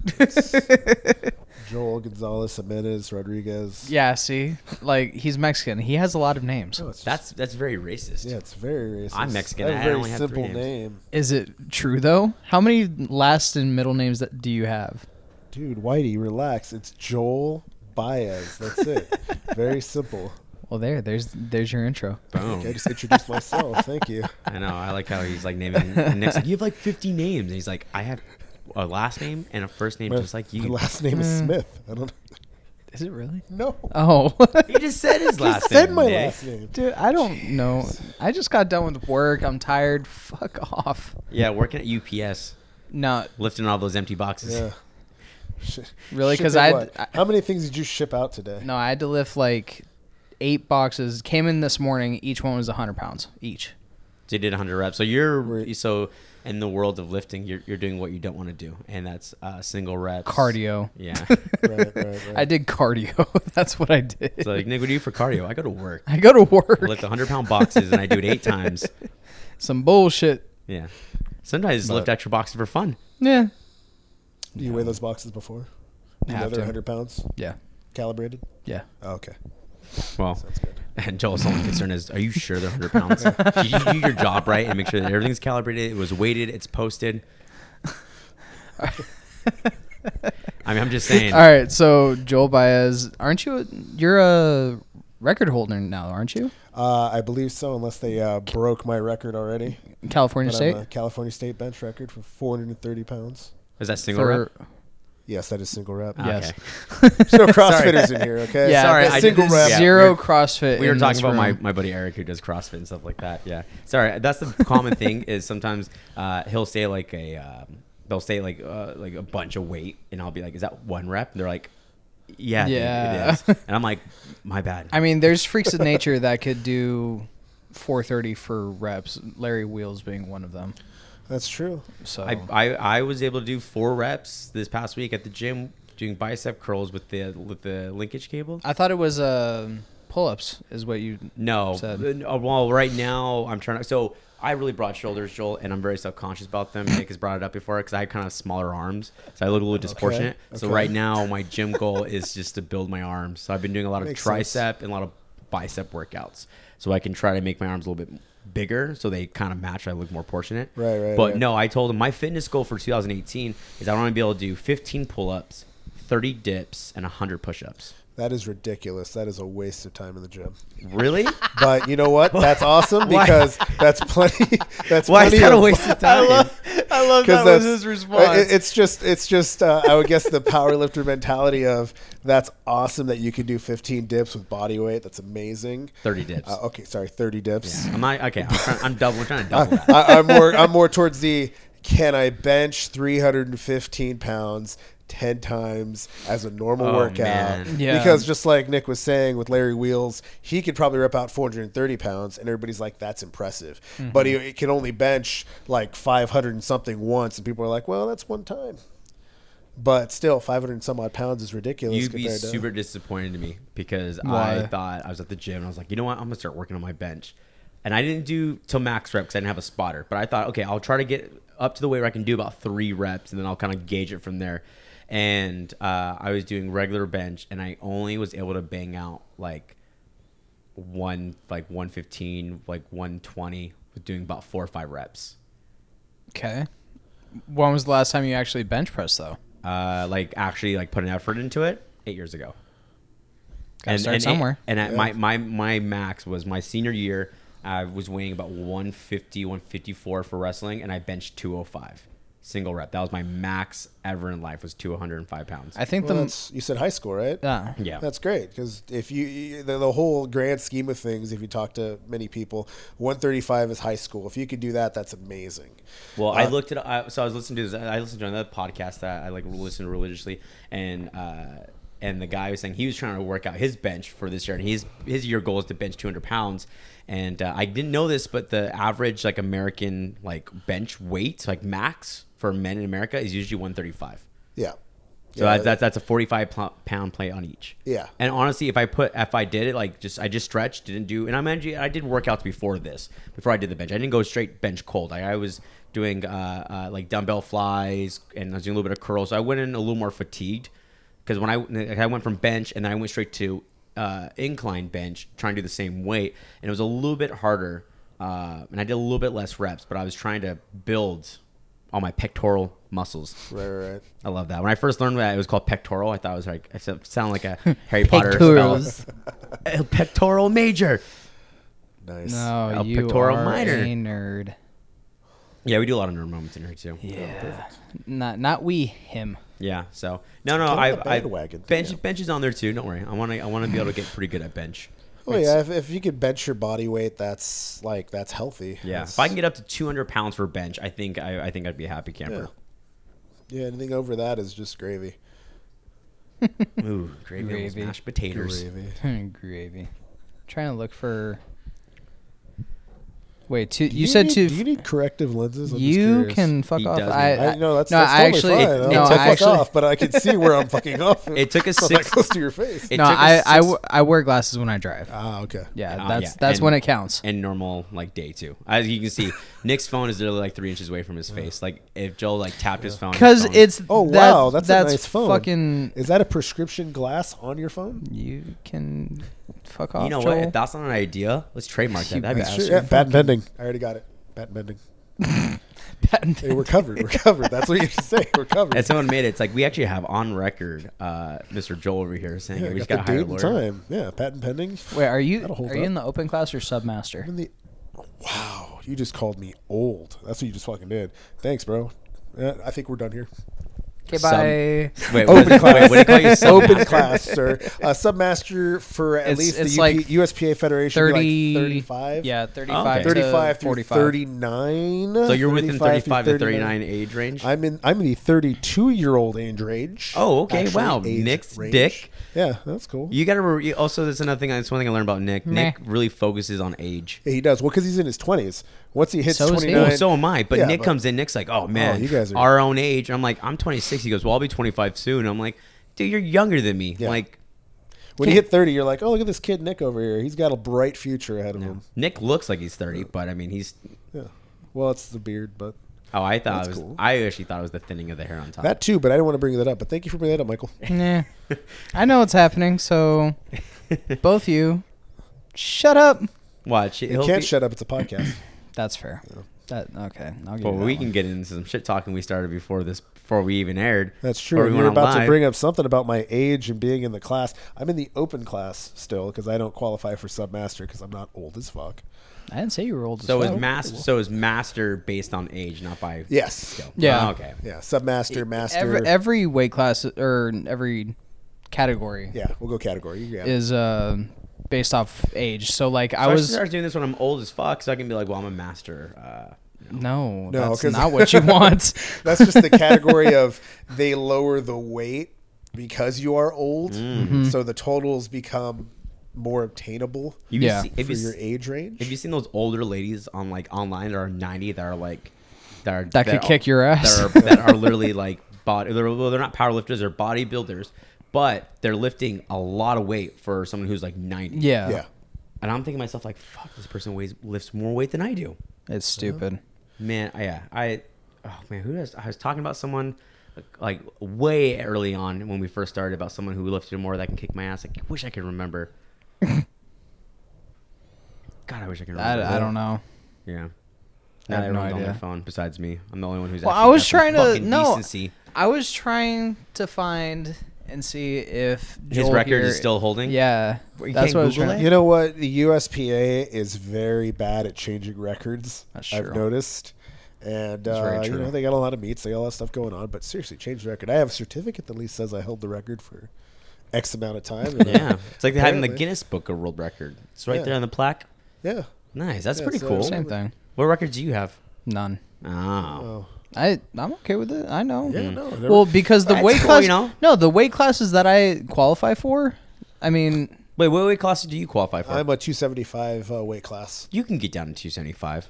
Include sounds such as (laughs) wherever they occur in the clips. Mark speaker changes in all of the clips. Speaker 1: (laughs) Joel Gonzalez Jimenez Rodriguez.
Speaker 2: Yeah, see, like he's Mexican. He has a lot of names.
Speaker 1: No, it's just-
Speaker 3: That's that's very racist.
Speaker 1: yeah, it's very racist.
Speaker 3: I'm Mexican.
Speaker 1: I have
Speaker 3: I
Speaker 1: a very
Speaker 3: only have three
Speaker 1: simple
Speaker 3: names.
Speaker 1: name,
Speaker 2: Is it true though? How many last and middle names that do you have?
Speaker 1: dude. Whitey, relax. It's Joel Baez. That's
Speaker 3: (laughs)
Speaker 1: it. very simple.
Speaker 2: Well, there, there's, there's your intro.
Speaker 3: Boom.
Speaker 1: I just introduced myself. Thank you.
Speaker 3: I know. I like how he's like naming. and Nick's like, you have like 50 names, and he's like, I have a last name and a first name
Speaker 1: My,
Speaker 3: just like
Speaker 1: my (laughs)
Speaker 3: you.
Speaker 1: last name
Speaker 2: Mm.
Speaker 1: is Smith. I don't
Speaker 2: Is it really?
Speaker 1: know.
Speaker 2: Oh, (laughs)
Speaker 3: He just said
Speaker 1: (laughs)
Speaker 3: his
Speaker 1: I (laughs)
Speaker 3: last
Speaker 1: said
Speaker 3: name.
Speaker 1: my
Speaker 3: Nick.
Speaker 1: last name.
Speaker 2: dude, I don't know. I just got done with work. I'm tired. Fuck off.
Speaker 3: Yeah, working at UPS,
Speaker 2: No,
Speaker 3: lifting all those empty boxes.
Speaker 1: Yeah.
Speaker 2: (laughs) Really? 'Cause
Speaker 1: Shipping
Speaker 2: I'd-
Speaker 1: what?
Speaker 2: I-
Speaker 1: how many things did you ship out today?
Speaker 2: no, I had to lift like eight boxes. Came in this morning. Each one was hundred pounds each.
Speaker 3: So you did 100 reps. So you're
Speaker 1: Right.
Speaker 3: so in the world of lifting, you're, you're doing what you don't want to do, and that's uh, single reps,
Speaker 2: Cardio. (laughs)
Speaker 3: Yeah.
Speaker 1: Right, right, right.
Speaker 2: I did cardio. (laughs) That's what I did.
Speaker 3: so like, Nick, what do you do for cardio? I go to work.
Speaker 2: I go to work.
Speaker 3: I lift 100 pound boxes, and I do it
Speaker 1: (laughs)
Speaker 3: eight times.
Speaker 2: Some bullshit.
Speaker 3: Yeah. Sometimes I just lift extra boxes for fun.
Speaker 2: Yeah.
Speaker 1: Do you weigh those boxes before?
Speaker 2: Have
Speaker 1: Another
Speaker 2: to.
Speaker 1: 100 pounds
Speaker 2: Yeah.
Speaker 1: calibrated?
Speaker 2: Yeah.
Speaker 1: Oh, okay.
Speaker 3: Well,
Speaker 1: Sounds good.
Speaker 3: (laughs) And Joel's only concern is, are you sure they're
Speaker 2: (laughs)
Speaker 3: 100 pounds? Did you do your job right and make sure that everything's calibrated? It was weighted. It's posted. I mean, I'm just saying.
Speaker 2: All right. So Joel Baez, aren't you? You're a record holder now, aren't you?
Speaker 1: Uh, I believe so, unless they uh, broke my record already.
Speaker 2: California
Speaker 1: But
Speaker 2: State.
Speaker 1: I'm a California State bench record for 430 pounds.
Speaker 3: Is that single
Speaker 2: For,
Speaker 3: rep?
Speaker 1: Yes, that is single rep.
Speaker 3: Yeah.
Speaker 2: yes.
Speaker 1: (laughs) There's
Speaker 3: (laughs)
Speaker 1: no CrossFitters in here, okay?
Speaker 2: yeah.
Speaker 3: Sorry,
Speaker 2: this-
Speaker 3: I did
Speaker 1: single
Speaker 2: this
Speaker 1: rep.
Speaker 3: Yeah,
Speaker 2: Zero
Speaker 3: we're-
Speaker 2: CrossFit.
Speaker 3: We were
Speaker 2: in
Speaker 3: talking
Speaker 2: this
Speaker 3: about my,
Speaker 2: room.
Speaker 3: my buddy Eric who does CrossFit and stuff like that. Yeah. Sorry. That's
Speaker 2: (laughs)
Speaker 3: the common thing is sometimes uh, he'll say like a, um, they'll say like uh, like a bunch of weight and I'll be like, is that one rep? And they're like, yeah, dude,
Speaker 2: Yeah.
Speaker 3: it is. And I'm like, my bad.
Speaker 2: I mean, there's freaks of nature that could do 430 for reps. Larry Wheels being one of them.
Speaker 1: That's true.
Speaker 2: So
Speaker 3: I, I I was able to do four reps this past week at the gym doing bicep curls with the with the linkage cable.
Speaker 2: I thought it was um, pull-ups is what you.
Speaker 3: No,
Speaker 2: Sad.
Speaker 3: Uh, well, right now I'm trying to. So I really broad shoulders, Joel, and I'm very self conscious about them. Nick has brought it up before because I have kind of smaller arms, so I look a little disproportionate. So
Speaker 1: okay.
Speaker 3: right now my gym goal is just to build my arms. So I've been doing a lot of
Speaker 1: Makes
Speaker 3: tricep
Speaker 1: sense.
Speaker 3: and a lot of bicep workouts, so I can try to make my arms a little bit bigger so they kind of match. I look more proportionate.
Speaker 1: Right, right,
Speaker 3: But
Speaker 1: right.
Speaker 3: no, I told him my fitness goal for 2018 is I want to be able to do 15 pull ups, 30 dips, and 100 push ups.
Speaker 1: That is ridiculous. That is a waste of time in the gym.
Speaker 3: Really?
Speaker 1: But you know what?
Speaker 3: (laughs)
Speaker 1: That's awesome
Speaker 3: Why-
Speaker 1: because that's plenty. (laughs) That's
Speaker 3: (laughs) Why
Speaker 1: plenty
Speaker 3: is that a
Speaker 1: of- (laughs)
Speaker 3: waste of time?
Speaker 2: I love
Speaker 1: because that's it- it's just it's just uh, I would guess the power lifter mentality of that's awesome that you can do 15 dips with body weight. That's amazing.
Speaker 3: 30 dips.
Speaker 1: Uh, okay, sorry, 30 dips.
Speaker 3: I'm not okay. I'm, trying,
Speaker 1: (laughs)
Speaker 3: I'm double. We're trying to double that.
Speaker 1: I, I'm more I'm more towards the can I bench 315 pounds. 10 times as a normal
Speaker 3: Oh,
Speaker 1: workout
Speaker 3: man.
Speaker 2: Yeah.
Speaker 1: because just like Nick was saying with Larry Wheels he could probably rep out 430 pounds and everybody's like that's impressive but he, he can only bench like 500 and something once and people are like well that's one time but still 500 and some odd pounds is ridiculous
Speaker 3: You'd be
Speaker 1: compared to
Speaker 3: super disappointed to me because I
Speaker 2: Why?
Speaker 3: thought I was at the gym and I was like, you know what? I'm gonna start working on my bench, and I didn't do till max rep because I didn't have a spotter. But I thought, okay, I'll try to get up to the way where I can do about three reps, and then I'll kind of gauge it from there. And uh, I was doing regular bench, and I only was able to bang out like one, like 115, like 120, with doing about four or five reps.
Speaker 2: Okay. When was the last time you actually bench pressed though?
Speaker 3: uh, like actually like put an effort into it eight years ago.
Speaker 2: Gotta start somewhere.
Speaker 3: and at my, my my max was my senior year. I was weighing about 150, 154 for wrestling, and I benched 205 single rep. That was my max ever in life was 205 pounds.
Speaker 2: I think
Speaker 1: Well,
Speaker 2: the
Speaker 1: that's, you said high school right
Speaker 2: yeah.
Speaker 3: yeah,
Speaker 1: That's great because if you- you the, the whole grand scheme of things, if you talk to many people, 135 is high school. If you could do that, that's amazing. Uh,
Speaker 3: Well, I looked at I, so I was listening to this. I listened to another podcast that I like listen to religiously, and uh, and the guy was saying he was trying to work out his bench for this year, and his his year goal is to bench 200 pounds. And uh, I didn't know this, but the average like American like bench weight like max for men in America is usually 135.
Speaker 1: Yeah.
Speaker 3: So
Speaker 1: yeah,
Speaker 3: that, that's that's a 45 pl- pound plate on each.
Speaker 1: Yeah.
Speaker 3: And honestly, if I put if I did it like just I just stretched, didn't do, and I'm actually I did workouts before this, before I did the bench. I didn't go straight bench cold. I, I was doing uh, uh, like dumbbell flies and I was doing a little bit of curls. So I went in a little more fatigued because when I like, I went from bench and then I went straight to uh, incline bench, trying to do the same weight, and it was a little bit harder. Uh, and I did a little bit less reps, but I was trying to build all my pectoral muscles.
Speaker 1: Right, right, right.
Speaker 3: I love that. When I first learned that it was called pectoral, I thought it was like I said- sound
Speaker 2: (laughs)
Speaker 3: like a Harry Potter spell.
Speaker 2: Pectorals.
Speaker 3: (laughs) El pectoral major.
Speaker 1: Nice.
Speaker 2: No,
Speaker 3: A
Speaker 2: Oh, you
Speaker 3: pectoral
Speaker 2: are
Speaker 3: minor.
Speaker 2: a nerd.
Speaker 3: Yeah, we do a lot of nerd moments in here too. Yeah.
Speaker 2: Not not we him. (laughs)
Speaker 3: so no, no,
Speaker 1: Get on
Speaker 3: I,
Speaker 1: the
Speaker 3: I
Speaker 1: bandwagon,
Speaker 3: bench
Speaker 1: yeah.
Speaker 3: bench is on there too. Don't worry. I want to I want to be able to get pretty good at bench.
Speaker 1: Well, Oh, yeah, if, if you could bench your body weight, that's like that's healthy.
Speaker 3: Yeah.
Speaker 1: That's-
Speaker 3: If I can get up to 200 pounds for bench, I think I, I think I'd be a happy camper.
Speaker 1: yeah, anything over that is just gravy.
Speaker 3: Ooh, gravy, almost
Speaker 2: Gravy.
Speaker 3: mashed potatoes.
Speaker 1: Gravy.
Speaker 2: Gravy. Trying to look for. Wait, two. You,
Speaker 1: Do
Speaker 2: said
Speaker 1: need,
Speaker 2: two.
Speaker 1: Do you need corrective lenses? I'm just
Speaker 2: you
Speaker 1: curious.
Speaker 2: can fuck
Speaker 3: He
Speaker 2: off.
Speaker 3: doesn't.
Speaker 2: I,
Speaker 1: I know that's,
Speaker 2: no.
Speaker 1: that's
Speaker 2: I
Speaker 1: totally
Speaker 2: actually.
Speaker 1: fine.
Speaker 2: no,
Speaker 1: I'll
Speaker 2: I
Speaker 1: fuck
Speaker 2: actually.
Speaker 1: off, but I can see where I'm fucking off.
Speaker 3: It took
Speaker 1: (laughs)
Speaker 3: a
Speaker 1: It's not that
Speaker 3: six-
Speaker 1: close to your face.
Speaker 3: It
Speaker 2: No,
Speaker 3: took us
Speaker 2: I, I,
Speaker 3: six-
Speaker 2: w- I wear glasses when I drive.
Speaker 1: ah, okay.
Speaker 2: yeah,
Speaker 3: Ah,
Speaker 2: that's
Speaker 3: yeah,
Speaker 2: that's
Speaker 3: and-
Speaker 2: when it counts.
Speaker 3: and normal like day two. As you
Speaker 2: (laughs)
Speaker 3: can see, Nick's phone is literally like three inches away from his face. Like if Joe like tapped his phone, his
Speaker 2: Because
Speaker 3: phone-
Speaker 2: it's
Speaker 1: Oh
Speaker 2: that-
Speaker 1: wow, that's,
Speaker 2: that's
Speaker 1: a nice phone.
Speaker 2: Fucking,
Speaker 1: is that a prescription glass on your phone?
Speaker 2: you can fuck off.
Speaker 3: you know
Speaker 2: Joel.
Speaker 3: what? If that's not an idea, let's trademark that.
Speaker 2: You
Speaker 3: That'd be
Speaker 2: bastard.
Speaker 1: Sure,
Speaker 3: awesome.
Speaker 1: yeah, patent pending. I already got it. Patent pending.
Speaker 2: (laughs) Patent-
Speaker 1: Hey, we're covered. We're covered. That's what you should say. We're covered.
Speaker 3: And someone made it. It's like we actually have on record, uh, Mr. Joel over here saying
Speaker 1: yeah,
Speaker 3: we just
Speaker 1: got
Speaker 3: got
Speaker 1: the
Speaker 3: hired a
Speaker 1: date and
Speaker 3: lawyer.
Speaker 1: time. Yeah, patent pending.
Speaker 2: Wait, are you
Speaker 1: That'll hold
Speaker 2: are you
Speaker 1: up.
Speaker 2: in the open class or submaster?
Speaker 1: In the- wow, you just called me old. That's what you just fucking did. Thanks, bro. Yeah, I think we're done here.
Speaker 2: Okay,
Speaker 3: Sub-
Speaker 2: bye.
Speaker 3: Wait, what,
Speaker 1: Open
Speaker 3: did-
Speaker 1: class.
Speaker 3: wait, what do you call yourself?
Speaker 1: Open (laughs) class, sir. Uh, submaster for at
Speaker 2: It's-
Speaker 1: least
Speaker 2: it's
Speaker 1: the UP,
Speaker 2: like
Speaker 1: USPA Federation. would be
Speaker 2: Thirty.
Speaker 1: like 35?
Speaker 2: Yeah, thirty-five. Oh,
Speaker 3: Okay.
Speaker 2: to
Speaker 1: 35 through
Speaker 2: 45.
Speaker 1: 39.
Speaker 3: So you're within 35 to 39
Speaker 1: 39.
Speaker 3: age range.
Speaker 1: I'm in. I'm in the 32 year old age range.
Speaker 3: Oh, okay,
Speaker 1: Actually,
Speaker 3: wow.
Speaker 1: age
Speaker 3: Nick's dick.
Speaker 1: Yeah, that's cool.
Speaker 3: you got to re- also. That's another thing. That's one thing I learned about Nick. Nick really focuses on age.
Speaker 1: Yeah, he does. Well, because he's in his 20s. Once he hits
Speaker 2: So is he.
Speaker 1: 29,
Speaker 3: Oh, so am I. But
Speaker 1: Yeah,
Speaker 3: Nick
Speaker 1: but-
Speaker 3: comes in. Nick's like, "Oh man,
Speaker 1: you guys are-
Speaker 3: our own age." I'm like, "I'm 26." He goes, "Well, I'll be 25 soon." I'm like, "Dude, you're younger than me."
Speaker 1: Yeah.
Speaker 3: Like,
Speaker 1: when you hit 30, you're like, oh, look at this kid Nick over here. He's got a bright future ahead of him.
Speaker 3: Nick looks like he's 30, but I mean, he's.
Speaker 1: Yeah. Well, it's the beard, but
Speaker 3: Oh, I thought
Speaker 1: That's
Speaker 3: it was.
Speaker 1: cool.
Speaker 3: I actually thought it was the thinning of the hair on top.
Speaker 1: that too. But I didn't want to bring that up. But thank you for bringing that up,
Speaker 3: (laughs)
Speaker 1: Michael. (laughs)
Speaker 2: Nah. I know what's happening, so both you shut up.
Speaker 3: Watch.
Speaker 1: You can't shut up. It's a
Speaker 3: (laughs)
Speaker 1: podcast.
Speaker 2: That's fair. That okay. I'll give
Speaker 3: But
Speaker 2: you that
Speaker 3: we
Speaker 2: one.
Speaker 3: can get into some shit talking we started before this, before we even aired.
Speaker 1: That's
Speaker 3: Or
Speaker 1: true.
Speaker 3: we
Speaker 1: And
Speaker 3: went
Speaker 1: You're
Speaker 3: on
Speaker 1: about to
Speaker 3: live.
Speaker 1: bring up something about my age and being in the class. I'm in the open class still because I don't qualify for submaster because I'm not old as fuck.
Speaker 2: I didn't say you were old.
Speaker 3: So
Speaker 2: as
Speaker 3: is
Speaker 2: fuck.
Speaker 3: master? So is master based on age, not by
Speaker 1: Yes.
Speaker 2: Yeah.
Speaker 3: Oh, okay.
Speaker 1: Yeah. Submaster, master.
Speaker 2: every every weight class or every category
Speaker 1: yeah, we'll go category. Yeah.
Speaker 2: is uh based off age. So like I
Speaker 3: So I should
Speaker 2: was
Speaker 3: start doing this when I'm old as fuck, so I can be like, "Well, I'm a master." Uh,
Speaker 2: no,
Speaker 1: No,
Speaker 2: that's
Speaker 1: 'cause- (laughs)
Speaker 2: not what you want.
Speaker 1: That's just the category of they lower the weight because you are old,
Speaker 3: Mm-hmm.
Speaker 1: so the totals become more obtainable
Speaker 3: you
Speaker 2: Yeah.
Speaker 3: See, if
Speaker 1: for
Speaker 3: you
Speaker 1: your age range.
Speaker 3: Have you seen those older ladies on like online that are ninety that are like that are
Speaker 2: That could kick your ass. (laughs)
Speaker 3: That are, that are literally like body. They're, well, they're not powerlifters. They're bodybuilders, but they're lifting a lot of weight for someone who's like ninety.
Speaker 2: yeah.
Speaker 1: yeah.
Speaker 3: And I'm thinking to myself like, fuck, this person weighs lifts more weight than I do.
Speaker 2: It's stupid.
Speaker 3: Man, I, yeah, I, oh man, who does? I was talking about someone like way early on when we first started about someone who lifted more that can kick my ass. I wish I
Speaker 2: (laughs)
Speaker 3: could remember. God, I wish I could remember.
Speaker 2: I, I don't know.
Speaker 3: Yeah.
Speaker 2: I have
Speaker 3: Not
Speaker 2: no
Speaker 3: everyone's on their
Speaker 2: idea.
Speaker 3: phone besides me. I'm the only one who's.
Speaker 2: Well, I
Speaker 3: actually
Speaker 2: was
Speaker 3: got some
Speaker 2: trying to
Speaker 3: fucking
Speaker 2: no.
Speaker 3: Decency.
Speaker 2: I was trying to find and see if
Speaker 3: His
Speaker 2: Joel
Speaker 3: record
Speaker 2: here-
Speaker 3: is still holding?
Speaker 2: Yeah,
Speaker 3: Well, you
Speaker 2: that's
Speaker 3: can't
Speaker 2: what I was
Speaker 3: Google
Speaker 2: trying.
Speaker 3: it?
Speaker 1: You know what? The USPA is very bad at changing records.
Speaker 2: That's true.
Speaker 1: I've noticed. And
Speaker 2: very
Speaker 1: uh, you
Speaker 2: true.
Speaker 1: know they got a lot of meets, they got a lot of stuff going on. But seriously, change the record. I have a certificate that at least says I held the record for X amount of time. and, uh,
Speaker 3: (laughs) Yeah, it's like they had in the
Speaker 1: apparently-
Speaker 3: Guinness Book of World Record. It's right
Speaker 1: Yeah.
Speaker 3: there on the plaque.
Speaker 1: Yeah.
Speaker 3: Nice. That's
Speaker 1: Yeah,
Speaker 3: pretty
Speaker 1: so-
Speaker 3: cool.
Speaker 2: Same Uh, thing.
Speaker 3: What record do you have?
Speaker 2: None.
Speaker 3: Oh,
Speaker 1: Oh.
Speaker 2: I I'm okay with it. I know.
Speaker 3: Hmm.
Speaker 1: Yeah, no, never-
Speaker 2: well, because the
Speaker 3: That's
Speaker 2: weight
Speaker 3: cool,
Speaker 2: class.
Speaker 3: you know?
Speaker 2: No, the weight classes that I qualify for. I mean,
Speaker 3: wait, what weight class do you qualify for?
Speaker 1: I'm a 275 uh, weight class.
Speaker 3: you can get down to 275.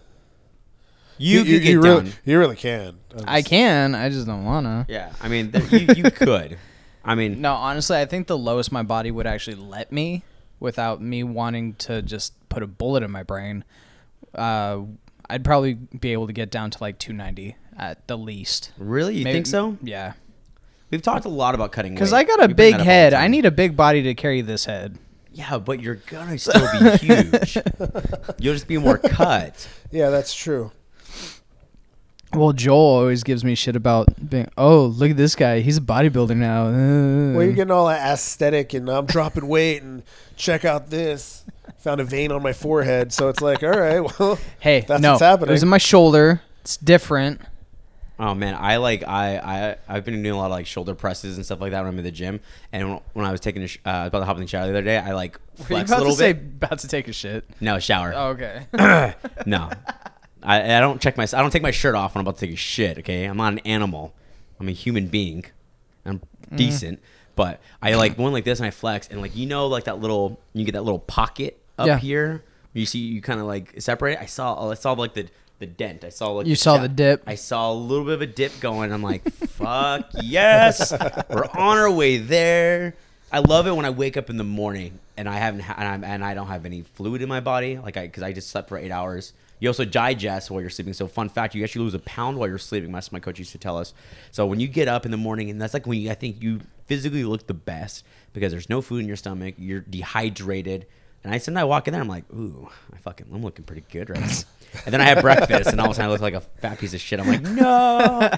Speaker 3: You, could get
Speaker 1: really,
Speaker 3: down.
Speaker 1: You really can. I'm
Speaker 2: I
Speaker 1: just-
Speaker 2: can. I just don't wanna.
Speaker 3: Yeah, I mean, th- you,
Speaker 2: (laughs)
Speaker 3: you could. I mean,
Speaker 2: No, honestly, I think the lowest my body would actually let me, without me wanting to just put a bullet in my brain, uh, I'd probably be able to get down to like 290 at the least.
Speaker 3: Really? You
Speaker 2: Maybe-
Speaker 3: think so?
Speaker 2: Yeah.
Speaker 3: We've talked a lot about cutting
Speaker 2: Because
Speaker 3: weight.
Speaker 2: I got a
Speaker 3: We bring
Speaker 2: big
Speaker 3: that up all the
Speaker 2: head.
Speaker 3: time.
Speaker 2: I need a big body to carry this head.
Speaker 3: Yeah, but you're gonna still be
Speaker 2: (laughs)
Speaker 3: huge. You'll just be more cut.
Speaker 1: Yeah, that's true.
Speaker 2: Well, Joel always gives me shit about being, oh, look at this guy. He's a bodybuilder now. Uh.
Speaker 1: Well, you're getting all that aesthetic, and I'm dropping weight, and check out this. Found a vein on my forehead, so it's like, all right, well,
Speaker 2: hey,
Speaker 1: that's
Speaker 2: no.
Speaker 1: what's happening.
Speaker 2: It was in my shoulder. It's different.
Speaker 3: Oh man, I like I I I've been doing a lot of like shoulder presses and stuff like that when I'm in the gym. And when I was taking a sh- uh, about to hop in the shower the other day, I like flexed a little bit.
Speaker 2: (laughs) about to take a shit?
Speaker 3: no shower.
Speaker 2: Oh, (laughs) okay.
Speaker 3: (laughs) No, I I don't check my I don't take my shirt off when I'm about to take a shit. Okay, I'm not an animal. I'm a human being. I'm decent, but I like went like this and I flex and like you know like that little you get that little pocket up
Speaker 2: Yeah.
Speaker 3: here. You see you kind of like separate. it. I saw oh, I saw like the the dent. I saw like
Speaker 2: You saw the dip.
Speaker 3: I saw a little bit of a dip going. I'm like, fuck (laughs) yes, we're on our way there. I love it when I wake up in the morning and I haven't ha- and, I'm, and I don't have any fluid in my body, like I because I just slept for eight hours. You also digest while you're sleeping. So fun fact, you actually lose a pound while you're sleeping. That's what my coach used to tell us. So when you get up in the morning, and that's like when you, I think you physically look the best because there's no food in your stomach. You're dehydrated. And I sometimes I walk in there, I'm like, ooh, I fucking, I'm looking pretty good right now. and then I have breakfast, and all of a sudden I look like a fat piece of shit. I'm
Speaker 1: (laughs)
Speaker 3: like, no.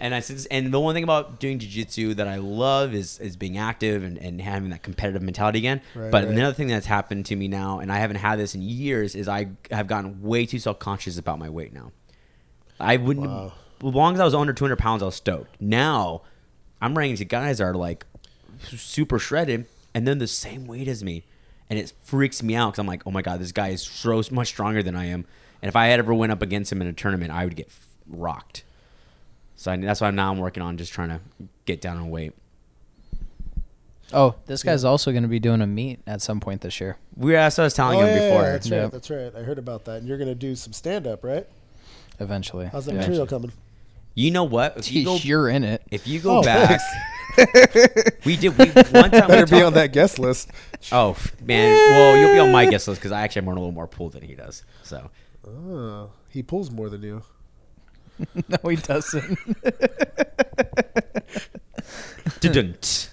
Speaker 3: and I since, and the one thing about doing jujitsu that I love is is being active and, and having that competitive mentality again.
Speaker 1: Right,
Speaker 3: but
Speaker 1: right.
Speaker 3: another thing that's happened to me now, and I haven't had this in years, is I have gotten way too self conscious about my weight now. I wouldn't. As long as I was under 200 pounds, I was stoked. Now, I'm running into guys that are like super shredded, and then the same weight as me, and it freaks me out because I'm like, oh my god, this guy is so much stronger than I am, and if I had ever went up against him in a tournament, I would get f- rocked. So I, that's why now I'm working on just trying to get down on weight.
Speaker 2: oh, this guy's also going to be doing a meet at some point this year.
Speaker 3: We that's what I was telling
Speaker 1: oh,
Speaker 3: him
Speaker 1: yeah, yeah,
Speaker 3: before.
Speaker 1: that's right.
Speaker 2: Yeah.
Speaker 1: That's right. I heard about that. And you're going to do some stand up, right?
Speaker 2: Eventually.
Speaker 1: How's that
Speaker 2: Yeah.
Speaker 1: material coming?
Speaker 3: You know what? If you go,
Speaker 2: You're in it.
Speaker 3: if you go
Speaker 1: Oh,
Speaker 3: back, (laughs) we did we,
Speaker 1: (laughs)
Speaker 3: one time. we
Speaker 1: Better be
Speaker 3: talked-
Speaker 1: on that guest list. (laughs)
Speaker 3: Oh f- man, well you'll be on my guest list because I actually am on a little more pool than he does. So
Speaker 1: Oh, he pulls more than you.
Speaker 2: (laughs) no, he doesn't.
Speaker 3: didn't.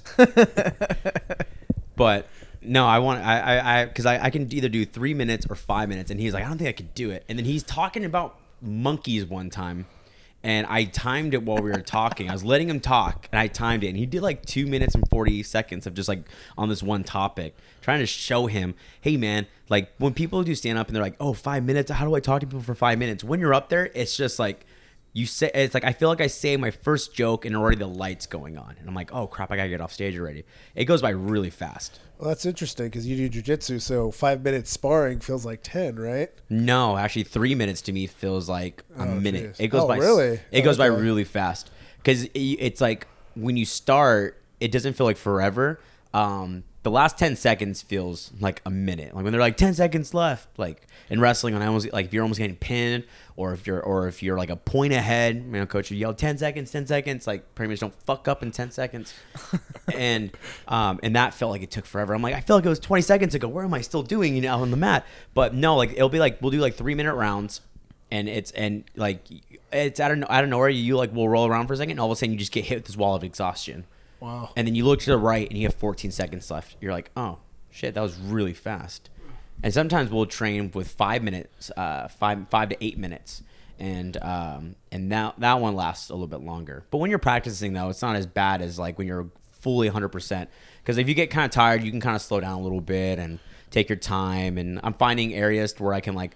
Speaker 3: but no, I want I I I because I, I can either do three minutes or five minutes, and he's like, I don't think I could do it. And then he's talking about monkeys one time, and I timed it while we were talking. I was letting him talk, and I timed it, and he did like two minutes and forty seconds of just like on this one topic, trying to show him, hey man, like when people do stand up and they're like, oh, five minutes, how do I talk to people for five minutes? When you're up there, it's just like you say it's like I feel like I say my first joke and already the lights going on, and I'm like, oh crap, I gotta get off stage already. It goes by really fast.
Speaker 1: Well, that's interesting because you do jujitsu, so five minutes sparring feels like 10, right?
Speaker 3: No, actually, three minutes to me feels like a
Speaker 1: Oh,
Speaker 3: minute.
Speaker 1: geez.
Speaker 3: It goes
Speaker 1: Oh,
Speaker 3: by
Speaker 1: really?
Speaker 3: It goes by
Speaker 1: Okay.
Speaker 3: really fast because it's like when you start, it doesn't feel like forever. Um, the last ten seconds feels like a minute. Like when they're like ten seconds left, like in wrestling, when I almost like if you're almost getting pinned, or if you're or if you're like a point ahead, you know, coach, you yell ten seconds, ten seconds, like pretty much don't fuck up in ten seconds. and um, and that felt like it took forever. I'm like, I felt like it was 20 seconds ago. Where am I still doing you know on the mat? But no, like it'll be like we'll do like three minute rounds, and it's and like it's out of out of nowhere. You like will roll around for a second, and all of a sudden you just get hit with this wall of exhaustion.
Speaker 1: Wow.
Speaker 3: And then you look to the right, and you have 14 seconds left. You're like, oh shit, that was really fast. And sometimes we'll train with five minutes, uh, five five to eight minutes. And um, and that that one lasts a little bit longer. But when you're practicing though, it's not as bad as like when you're fully 100% because if you get kind of tired you can kind of slow down a little bit and take your time and i'm finding areas to where i can like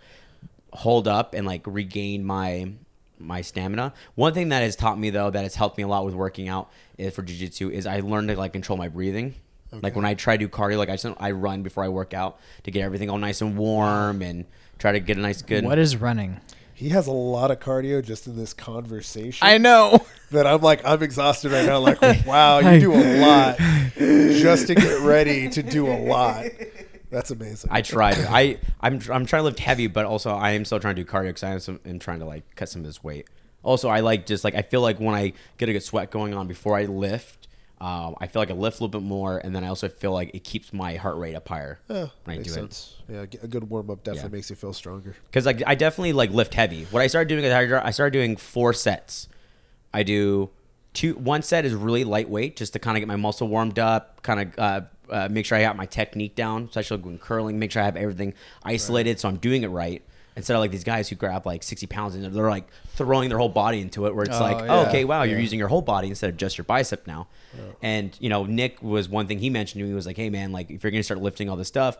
Speaker 3: hold up and like regain my my stamina one thing that has taught me though that has helped me a lot with working out is for jiu-jitsu is i learned to like control my breathing like when i try to do cardio like i just i run before i work out to get everything all nice and warm and try to get a nice
Speaker 2: (laughs)
Speaker 3: good
Speaker 2: what is running?
Speaker 1: He has a lot of cardio just in this conversation.
Speaker 2: know.
Speaker 1: that I'm like I'm exhausted right now.
Speaker 3: (laughs)
Speaker 1: Like, wow, you do a lot just to get ready to do a lot. That's amazing.
Speaker 3: I try to. I I'm I'm trying to lift heavy, but also I am still trying to do cardio because I am, some, am trying to like cut some of this weight. Also, I like just like I feel like when I get a good sweat going on before I lift, Um, I feel like I lift a little bit more, and then I also feel like it keeps my heart rate up higher
Speaker 1: Yeah,
Speaker 3: when I do
Speaker 1: makes
Speaker 3: it.
Speaker 1: sense. Yeah, g- a good warm up definitely
Speaker 3: Yeah.
Speaker 1: makes you feel stronger.
Speaker 3: Because like I definitely like lift heavy. What I started doing is I I started doing four sets. I do two. One set is really lightweight, just to kind of get my muscle warmed up, kind of uh, uh, make sure I got my technique down, especially when curling. Make sure I have everything isolated, so I'm doing it right. Instead of like these guys who grab like 60 pounds and they're like throwing their whole body into it, where it's
Speaker 2: Oh,
Speaker 3: like,
Speaker 2: yeah.
Speaker 3: oh, okay, wow, you're
Speaker 1: Yeah.
Speaker 3: using your whole body instead of just your bicep now. And you know, Nick was one thing he mentioned to me was like, hey man, like if you're gonna start lifting all this stuff,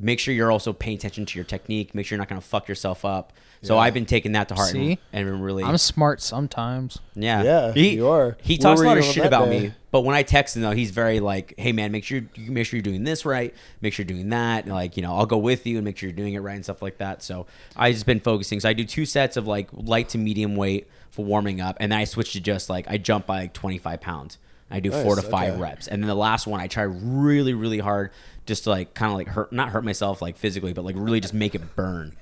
Speaker 3: make sure you're also paying attention to your technique. Make sure you're not gonna fuck yourself up. So
Speaker 1: Yeah.
Speaker 3: I've been taking that to heart and-
Speaker 2: See?
Speaker 3: and been really,
Speaker 2: I'm smart sometimes.
Speaker 3: yeah,
Speaker 1: Yeah,
Speaker 3: He,
Speaker 1: you are.
Speaker 3: He
Speaker 1: Where
Speaker 3: talks
Speaker 1: were
Speaker 3: a lot
Speaker 1: you
Speaker 3: of
Speaker 1: on
Speaker 3: shit
Speaker 1: that
Speaker 3: about
Speaker 1: day?
Speaker 3: me, but when I text him though, he's very like, hey man, make sure you make sure you're doing this right. Make sure you're doing that. And like you know, I'll go with you and make sure you're doing it right and stuff like that. So I just been focusing. So I do two sets of like light to medium weight for warming up, and then I switch to just like I jump by like 25 pounds. I do four to
Speaker 1: Nice,
Speaker 3: five
Speaker 1: okay.
Speaker 3: reps reps. And then the last one, I try really, really hard, just to like kind of like hurt, not hurt myself like physically, but like really just make it burn.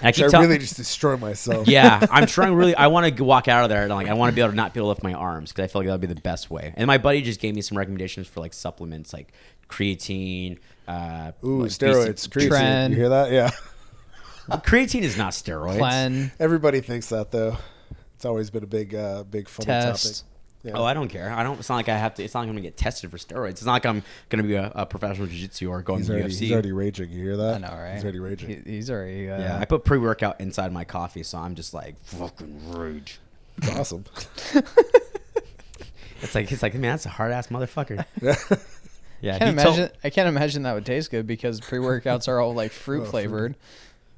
Speaker 3: And I keep
Speaker 1: Should I
Speaker 3: telling,
Speaker 1: really just destroy myself.
Speaker 3: yeah, I'm trying really. I want to walk out of there and like I want to be able to not be able to lift my arms because I feel like that would be the best way. And my buddy just gave me some recommendations for like supplements like creatine. Uh,
Speaker 1: Ooh,
Speaker 3: like,
Speaker 1: steroids.
Speaker 3: BC
Speaker 1: Crazy.
Speaker 2: Tren.
Speaker 1: You hear that? Yeah. (laughs)
Speaker 3: (laughs) creatine is not steroids.
Speaker 2: Plan
Speaker 1: Everybody thinks that though. It's always been a big, uh, big fun
Speaker 2: test.
Speaker 1: topic. Yeah.
Speaker 3: Oh, I don't care. I don't. It's not like I have to. It's not like I'm gonna get tested for steroids. It's not like I'm gonna be a, a professional jiu-jitsu or going
Speaker 1: he's
Speaker 3: to
Speaker 1: already,
Speaker 3: UFC.
Speaker 1: he's already raging. You hear that?
Speaker 2: I know, right?
Speaker 1: He's already raging.
Speaker 2: He- he's already. Uh,
Speaker 3: Yeah, I put pre workout inside my coffee, so I'm just like fucking rage.
Speaker 1: It's
Speaker 3: (laughs)
Speaker 1: awesome.
Speaker 3: It's like it's like man, that's a hard
Speaker 1: (laughs)
Speaker 3: ass motherfucker. Yeah,
Speaker 2: I can't
Speaker 3: he told-
Speaker 2: imagine. I can't imagine that would taste good because pre workouts are all
Speaker 3: (laughs) Oh,
Speaker 2: like fruit flavored.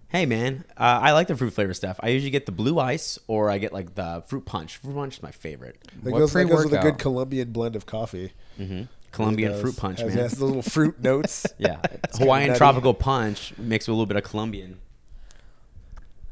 Speaker 3: hey man, uh, I like the fruit flavor stuff. I usually get the blue ice or I get like the fruit punch. Fruit punch is my favorite.
Speaker 1: That
Speaker 2: What
Speaker 1: goes, that goes with a
Speaker 2: pre-workout?
Speaker 1: good Colombian blend of coffee.
Speaker 3: Mm-hmm. Colombian
Speaker 1: Does.
Speaker 3: fruit punch,
Speaker 1: Has-
Speaker 3: man.
Speaker 1: Has the little fruit notes.
Speaker 3: (laughs)
Speaker 1: (laughs)
Speaker 3: Yeah,
Speaker 1: It's kinda
Speaker 3: Hawaiian
Speaker 1: nutty.
Speaker 3: tropical punch mixed with a little bit of Colombian.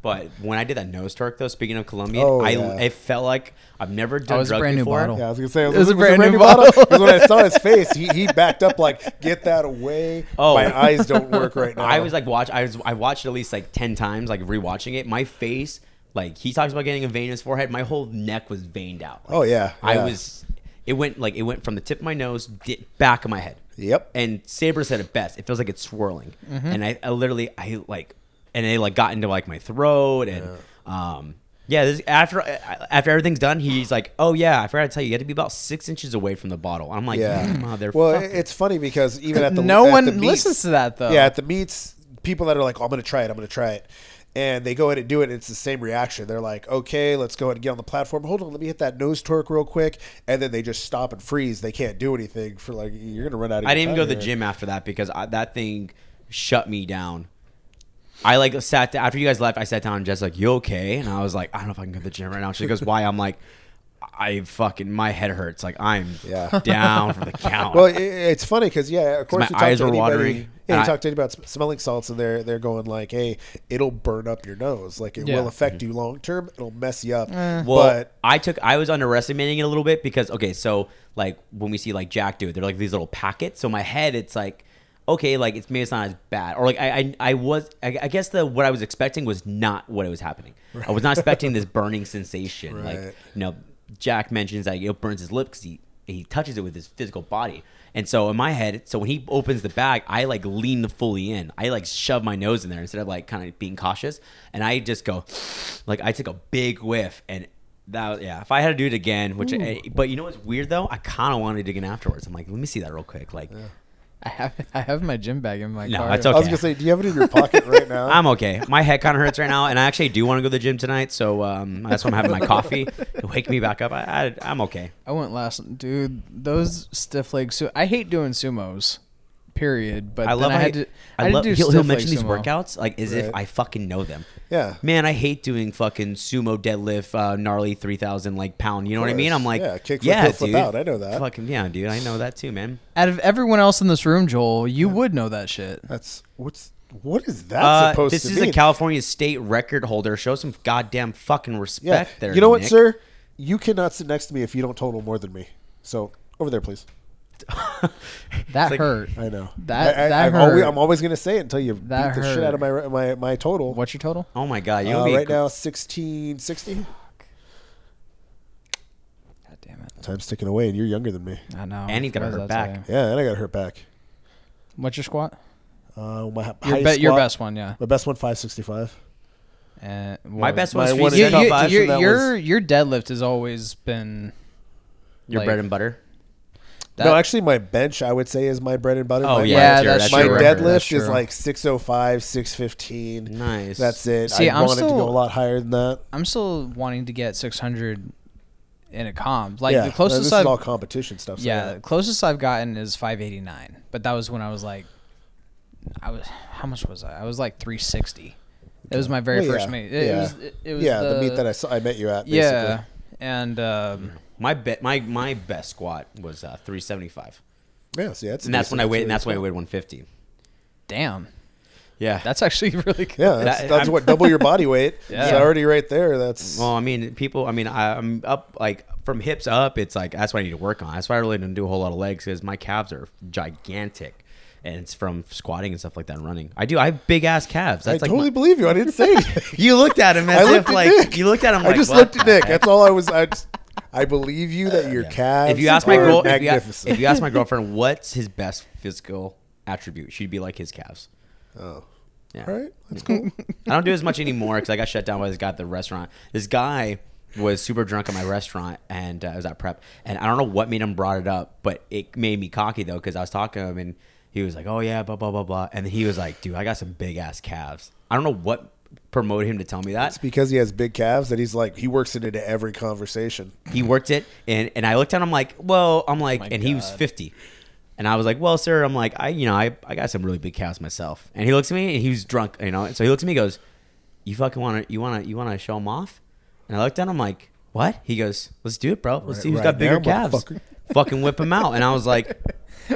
Speaker 3: But when I did that nose torque, though, speaking of Colombian,
Speaker 1: Oh,
Speaker 3: I
Speaker 1: yeah.
Speaker 3: it felt like I've never done
Speaker 2: was Oh, a
Speaker 3: drugs
Speaker 2: brand new
Speaker 3: before.
Speaker 2: bottle.
Speaker 1: Yeah, I was gonna say
Speaker 2: It was a brand new bottle.
Speaker 1: 'Cause when I saw
Speaker 3: (laughs)
Speaker 1: his face, he, he backed up like, "Get that away!"
Speaker 3: Oh.
Speaker 1: my eyes don't work right now.
Speaker 3: (laughs) I was like watch. I was I watched it at least like ten times, like rewatching it. My face, like he talks about getting a vein in his forehead. My whole neck was veined out. Like,
Speaker 1: Oh, yeah,
Speaker 3: I
Speaker 1: yeah.
Speaker 3: was. It went like it went from the tip of my nose, di- back of my head.
Speaker 1: Yep. Mm-hmm.
Speaker 3: And Saber said it best. It feels like it's swirling, and I, I literally I like, and it like got into like my throat and um. Yeah, this, after after everything's done, he's like, "Oh yeah, I forgot to tell you, you had to be about six inches away from the bottle." I'm like, "Mm,
Speaker 1: Yeah.
Speaker 3: motherfucker."
Speaker 1: well, it- it's funny because even at the
Speaker 2: No
Speaker 1: at
Speaker 2: one
Speaker 1: the meets-
Speaker 2: listens to that, though.
Speaker 1: Yeah, at the meets, people that are like, oh, "I'm going to try it. I'm going to try it," and they go in and do it, and it's the same reaction. They're like, "Okay, let's go ahead and get on the platform. Hold on, let me hit that nose torque real quick," and then they just stop and freeze. They can't do anything for like you're going to run out. of
Speaker 3: I
Speaker 1: your
Speaker 3: didn't even go to
Speaker 1: time
Speaker 3: the
Speaker 1: here.
Speaker 3: gym after that because I, that thing shut me down. I like sat down, after you guys left. I sat down and Jess like, "You okay?" And I was like, "I don't know if I can go to the gym right now." She goes, "Why?" I'm like, "I fucking my head hurts. Like I'm
Speaker 1: Yeah.
Speaker 3: down for the count."
Speaker 1: (laughs) Well, i it's funny because yeah, of course
Speaker 3: my
Speaker 1: you talk
Speaker 3: eyes
Speaker 1: to
Speaker 3: were
Speaker 1: anybody,
Speaker 3: watering,
Speaker 1: Yeah,
Speaker 3: and
Speaker 1: you
Speaker 3: I-
Speaker 1: talk to anybody about sm- smelling salts, and they're they're going like, "Hey, it'll burn up your nose. Like it
Speaker 2: Yeah. Eh.
Speaker 1: will affect you long term. It'll mess you up."
Speaker 3: Mm-hmm. Well,
Speaker 1: but
Speaker 3: I took I was underestimating it a little bit because okay, so like when we see like Jack do it, they're like these little packets. So my head, it's like okay, like it's maybe it's not as bad, or like I I, I was I, I guess the what I was expecting was not what it was happening. I was not
Speaker 1: (laughs)
Speaker 3: expecting this burning sensation.
Speaker 1: Right.
Speaker 3: Like you know, Jack mentions that it burns his lip because he he touches it with his physical body. And so in my head, so when he opens the bag, I like lean fully in. I like shove my nose in there instead of like kind of being cautious. And I just go, like I took a big whiff, and that was, yeah. If I had to do it again, which I, but you know what's weird though, I kind of wanted to dig in afterwards. I'm like, let me see that real quick. Like
Speaker 2: I have. (laughs) I have my gym bag in my
Speaker 3: No,
Speaker 2: car.
Speaker 3: that's
Speaker 1: I was
Speaker 3: okay.
Speaker 1: gonna say, do you have it in your pocket right now?
Speaker 3: (laughs) I'm okay. My head kind of hurts right now, and I actually do want to go to the gym tonight. So um, that's why I'm having my coffee to wake me back up. I, I I'm okay.
Speaker 2: I went last, dude. Those stiff leg. So I hate doing sumos. Period. But
Speaker 3: I
Speaker 2: then
Speaker 3: love.
Speaker 2: I
Speaker 3: how
Speaker 2: had
Speaker 3: he-
Speaker 2: to.
Speaker 3: I
Speaker 2: I had
Speaker 3: love.
Speaker 2: to do
Speaker 3: he'll,
Speaker 2: stiff
Speaker 3: he'll
Speaker 2: leg
Speaker 3: mention these
Speaker 2: sumo.
Speaker 3: workouts like as if
Speaker 1: Right.
Speaker 3: I fucking know them.
Speaker 1: Yeah.
Speaker 3: Man, I hate doing fucking sumo deadlift, uh, gnarly three thousand like pound. You know what I mean?
Speaker 1: course.
Speaker 3: I'm like,
Speaker 1: Yeah, kick, flip,
Speaker 3: yeah,
Speaker 1: heel, flip
Speaker 3: dude.
Speaker 1: out. I know that.
Speaker 3: Fucking yeah, dude. I know that too, man.
Speaker 2: Out of everyone else in this room, Joel, you would know that shit.
Speaker 1: That's what's what is that
Speaker 3: Uh,
Speaker 1: supposed
Speaker 3: this
Speaker 1: to
Speaker 3: is
Speaker 1: mean?
Speaker 3: a California state record holder. Show some goddamn fucking
Speaker 1: yeah.
Speaker 3: respect there.
Speaker 1: You know what,
Speaker 3: Nick.
Speaker 1: sir? You cannot sit next to me if you don't total more than me. So over there, please.
Speaker 2: That
Speaker 3: like-
Speaker 2: hurt.
Speaker 1: I know
Speaker 2: That-
Speaker 1: I, I,
Speaker 2: that
Speaker 1: I'm, always,
Speaker 2: hurt.
Speaker 1: I'm always gonna say it until you beat
Speaker 2: That
Speaker 1: the shit out of my
Speaker 2: hurt.
Speaker 1: my my total.
Speaker 2: What's your total?
Speaker 3: (laughs) Oh my god, you
Speaker 1: Uh,
Speaker 3: know
Speaker 1: right now, sixteen sixty.
Speaker 2: God damn it.
Speaker 1: Time's ticking away, and you're younger than me.
Speaker 2: I know.
Speaker 3: And he's got a
Speaker 2: What does
Speaker 3: hurt
Speaker 2: that
Speaker 3: back.
Speaker 2: say?
Speaker 1: Yeah, and I got hurt back.
Speaker 2: What's your squat?
Speaker 1: Uh, my hi-
Speaker 2: Your,
Speaker 1: highest
Speaker 2: be- your
Speaker 1: squat-
Speaker 2: best one, yeah.
Speaker 1: My best one, five sixty five.
Speaker 2: And
Speaker 3: My best one's
Speaker 1: my one
Speaker 2: You,
Speaker 1: is
Speaker 3: Freestyle
Speaker 1: top
Speaker 2: you,
Speaker 1: five, so
Speaker 2: your,
Speaker 1: that
Speaker 2: your, your deadlift has always been.
Speaker 3: Your
Speaker 2: Like-
Speaker 3: bread and butter.
Speaker 2: That,
Speaker 1: no, actually, my bench I would say is my bread and butter.
Speaker 3: Oh,
Speaker 1: my
Speaker 3: yeah,
Speaker 2: yeah,
Speaker 3: that's your-
Speaker 2: that's
Speaker 1: my
Speaker 2: true.
Speaker 3: your
Speaker 2: That's
Speaker 1: deadlift is
Speaker 2: true.
Speaker 1: like 605, 615.
Speaker 3: Nice.
Speaker 1: That's it.
Speaker 2: See,
Speaker 1: I
Speaker 2: I'm
Speaker 1: wanted to go
Speaker 2: still-
Speaker 1: a lot higher than that.
Speaker 2: I'm still wanting to get 600 in a comp. Like
Speaker 1: yeah.
Speaker 2: the closest
Speaker 1: this
Speaker 2: I've
Speaker 1: is all competition stuff. so
Speaker 2: yeah, the closest I've gotten is 589, but that was when I was like, I was how much was I? I was like 360. It was my very
Speaker 1: Well,
Speaker 2: first
Speaker 1: yeah,
Speaker 2: meet. It,
Speaker 1: yeah.
Speaker 2: was it, it was
Speaker 1: yeah,
Speaker 2: the,
Speaker 1: the, meet that I saw, I met you at. Basically.
Speaker 2: yeah, and um,
Speaker 3: my bet. My my best squat was uh, 375,
Speaker 1: yeah. See, that's
Speaker 3: and that's when I weighed.
Speaker 1: waited.
Speaker 3: And that's when I weighed 150.
Speaker 2: damn,
Speaker 3: Yeah.
Speaker 2: that's actually (laughs) really good.
Speaker 1: Yeah, that's,
Speaker 3: That-
Speaker 1: that's
Speaker 3: I'm-
Speaker 1: what double your body weight. yeah. It's
Speaker 2: (laughs) Yeah.
Speaker 1: already right there. That's
Speaker 3: Well, I mean, people. I mean, I, I'm up like from hips up. It's like that's what I need to work on. That's why I really didn't do a whole lot of legs because my calves are gigantic, and it's from squatting and stuff like that and running. I do. I have big ass calves.
Speaker 1: I
Speaker 3: That's like
Speaker 1: totally
Speaker 3: my-
Speaker 1: believe you. I didn't say
Speaker 3: (laughs)
Speaker 1: anything.
Speaker 3: you looked at him
Speaker 1: I
Speaker 3: as
Speaker 1: looked
Speaker 3: if
Speaker 1: at
Speaker 3: like
Speaker 1: Nick.
Speaker 3: you looked at him.
Speaker 1: I
Speaker 3: Like,
Speaker 1: just
Speaker 3: what
Speaker 1: looked
Speaker 3: the
Speaker 1: at Nick.
Speaker 3: heck?
Speaker 1: That's all I was.
Speaker 3: (laughs)
Speaker 1: I, just, I believe you that your calves.
Speaker 3: If you ask my
Speaker 1: are
Speaker 3: girl, if you, ask,
Speaker 1: magnificent.
Speaker 3: if you
Speaker 1: (laughs)
Speaker 3: ask my girlfriend, what's his best physical attribute? She'd be like his calves.
Speaker 1: oh,
Speaker 3: Yeah.
Speaker 1: all right, that's cool.
Speaker 3: I don't do as much anymore because I got shut down by this guy at the restaurant. This guy was super drunk at my restaurant, and uh, I was at prep, and I don't know what made him brought it up, but it made me cocky though because I was talking to him, and he was like, "Oh yeah, blah blah blah blah," and then he was like, "Dude, I got some big ass calves." I don't know what promoted him to tell me that.
Speaker 1: It's because he has big calves that he's like he works it into every conversation.
Speaker 3: He worked it, and and I looked at him like, "Well," I'm like,
Speaker 2: My
Speaker 3: and he was
Speaker 2: God.
Speaker 3: fifty. And I was like, "Well, sir, I'm like, I, you know, I, I got some really big calves myself." And he looks at me, and he was drunk, you know. And so he looks at me, and goes, "You fucking want to, you want to, you want to show them off?" And I looked at him like, "What?" He goes, "Let's do it, bro. Let's
Speaker 1: Right-
Speaker 3: see who's
Speaker 1: right
Speaker 3: got bigger
Speaker 1: now,
Speaker 3: calves.
Speaker 1: motherfucker."
Speaker 3: Fucking whip him out." And I
Speaker 2: (laughs)
Speaker 3: was like,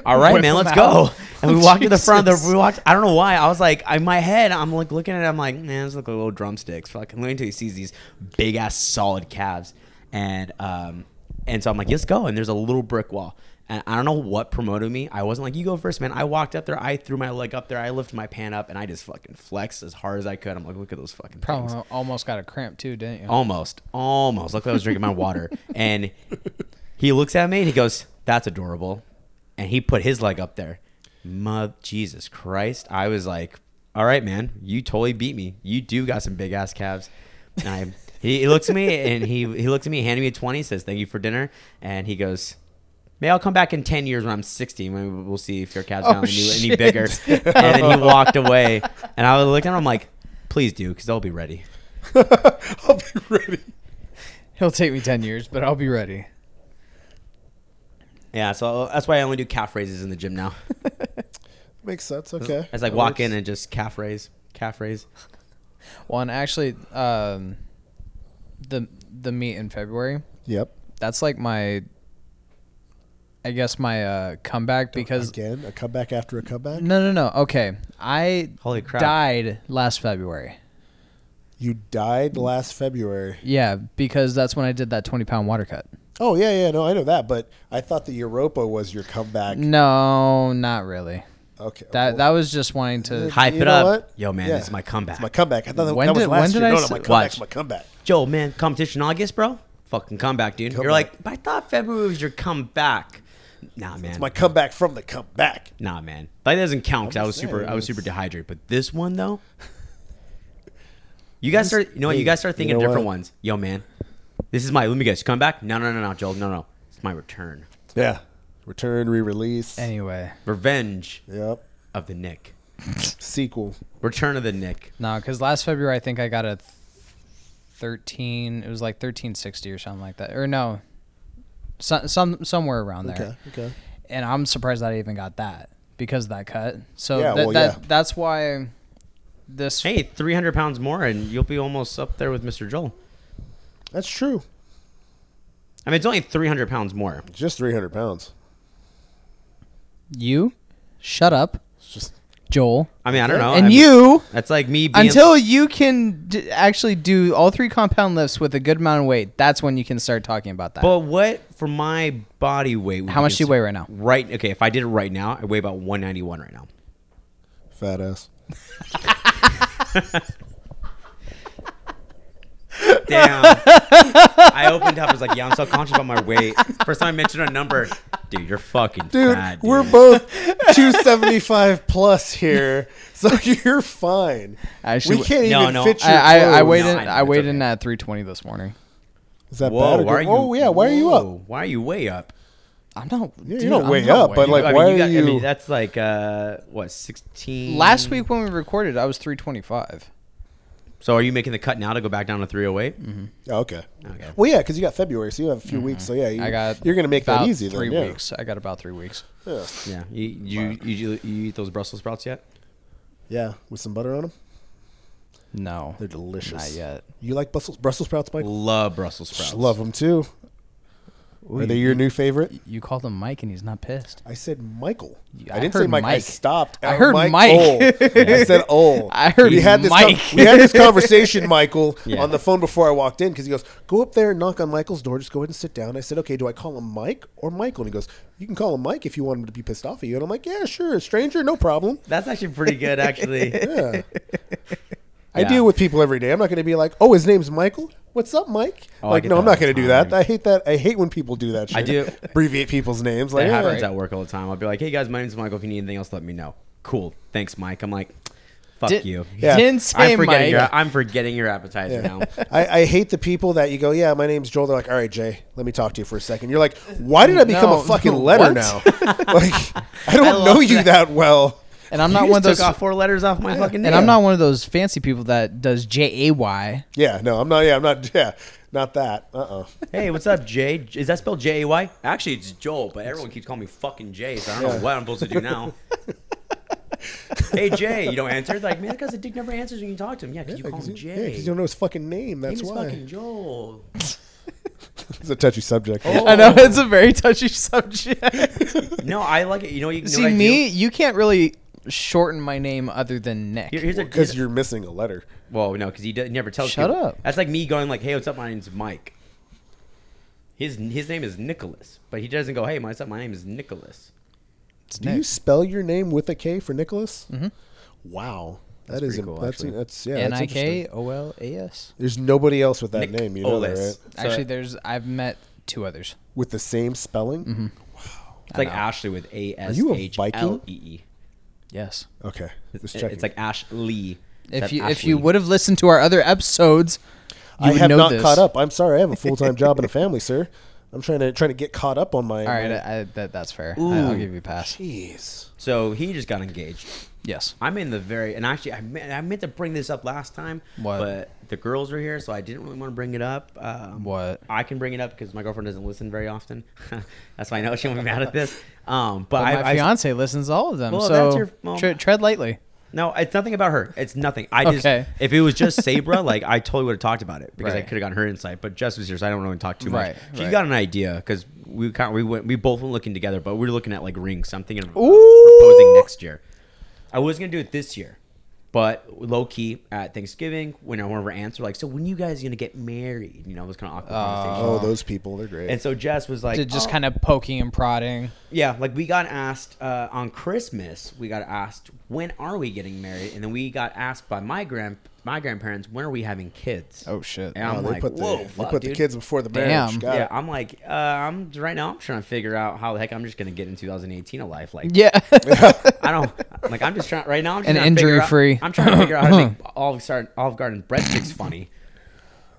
Speaker 3: "All right,
Speaker 2: Whip
Speaker 3: man,
Speaker 2: 'em
Speaker 3: let's
Speaker 2: out.
Speaker 3: go." And we walked to the front. Of the,
Speaker 2: (laughs) Jesus.
Speaker 3: we walked. I don't know why. I was like, in my head, I'm like looking at it. I'm like, man, this look like little drumsticks. Fucking wait until he sees these big ass solid calves. And um, and so I'm like, let's go. And there's a little brick wall. And I don't know what promoted me. I wasn't like, you go first, man. I walked up there. I threw my leg up there. I lifted my pan up, and I just fucking flexed as hard as I could. I'm like, look at those fucking things.
Speaker 2: probably almost got a cramp too, didn't you?
Speaker 3: Almost, almost. Luckily, I was drinking
Speaker 2: (laughs)
Speaker 3: my water. And he looks at me and he goes, "That's adorable." And he put his leg up there. Mother, Jesus Christ! I was like, "All right, man, you totally beat me. You do got some big ass calves." And I, he, he looks at me and he he looks at me, handed me a twenty, says, "Thank you for dinner," and he goes. Maybe I'll come back in ten years when I'm sixty. Maybe we'll see if your calves
Speaker 2: Oh,
Speaker 3: got any, any
Speaker 2: shit. (laughs)
Speaker 3: bigger. And then he walked away, and I looked at him. I'm like, "Please do, because they'll be ready."
Speaker 1: I'll be ready.
Speaker 2: He'll take me 10 years, but I'll be ready.
Speaker 3: Yeah, so that's why I only do calf raises in the gym now.
Speaker 1: Makes sense. (laughs) Okay.
Speaker 3: As I
Speaker 1: That
Speaker 3: walk
Speaker 1: works.
Speaker 3: in and just calf raise, calf raise.
Speaker 2: Well, and actually, um, the the meet in February.
Speaker 1: Yep.
Speaker 2: That's like my, I guess my uh, comeback because
Speaker 1: Again, a comeback after a comeback.
Speaker 2: no, no, no. Okay, I
Speaker 3: Holy crap.
Speaker 2: died last February.
Speaker 1: You died last February.
Speaker 2: Yeah, because that's when I did that twenty pound water cut.
Speaker 1: Oh yeah, yeah. No, I know that, but I thought the Europa was your comeback.
Speaker 3: Mm,
Speaker 2: No, not really.
Speaker 1: Okay.
Speaker 2: That that was just wanting to.
Speaker 3: Hype
Speaker 1: You
Speaker 3: it
Speaker 1: know
Speaker 3: up.
Speaker 1: what?
Speaker 3: Yo, man,
Speaker 1: Yeah.
Speaker 3: this is my comeback.
Speaker 1: It's my comeback. I thought that,
Speaker 2: When
Speaker 1: that was
Speaker 2: did-
Speaker 1: last
Speaker 2: when did
Speaker 1: year.
Speaker 2: I
Speaker 1: no, no,
Speaker 2: s-
Speaker 1: my comeback's
Speaker 3: Watch.
Speaker 1: my comeback.
Speaker 3: Yo, man, competition in August, bro. Fucking comeback, dude. You're
Speaker 1: Comeback.
Speaker 3: like, but I thought February was your comeback. Nah, man.
Speaker 1: It's my comeback from the comeback.
Speaker 3: nah, man. That doesn't count because I was
Speaker 1: just
Speaker 3: super,
Speaker 1: saying,
Speaker 3: I was
Speaker 1: it's-
Speaker 3: super dehydrated. But this one though, you guys start, you know, what? you guys start
Speaker 1: You
Speaker 3: thinking
Speaker 1: know
Speaker 3: different
Speaker 1: what?
Speaker 3: ones. Yo, man, this is my. Let me guess, comeback? No, no, no, no, Joel, no, no. It's my return,
Speaker 1: Yeah. Return, re-release.
Speaker 2: Anyway,
Speaker 3: revenge
Speaker 1: Yep.
Speaker 3: of the Nick,
Speaker 1: Sequel.
Speaker 3: return of the Nick.
Speaker 2: no, because last February I think I got a thirteen. It was like thirteen sixty or something like that, or no, some some somewhere around there.
Speaker 1: Okay. Okay.
Speaker 2: and I'm surprised that I even got that because of that cut. So
Speaker 1: Yeah,
Speaker 2: that,
Speaker 1: well,
Speaker 2: that
Speaker 1: yeah.
Speaker 2: that's why this
Speaker 3: Hey, 300 pounds more, and you'll be almost up there with Mr. Joel.
Speaker 1: That's true.
Speaker 3: I mean, it's only 300 pounds more.
Speaker 1: Just 300 pounds.
Speaker 2: you shut up,
Speaker 1: It's just
Speaker 2: Joel,
Speaker 3: I mean, I don't know.
Speaker 2: and
Speaker 3: I mean,
Speaker 2: you
Speaker 3: That's like me being.
Speaker 2: until you can d- actually do all three compound lifts with a good amount of weight. That's when you can start talking about that.
Speaker 3: But what for my body weight? would
Speaker 2: How much do you
Speaker 3: consider-
Speaker 2: weigh right now?
Speaker 3: Right. Okay, if I did it right now, I weigh about 191
Speaker 2: (laughs)
Speaker 3: right now.
Speaker 1: fat ass.
Speaker 3: down. I opened up. I was like, yeah, I'm so conscious about my weight. First time I mentioned a number, dude, you're fucking
Speaker 1: Dude,
Speaker 3: fat, dude.
Speaker 1: we're both 275 (laughs) plus here, so (laughs) you're fine.
Speaker 2: I
Speaker 1: we
Speaker 2: should-
Speaker 1: can't
Speaker 3: No,
Speaker 1: even
Speaker 3: no.
Speaker 1: fit your
Speaker 2: I, I, I
Speaker 1: clothes.
Speaker 2: weighed in,
Speaker 3: Nine,
Speaker 2: I
Speaker 3: it's
Speaker 2: weighed
Speaker 3: okay.
Speaker 2: in at 320 this morning.
Speaker 1: Is that
Speaker 3: Whoa,
Speaker 1: bad? or
Speaker 3: why are
Speaker 1: good?
Speaker 3: you?
Speaker 1: oh yeah, why are you up?
Speaker 3: whoa, Why are you way up?
Speaker 2: I'm not.
Speaker 1: you
Speaker 2: dude,
Speaker 1: don't
Speaker 2: I'm
Speaker 1: weigh
Speaker 2: not
Speaker 1: up, but,
Speaker 2: weighing
Speaker 1: like,
Speaker 3: I mean,
Speaker 1: why
Speaker 3: you
Speaker 1: are
Speaker 3: got, I
Speaker 1: you-
Speaker 3: mean, that's like uh, what, sixteen?
Speaker 2: Last week when we recorded, I was 325.
Speaker 3: So are you making the cut now to go back down to 308?
Speaker 2: Mm-hmm.
Speaker 1: Oh, okay.
Speaker 3: Okay.
Speaker 1: Well, yeah, because you got February, so you have a few weeks. So yeah, you,
Speaker 2: I got.
Speaker 1: you're gonna make that
Speaker 2: about
Speaker 1: easy.
Speaker 2: Three
Speaker 1: then, yeah.
Speaker 2: weeks. I got about three weeks.
Speaker 1: Yeah.
Speaker 3: Yeah. You you, you you you eat those Brussels sprouts yet?
Speaker 1: Yeah, with some butter on them,
Speaker 2: No,
Speaker 1: they're delicious.
Speaker 2: not yet.
Speaker 1: You like Brussels Brussels sprouts, Mike?
Speaker 3: Love Brussels sprouts.
Speaker 1: Love them too. Are they your new favorite?
Speaker 2: You called him Mike, and he's not pissed.
Speaker 1: I said Michael.
Speaker 2: Yeah,
Speaker 1: I
Speaker 2: I
Speaker 1: didn't say
Speaker 2: heard
Speaker 1: Mike. I
Speaker 2: Mike.
Speaker 1: stopped.
Speaker 2: I heard Mike.
Speaker 1: Oh. I said oh.
Speaker 2: I heard
Speaker 1: we had this
Speaker 2: Mike.
Speaker 1: con- we had this conversation, Michael,
Speaker 3: Yeah.
Speaker 1: on the phone before I walked in because he goes, "Go up there and knock on Michael's door. Just go ahead and sit down." I said, "Okay, do I call him Mike or Michael?" And he goes, "You can call him Mike if you want him to be pissed off at you." And I'm like, "Yeah, sure, stranger, no problem."
Speaker 3: That's actually
Speaker 2: (laughs)
Speaker 3: pretty good, actually.
Speaker 1: Yeah. I
Speaker 3: Yeah.
Speaker 1: deal with people every day. I'm not going to be like, "Oh, his name's Michael. What's up, Mike?"
Speaker 3: Oh, I
Speaker 1: like,
Speaker 3: get
Speaker 1: no,
Speaker 3: that
Speaker 1: I'm not
Speaker 3: all the
Speaker 1: going to do
Speaker 3: time.
Speaker 1: that. I hate that. I hate when people do that. Shit.
Speaker 3: I do.
Speaker 1: abbreviate people's names. Like, "Oh,
Speaker 3: It
Speaker 1: yeah.
Speaker 3: happens at work all the time. I'll be like, "Hey guys, my name's Michael. If you need anything else, let me know." Cool. Thanks, Mike. I'm like, "Fuck
Speaker 2: Did-
Speaker 3: you."
Speaker 1: Yeah.
Speaker 2: Didn't say
Speaker 3: I'm forgetting
Speaker 2: Mike.
Speaker 3: your I'm forgetting your appetizer
Speaker 1: Yeah.
Speaker 3: now.
Speaker 1: (laughs) I, I hate the people that you go, yeah, my name's Joel. They're like, all right, Jay, let me talk to you for a second. You're like, why did I become
Speaker 2: No,
Speaker 1: a fucking
Speaker 2: no,
Speaker 1: letter
Speaker 2: what?
Speaker 1: now? like, I don't
Speaker 3: love
Speaker 1: know you that, well.
Speaker 2: and I'm
Speaker 3: You
Speaker 2: not
Speaker 3: just
Speaker 2: one of those.
Speaker 3: took off four letters off my fucking name.
Speaker 2: And I'm not one of those fancy people that does J A Y.
Speaker 1: Yeah, no, I'm not. Yeah, I'm not. Yeah, not that. Uh uh
Speaker 3: Hey, what's up, Jay? J- Is that spelled J A Y? Actually, it's Joel, but everyone keeps calling me fucking Jay, so I don't know what I'm supposed to do now. hey, Jay, you don't answer? Like, man, that guy's a dick never answers when you talk to him. Yeah, 'cause you call him Jay.
Speaker 1: because you don't know his fucking name. That's
Speaker 3: Name is
Speaker 1: why.
Speaker 3: fucking Joel.
Speaker 1: (laughs) It's a touchy subject.
Speaker 3: Oh.
Speaker 2: I know (laughs) it's a very
Speaker 1: (laughs)
Speaker 2: touchy subject.
Speaker 3: No, I like it. You know, you know
Speaker 2: See
Speaker 3: what I
Speaker 2: me,
Speaker 3: do?
Speaker 2: you can't really shorten my name other than Nick.
Speaker 3: Here- here's a
Speaker 1: Because
Speaker 3: here's a-
Speaker 1: you're missing a letter.
Speaker 3: Well, no, because he, does, he never tells.
Speaker 2: Shut
Speaker 3: people.
Speaker 2: up.
Speaker 3: That's like me going like, "Hey, what's up? My name's Mike." His his name is Nicholas, but he doesn't go, "Hey, what's up? My name is Nicholas."
Speaker 2: It's
Speaker 1: Do
Speaker 2: Nick.
Speaker 1: you spell your name with a K for Nicholas? Mm-hmm. Wow, that's
Speaker 3: pretty cool,
Speaker 1: that's,
Speaker 3: actually.
Speaker 1: that's yeah.
Speaker 2: N
Speaker 1: That's
Speaker 2: I
Speaker 1: interesting.
Speaker 2: K O L A S.
Speaker 1: There's nobody else with that
Speaker 3: Nick
Speaker 1: name. You know that,
Speaker 3: Oles.
Speaker 1: right?
Speaker 3: So-
Speaker 2: Actually, there's I've met two others.
Speaker 1: With the same spelling.
Speaker 3: It's like
Speaker 2: know.
Speaker 3: Ashley with A S
Speaker 1: you a
Speaker 3: H L E E.
Speaker 2: Yes.
Speaker 1: Okay, just checking.
Speaker 3: It's like Ashley.
Speaker 2: If
Speaker 3: That
Speaker 2: you if
Speaker 3: Ashley.
Speaker 2: you would have listened to our other episodes, you
Speaker 1: I
Speaker 2: would
Speaker 1: have
Speaker 2: know
Speaker 1: not
Speaker 2: this.
Speaker 1: caught up. I'm sorry. I
Speaker 3: (laughs)
Speaker 1: have a full time job and a family, sir. I'm trying to trying to get caught up on my.
Speaker 2: All right,
Speaker 1: my-
Speaker 2: I, I, that, that's fair. I, I'll
Speaker 3: Ooh.
Speaker 2: give you a pass.
Speaker 1: Jeez.
Speaker 3: So he just got engaged.
Speaker 2: Yes.
Speaker 3: I'm in the very and actually I meant, I meant to bring this up last time,
Speaker 2: What?
Speaker 3: but the girls were here, so I didn't really want to bring it up. Um,
Speaker 2: What?
Speaker 3: I can bring it up because my girlfriend doesn't listen very often. (laughs) That's why I know she'll be mad at this. Um, but,
Speaker 2: But
Speaker 3: I,
Speaker 2: my
Speaker 3: I-
Speaker 2: fiance listens to all of them,
Speaker 3: Well,
Speaker 2: so
Speaker 3: that's your- well-
Speaker 2: tre- tread lightly.
Speaker 3: No, it's nothing about her. It's nothing. I just
Speaker 2: Okay.
Speaker 3: if it was
Speaker 2: (laughs)
Speaker 3: just Sabra, like I totally would have talked about it because I
Speaker 2: Right.
Speaker 3: could have gotten her insight. But Jess was here, so I don't really talk too
Speaker 2: Right,
Speaker 3: much. She
Speaker 2: right.
Speaker 3: got an idea because we kind of, we went we both were looking together, but we were looking at like rings. So I'm thinking of uh,
Speaker 2: Ooh.
Speaker 3: proposing next year. I was gonna do it this year, but low key at Thanksgiving when one of her aunts were like, "So when you guys gonna get married?" You know, those kind of awkward
Speaker 1: Oh,
Speaker 3: conversations.
Speaker 1: those people. They're great.
Speaker 3: And so Jess was like,
Speaker 2: To just
Speaker 3: "Oh."
Speaker 2: kind of poking and prodding.
Speaker 3: Yeah, like we got asked uh, on Christmas, we got asked when are we getting married, and then we got asked by my grand my grandparents when are we having kids.
Speaker 2: Oh, shit.
Speaker 3: And
Speaker 1: Oh,
Speaker 3: I'm
Speaker 1: they
Speaker 3: like,
Speaker 1: put the,
Speaker 3: whoa,
Speaker 1: they
Speaker 3: fuck,
Speaker 1: put the
Speaker 3: dude."
Speaker 1: kids before the
Speaker 2: Damn.
Speaker 1: marriage. Got
Speaker 3: Yeah,
Speaker 1: it.
Speaker 3: I'm like, uh, I'm right now. I'm trying to figure out how the heck I'm just gonna get in 2018 of life. Like,
Speaker 2: Yeah.
Speaker 3: (laughs)
Speaker 2: (laughs)
Speaker 3: I don't like. I'm just trying right now. I'm just
Speaker 2: And
Speaker 3: trying to figure out-
Speaker 2: injury-free.
Speaker 3: I'm trying to figure out how
Speaker 2: (coughs)
Speaker 3: to make Olive, Garden- Olive Garden bread sticks funny.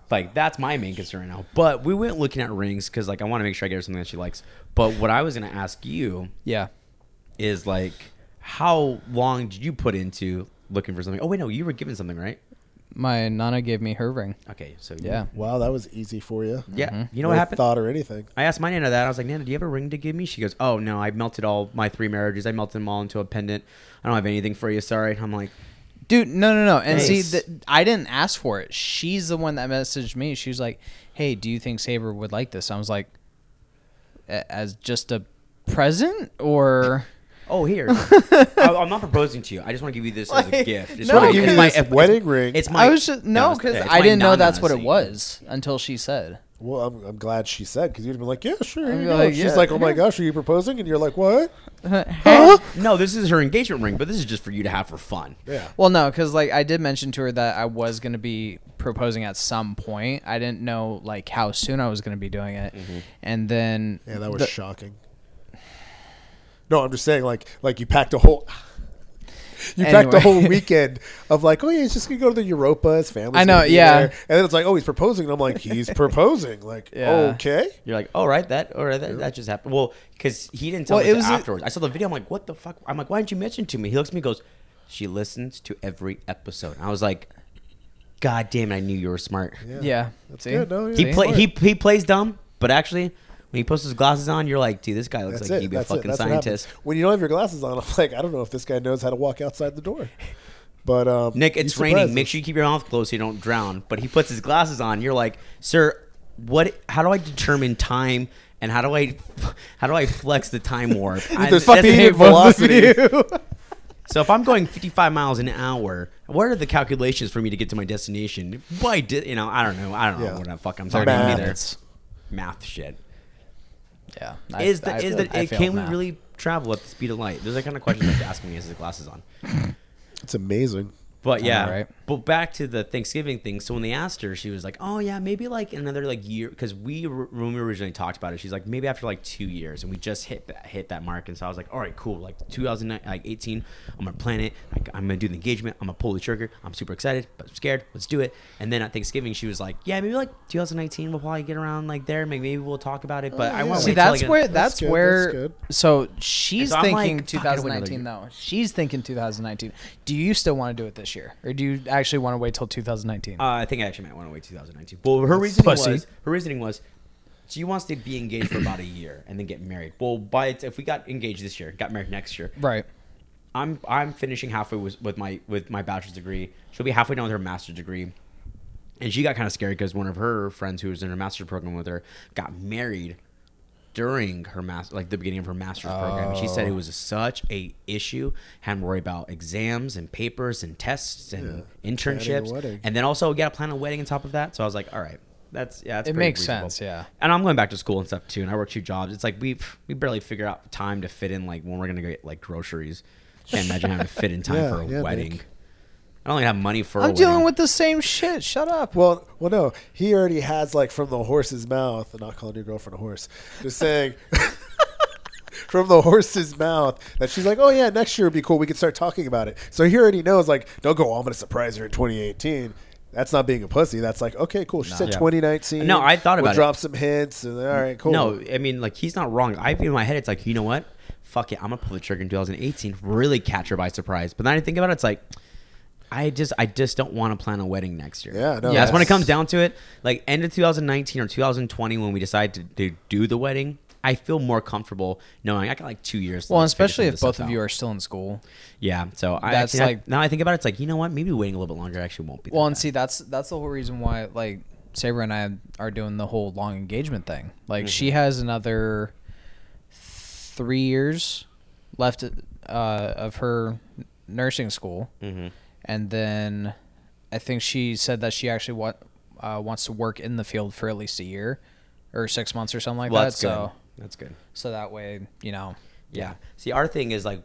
Speaker 3: Like that's my main concern right now. But we went looking at rings because like I want to make sure I get her something that she likes. But what I was gonna ask you
Speaker 2: yeah.
Speaker 3: is like how long did you put into looking for something? Oh wait, no, you were given something, right?
Speaker 2: My nana gave me her ring.
Speaker 3: Okay, so
Speaker 2: Yeah.
Speaker 1: Wow, that was easy for you.
Speaker 3: yeah. You
Speaker 1: No
Speaker 3: know what happened?
Speaker 1: Thought or anything.
Speaker 3: I asked my nana that. I was like, Nana, do you have a ring to give me? She goes, Oh no, I melted all my three marriages. I melted them all into a pendant. I don't have anything for you. Sorry. I'm like,
Speaker 2: Dude, no, no, no. And
Speaker 3: Nice.
Speaker 2: see, th- I didn't ask for it. She's the one that messaged me. She was like, "Hey, do you think Saber would like this?" I was like, "A- "As just a present, or
Speaker 3: Oh,
Speaker 2: (laughs)
Speaker 3: here. I, I'm not proposing to you. I just want to give you this as a
Speaker 2: Like,
Speaker 3: gift. It's
Speaker 2: no.
Speaker 1: Wanna
Speaker 3: my-
Speaker 1: give
Speaker 3: it's
Speaker 1: you
Speaker 3: my-
Speaker 1: this
Speaker 3: it's-
Speaker 1: wedding ring.
Speaker 3: It's my.
Speaker 2: I was just no,
Speaker 3: it's-
Speaker 2: because
Speaker 3: yeah, it's
Speaker 2: I
Speaker 3: my
Speaker 2: didn't know that's
Speaker 3: nana's
Speaker 2: what it
Speaker 3: thing.
Speaker 2: was until she said."
Speaker 1: Well, I'm, I'm glad she said because you'd have been like, yeah, sure. Here
Speaker 2: I'd
Speaker 1: you
Speaker 2: be
Speaker 1: go.
Speaker 2: like,
Speaker 1: She's
Speaker 2: yeah.
Speaker 1: like, oh my gosh, are you proposing? And you're like, what?
Speaker 2: Huh?
Speaker 3: No, this is her engagement ring, but this is just for you to have for fun.
Speaker 1: Yeah.
Speaker 2: Well, no, because like I did mention to her that I was gonna be proposing at some point. I didn't know like how soon I was going to be doing it, and then
Speaker 1: Yeah, that was
Speaker 2: the-
Speaker 1: shocking. No, I'm just saying, like, like you packed a whole. (sighs) You packed a
Speaker 2: Anyway.
Speaker 1: whole
Speaker 2: (laughs)
Speaker 1: weekend of like, oh yeah, he's just gonna go to the Europa. His family.
Speaker 2: I know, yeah.
Speaker 1: and then it's like, oh, he's proposing, and I'm like,
Speaker 2: (laughs)
Speaker 1: he's proposing, like,
Speaker 2: Yeah.
Speaker 1: okay,
Speaker 3: You're like, oh, right, that or that, that just happened. Well, because he didn't tell
Speaker 2: Well,
Speaker 3: me
Speaker 2: it
Speaker 3: till
Speaker 2: was a-
Speaker 3: afterwards. I saw the video. I'm like, what the fuck? I'm like, why didn't you mention to me? He looks at me, and goes, she listens to every episode. I was like, God damn it, I knew you were smart.
Speaker 2: yeah,
Speaker 1: That's
Speaker 2: see?
Speaker 1: good, no, yeah.
Speaker 3: He
Speaker 2: See?
Speaker 3: play he he plays dumb, but actually, when he puts his glasses on, you're like, dude, this guy looks
Speaker 1: That's
Speaker 3: like
Speaker 1: it.
Speaker 3: he'd be a
Speaker 1: That's it.
Speaker 3: fucking
Speaker 1: That's what happens.
Speaker 3: scientist.
Speaker 1: When you don't have your glasses on, (laughs) I'm like, I don't know if this guy knows how to walk outside the door. But um,
Speaker 3: Nick,
Speaker 1: you
Speaker 3: it's
Speaker 1: surprised
Speaker 3: raining. Make
Speaker 1: us.
Speaker 3: sure you keep your mouth closed so you don't drown. But he puts his glasses on. You're like, sir, what? How do I determine time? And how do I, (laughs) how do I flex the time
Speaker 1: (laughs)
Speaker 3: warp? I,
Speaker 1: the
Speaker 3: that's-
Speaker 1: speed (laughs) velocity.
Speaker 3: So if I'm going 55 miles an hour, what are the calculations for me to get to my destination? Why did you know? I don't know. I don't
Speaker 1: Yeah.
Speaker 3: know what the fuck I'm talking
Speaker 1: Math.
Speaker 3: about either. It's math shit.
Speaker 2: Yeah,
Speaker 3: is the is the
Speaker 2: I
Speaker 3: it,
Speaker 2: failed
Speaker 3: can we
Speaker 2: math.
Speaker 3: really travel at the speed of light? Those are the kind of questions I have to ask when he has his glasses on.
Speaker 1: It's amazing.
Speaker 3: But yeah,
Speaker 2: right.
Speaker 3: but back to the Thanksgiving thing. So when they asked her, she was like, "Oh yeah, maybe like another like year." Because we were- when we originally talked about it, she's like, "Maybe after like two years," and we just hit that hit that mark. And so I was like, "All right, cool. Like 2009, like 18, I'm gonna plan it. Like, I'm gonna do the engagement. I'm gonna pull the trigger. I'm super excited, but I'm scared. Let's do it." And then at Thanksgiving, she was like, "Yeah, maybe like 2019, we'll probably get around like there. Maybe, maybe we'll talk about it." But
Speaker 1: Oh,
Speaker 3: I
Speaker 1: yeah.
Speaker 3: want to
Speaker 2: See,
Speaker 3: wait till I
Speaker 2: that's
Speaker 3: get-
Speaker 2: where that's,
Speaker 1: That's good,
Speaker 2: where.
Speaker 1: that's good.
Speaker 2: So she's
Speaker 3: So I'm
Speaker 2: thinking
Speaker 3: like, fuck, I don't wanna
Speaker 2: 2019
Speaker 3: do it.
Speaker 2: though. She's thinking 2019. Do you still want to do it this year, or do you actually want to wait till 2019?
Speaker 3: Uh, I think I actually might want to wait 2019. Well, her reasoning
Speaker 2: pussy.
Speaker 3: was her reasoning was she wants to be engaged for about a year and then get married. Well, by the t- if we got engaged this year, got married next year,
Speaker 2: right.
Speaker 3: I'm I'm finishing halfway with, with my with my bachelor's degree. She'll be halfway done with her master's degree. And she got kind of scared because one of her friends who was in her master's program with her got married during her master like the beginning of her master's program. And she said it
Speaker 1: Oh.
Speaker 3: was such a issue having to worry about exams and papers and tests and
Speaker 1: planning
Speaker 3: internships.
Speaker 1: a wedding.
Speaker 3: And then also we got to plan a wedding on top of that. So I was like, all right, that's yeah, that's
Speaker 2: It
Speaker 3: pretty
Speaker 2: makes
Speaker 3: reasonable.
Speaker 2: sense, yeah.
Speaker 3: And I'm going back to school and stuff too, and I work two jobs. It's like we we barely figure out time to fit in like when we're gonna go get like groceries. Can't imagine having to fit
Speaker 2: (laughs)
Speaker 3: in time
Speaker 1: Yeah,
Speaker 3: for a
Speaker 1: yeah,
Speaker 3: wedding.
Speaker 1: Nick.
Speaker 3: I don't even have money for. a
Speaker 2: I'm dealing
Speaker 3: wedding.
Speaker 2: with the same shit. Shut up.
Speaker 1: Well, well, no, he already has like from the horse's mouth. I'm not calling your girlfriend a horse. Just saying, (laughs) from the horse's mouth that she's like, oh yeah, next year would be cool. We could start talking about it. So he already knows like, don't go. I'm gonna surprise her in 2018. That's not being a pussy. That's like, okay, cool. She said
Speaker 3: Yeah.
Speaker 1: 2019.
Speaker 3: No, I thought
Speaker 1: we'll
Speaker 3: about it.
Speaker 1: drop some hints. And, all right, cool.
Speaker 3: No, I mean like he's not wrong. I in my head it's like you know what, fuck it, I'm gonna pull the trigger in 2018, really catch her by surprise. But then I think about it, it's like. I just, I just don't want to plan a wedding next year.
Speaker 1: Yeah, no,
Speaker 3: that's when it
Speaker 1: that's-
Speaker 3: comes down to it. Like end of 2019 or 2020, when we decide to, to do the wedding, I feel more comfortable knowing I got like two years.
Speaker 2: Well, especially if both of you are still in school.
Speaker 3: Yeah, so I
Speaker 2: That's
Speaker 3: that's like
Speaker 2: like-
Speaker 3: now I think about it, it's like you know what, maybe waiting a little bit longer actually won't be. that
Speaker 2: Well, and
Speaker 3: bad.
Speaker 2: see, that's that's the whole reason why like Sabra and I are doing the whole long engagement thing. Like she
Speaker 3: Mm-hmm.
Speaker 2: has another three years left uh, of her nursing school,
Speaker 3: Mm-hmm.
Speaker 2: and then I think she said that she actually wa- uh, wants to work in the field for at least a year or six months or something like
Speaker 3: well,
Speaker 2: that.
Speaker 3: that's good.
Speaker 2: So
Speaker 3: That's good.
Speaker 2: so that way you know.
Speaker 3: Yeah. See, our thing is like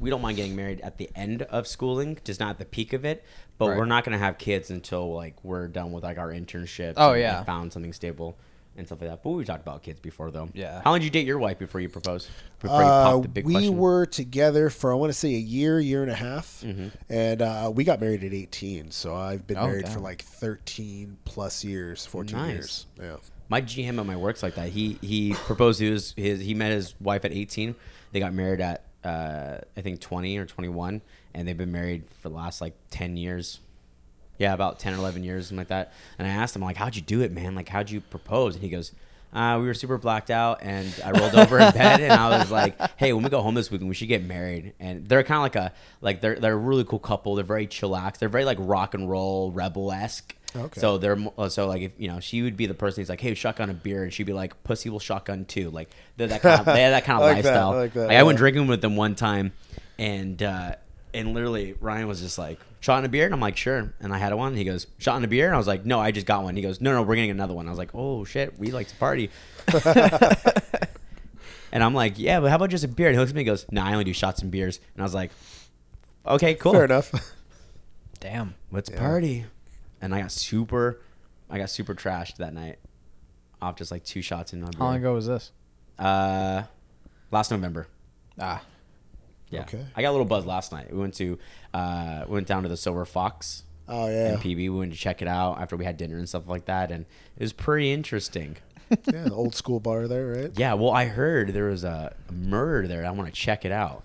Speaker 3: we don't mind getting married at the end of schooling, just not at the peak of it. But
Speaker 2: Right.
Speaker 3: we're not gonna have kids until like we're done with like our internships.
Speaker 2: Oh,
Speaker 3: and, like,
Speaker 2: yeah.
Speaker 3: found something stable and stuff like that. But we talked about kids before though.
Speaker 2: Yeah.
Speaker 3: How long did you date your wife before you proposed? Before
Speaker 1: Uh,
Speaker 3: popped
Speaker 1: we were together for I want to say a year, year and a half, and uh, we got married at eighteen. So I've been
Speaker 2: Mm-hmm. Oh,
Speaker 1: married for
Speaker 2: damn.
Speaker 1: like thirteen plus years, fourteen
Speaker 3: Nice.
Speaker 1: years. Yeah,
Speaker 3: My GM at my work's like that. He he proposed to his, his he met his wife at 18. They got married at uh, I think 20 or 21, and they've been married for the last like 10 years. Yeah, about 10 or 11 years, something like that. And I asked him like, "How'd you do it, man? Like, how'd you propose?" And he goes. Uh, we were super blacked out, and I rolled over in bed, and I was like, (laughs) "Hey, when we go home this weekend, we should get married." And they're kind of like a like they're they're a really cool couple. They're very chillax. They're very like rock and roll rebel esque.
Speaker 1: Okay.
Speaker 3: So they're mo- uh, so like if you know she would be the person who's like, hey, shotgun a beer, and she'd be like, pussy will shotgun too. Like they're that kind of, they had that kind
Speaker 1: I
Speaker 3: of
Speaker 1: like that,
Speaker 3: lifestyle.
Speaker 1: I like that,
Speaker 3: I went
Speaker 1: yeah.
Speaker 3: drinking with them one time, and uh, and literally Ryan was just like, shot in a beer, and I'm like, sure. And I had one. He goes, shot in a beer, and I was like, no, I just got one. He goes, no, no, we're getting another one. I was like, oh shit, we like to party. (laughs) and I'm like, yeah, but how about just a beer? And he looks at me and goes, no, I only do shots and beers. And I was like, okay,
Speaker 2: (laughs)
Speaker 3: cool.
Speaker 1: fair enough.
Speaker 2: Damn.
Speaker 3: Let's party. and I got super, I got super trashed that night, off just like two shots in my beer.
Speaker 2: How long ago was this?
Speaker 3: Uh, last November.
Speaker 2: Ah,
Speaker 3: Yeah.
Speaker 1: Okay.
Speaker 3: I got a little buzz last night. We went to, uh, we went down to the Silver Fox
Speaker 1: Oh yeah,
Speaker 3: in PB. We went to check it out after we had dinner and stuff like that, and it was pretty interesting. (laughs)
Speaker 1: yeah, the old school bar there, right?
Speaker 3: Yeah. Well, I heard there was a murder there. I want to check it out.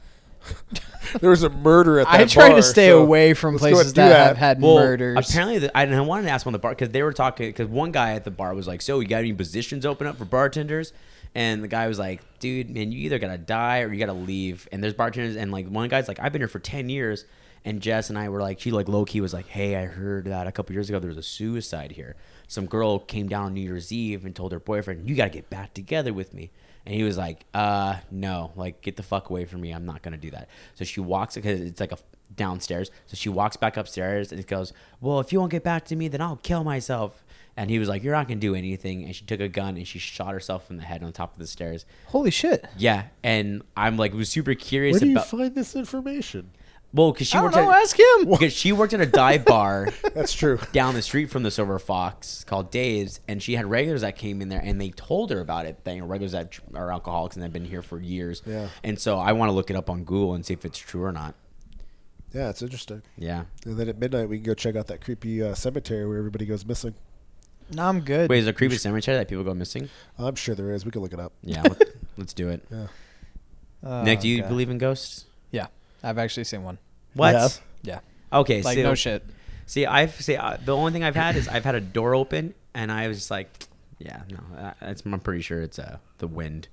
Speaker 1: There was a murder at that
Speaker 2: I try
Speaker 1: bar,
Speaker 2: to stay
Speaker 1: so
Speaker 2: away from
Speaker 1: let's go ahead
Speaker 2: places
Speaker 1: and do
Speaker 2: that, have had
Speaker 3: Well,
Speaker 2: murders.
Speaker 3: apparently, the, I, and I wanted to ask one of the bar because they were talking because one guy at the bar was like, "So you got any positions open up for bartenders?" And the guy was like, "Dude, man, you either gotta die or you gotta leave." And there's bartenders, and like one guy's like, "I've been here for ten years," and Jess and I were like, she like low key was like, "Hey, I heard that a couple years ago there was a suicide here. Some girl came down on New Year's Eve and told her boyfriend, you gotta get back together with me.'" And he was like, uh, no, like, get the fuck away from me. I'm not going to do that. So she walks, because it's like a downstairs. So she walks back upstairs and goes, well, if you won't get back to me, then I'll kill myself. And he was like, you're not going to do anything. And she took a gun and she shot herself in the head on top of the stairs.
Speaker 2: Holy shit!
Speaker 3: Yeah. And I'm like, was super curious
Speaker 1: Where do you
Speaker 3: about.
Speaker 1: find this information?
Speaker 3: well, because she,
Speaker 2: I don't
Speaker 3: worked
Speaker 2: know.
Speaker 3: at-
Speaker 2: Ask him.
Speaker 3: (laughs) 'cause she worked at a
Speaker 2: (laughs)
Speaker 3: dive bar
Speaker 1: That's true.
Speaker 3: down the street from the Silver Fox called Dave's, and she had regulars that came in there and they told her about it. They are regulars that are alcoholics and they've been here for years.
Speaker 1: Yeah.
Speaker 3: And so I want to look it up on Google and see if it's true or not.
Speaker 1: Yeah, it's interesting.
Speaker 3: Yeah.
Speaker 1: And then at midnight, we can go check out that creepy uh, cemetery where everybody goes missing.
Speaker 2: No, I'm good.
Speaker 3: Wait, is there a creepy cemetery that people
Speaker 1: (laughs)
Speaker 3: go missing?
Speaker 1: I'm sure there is. We can look it up.
Speaker 3: Yeah. let- Let's do it.
Speaker 1: Yeah.
Speaker 2: Oh,
Speaker 3: Nick, do you
Speaker 2: God.
Speaker 3: believe in ghosts?
Speaker 2: Yeah, I've actually seen one.
Speaker 3: What?
Speaker 1: Yeah.
Speaker 2: Yeah,
Speaker 3: Okay.
Speaker 2: like
Speaker 3: so,
Speaker 2: no shit. (laughs)
Speaker 3: See, I've see uh, the only thing I've had is I've had a door open and I was just like, yeah, no, that- that's, I'm pretty sure it's uh,
Speaker 1: (laughs)
Speaker 3: the wind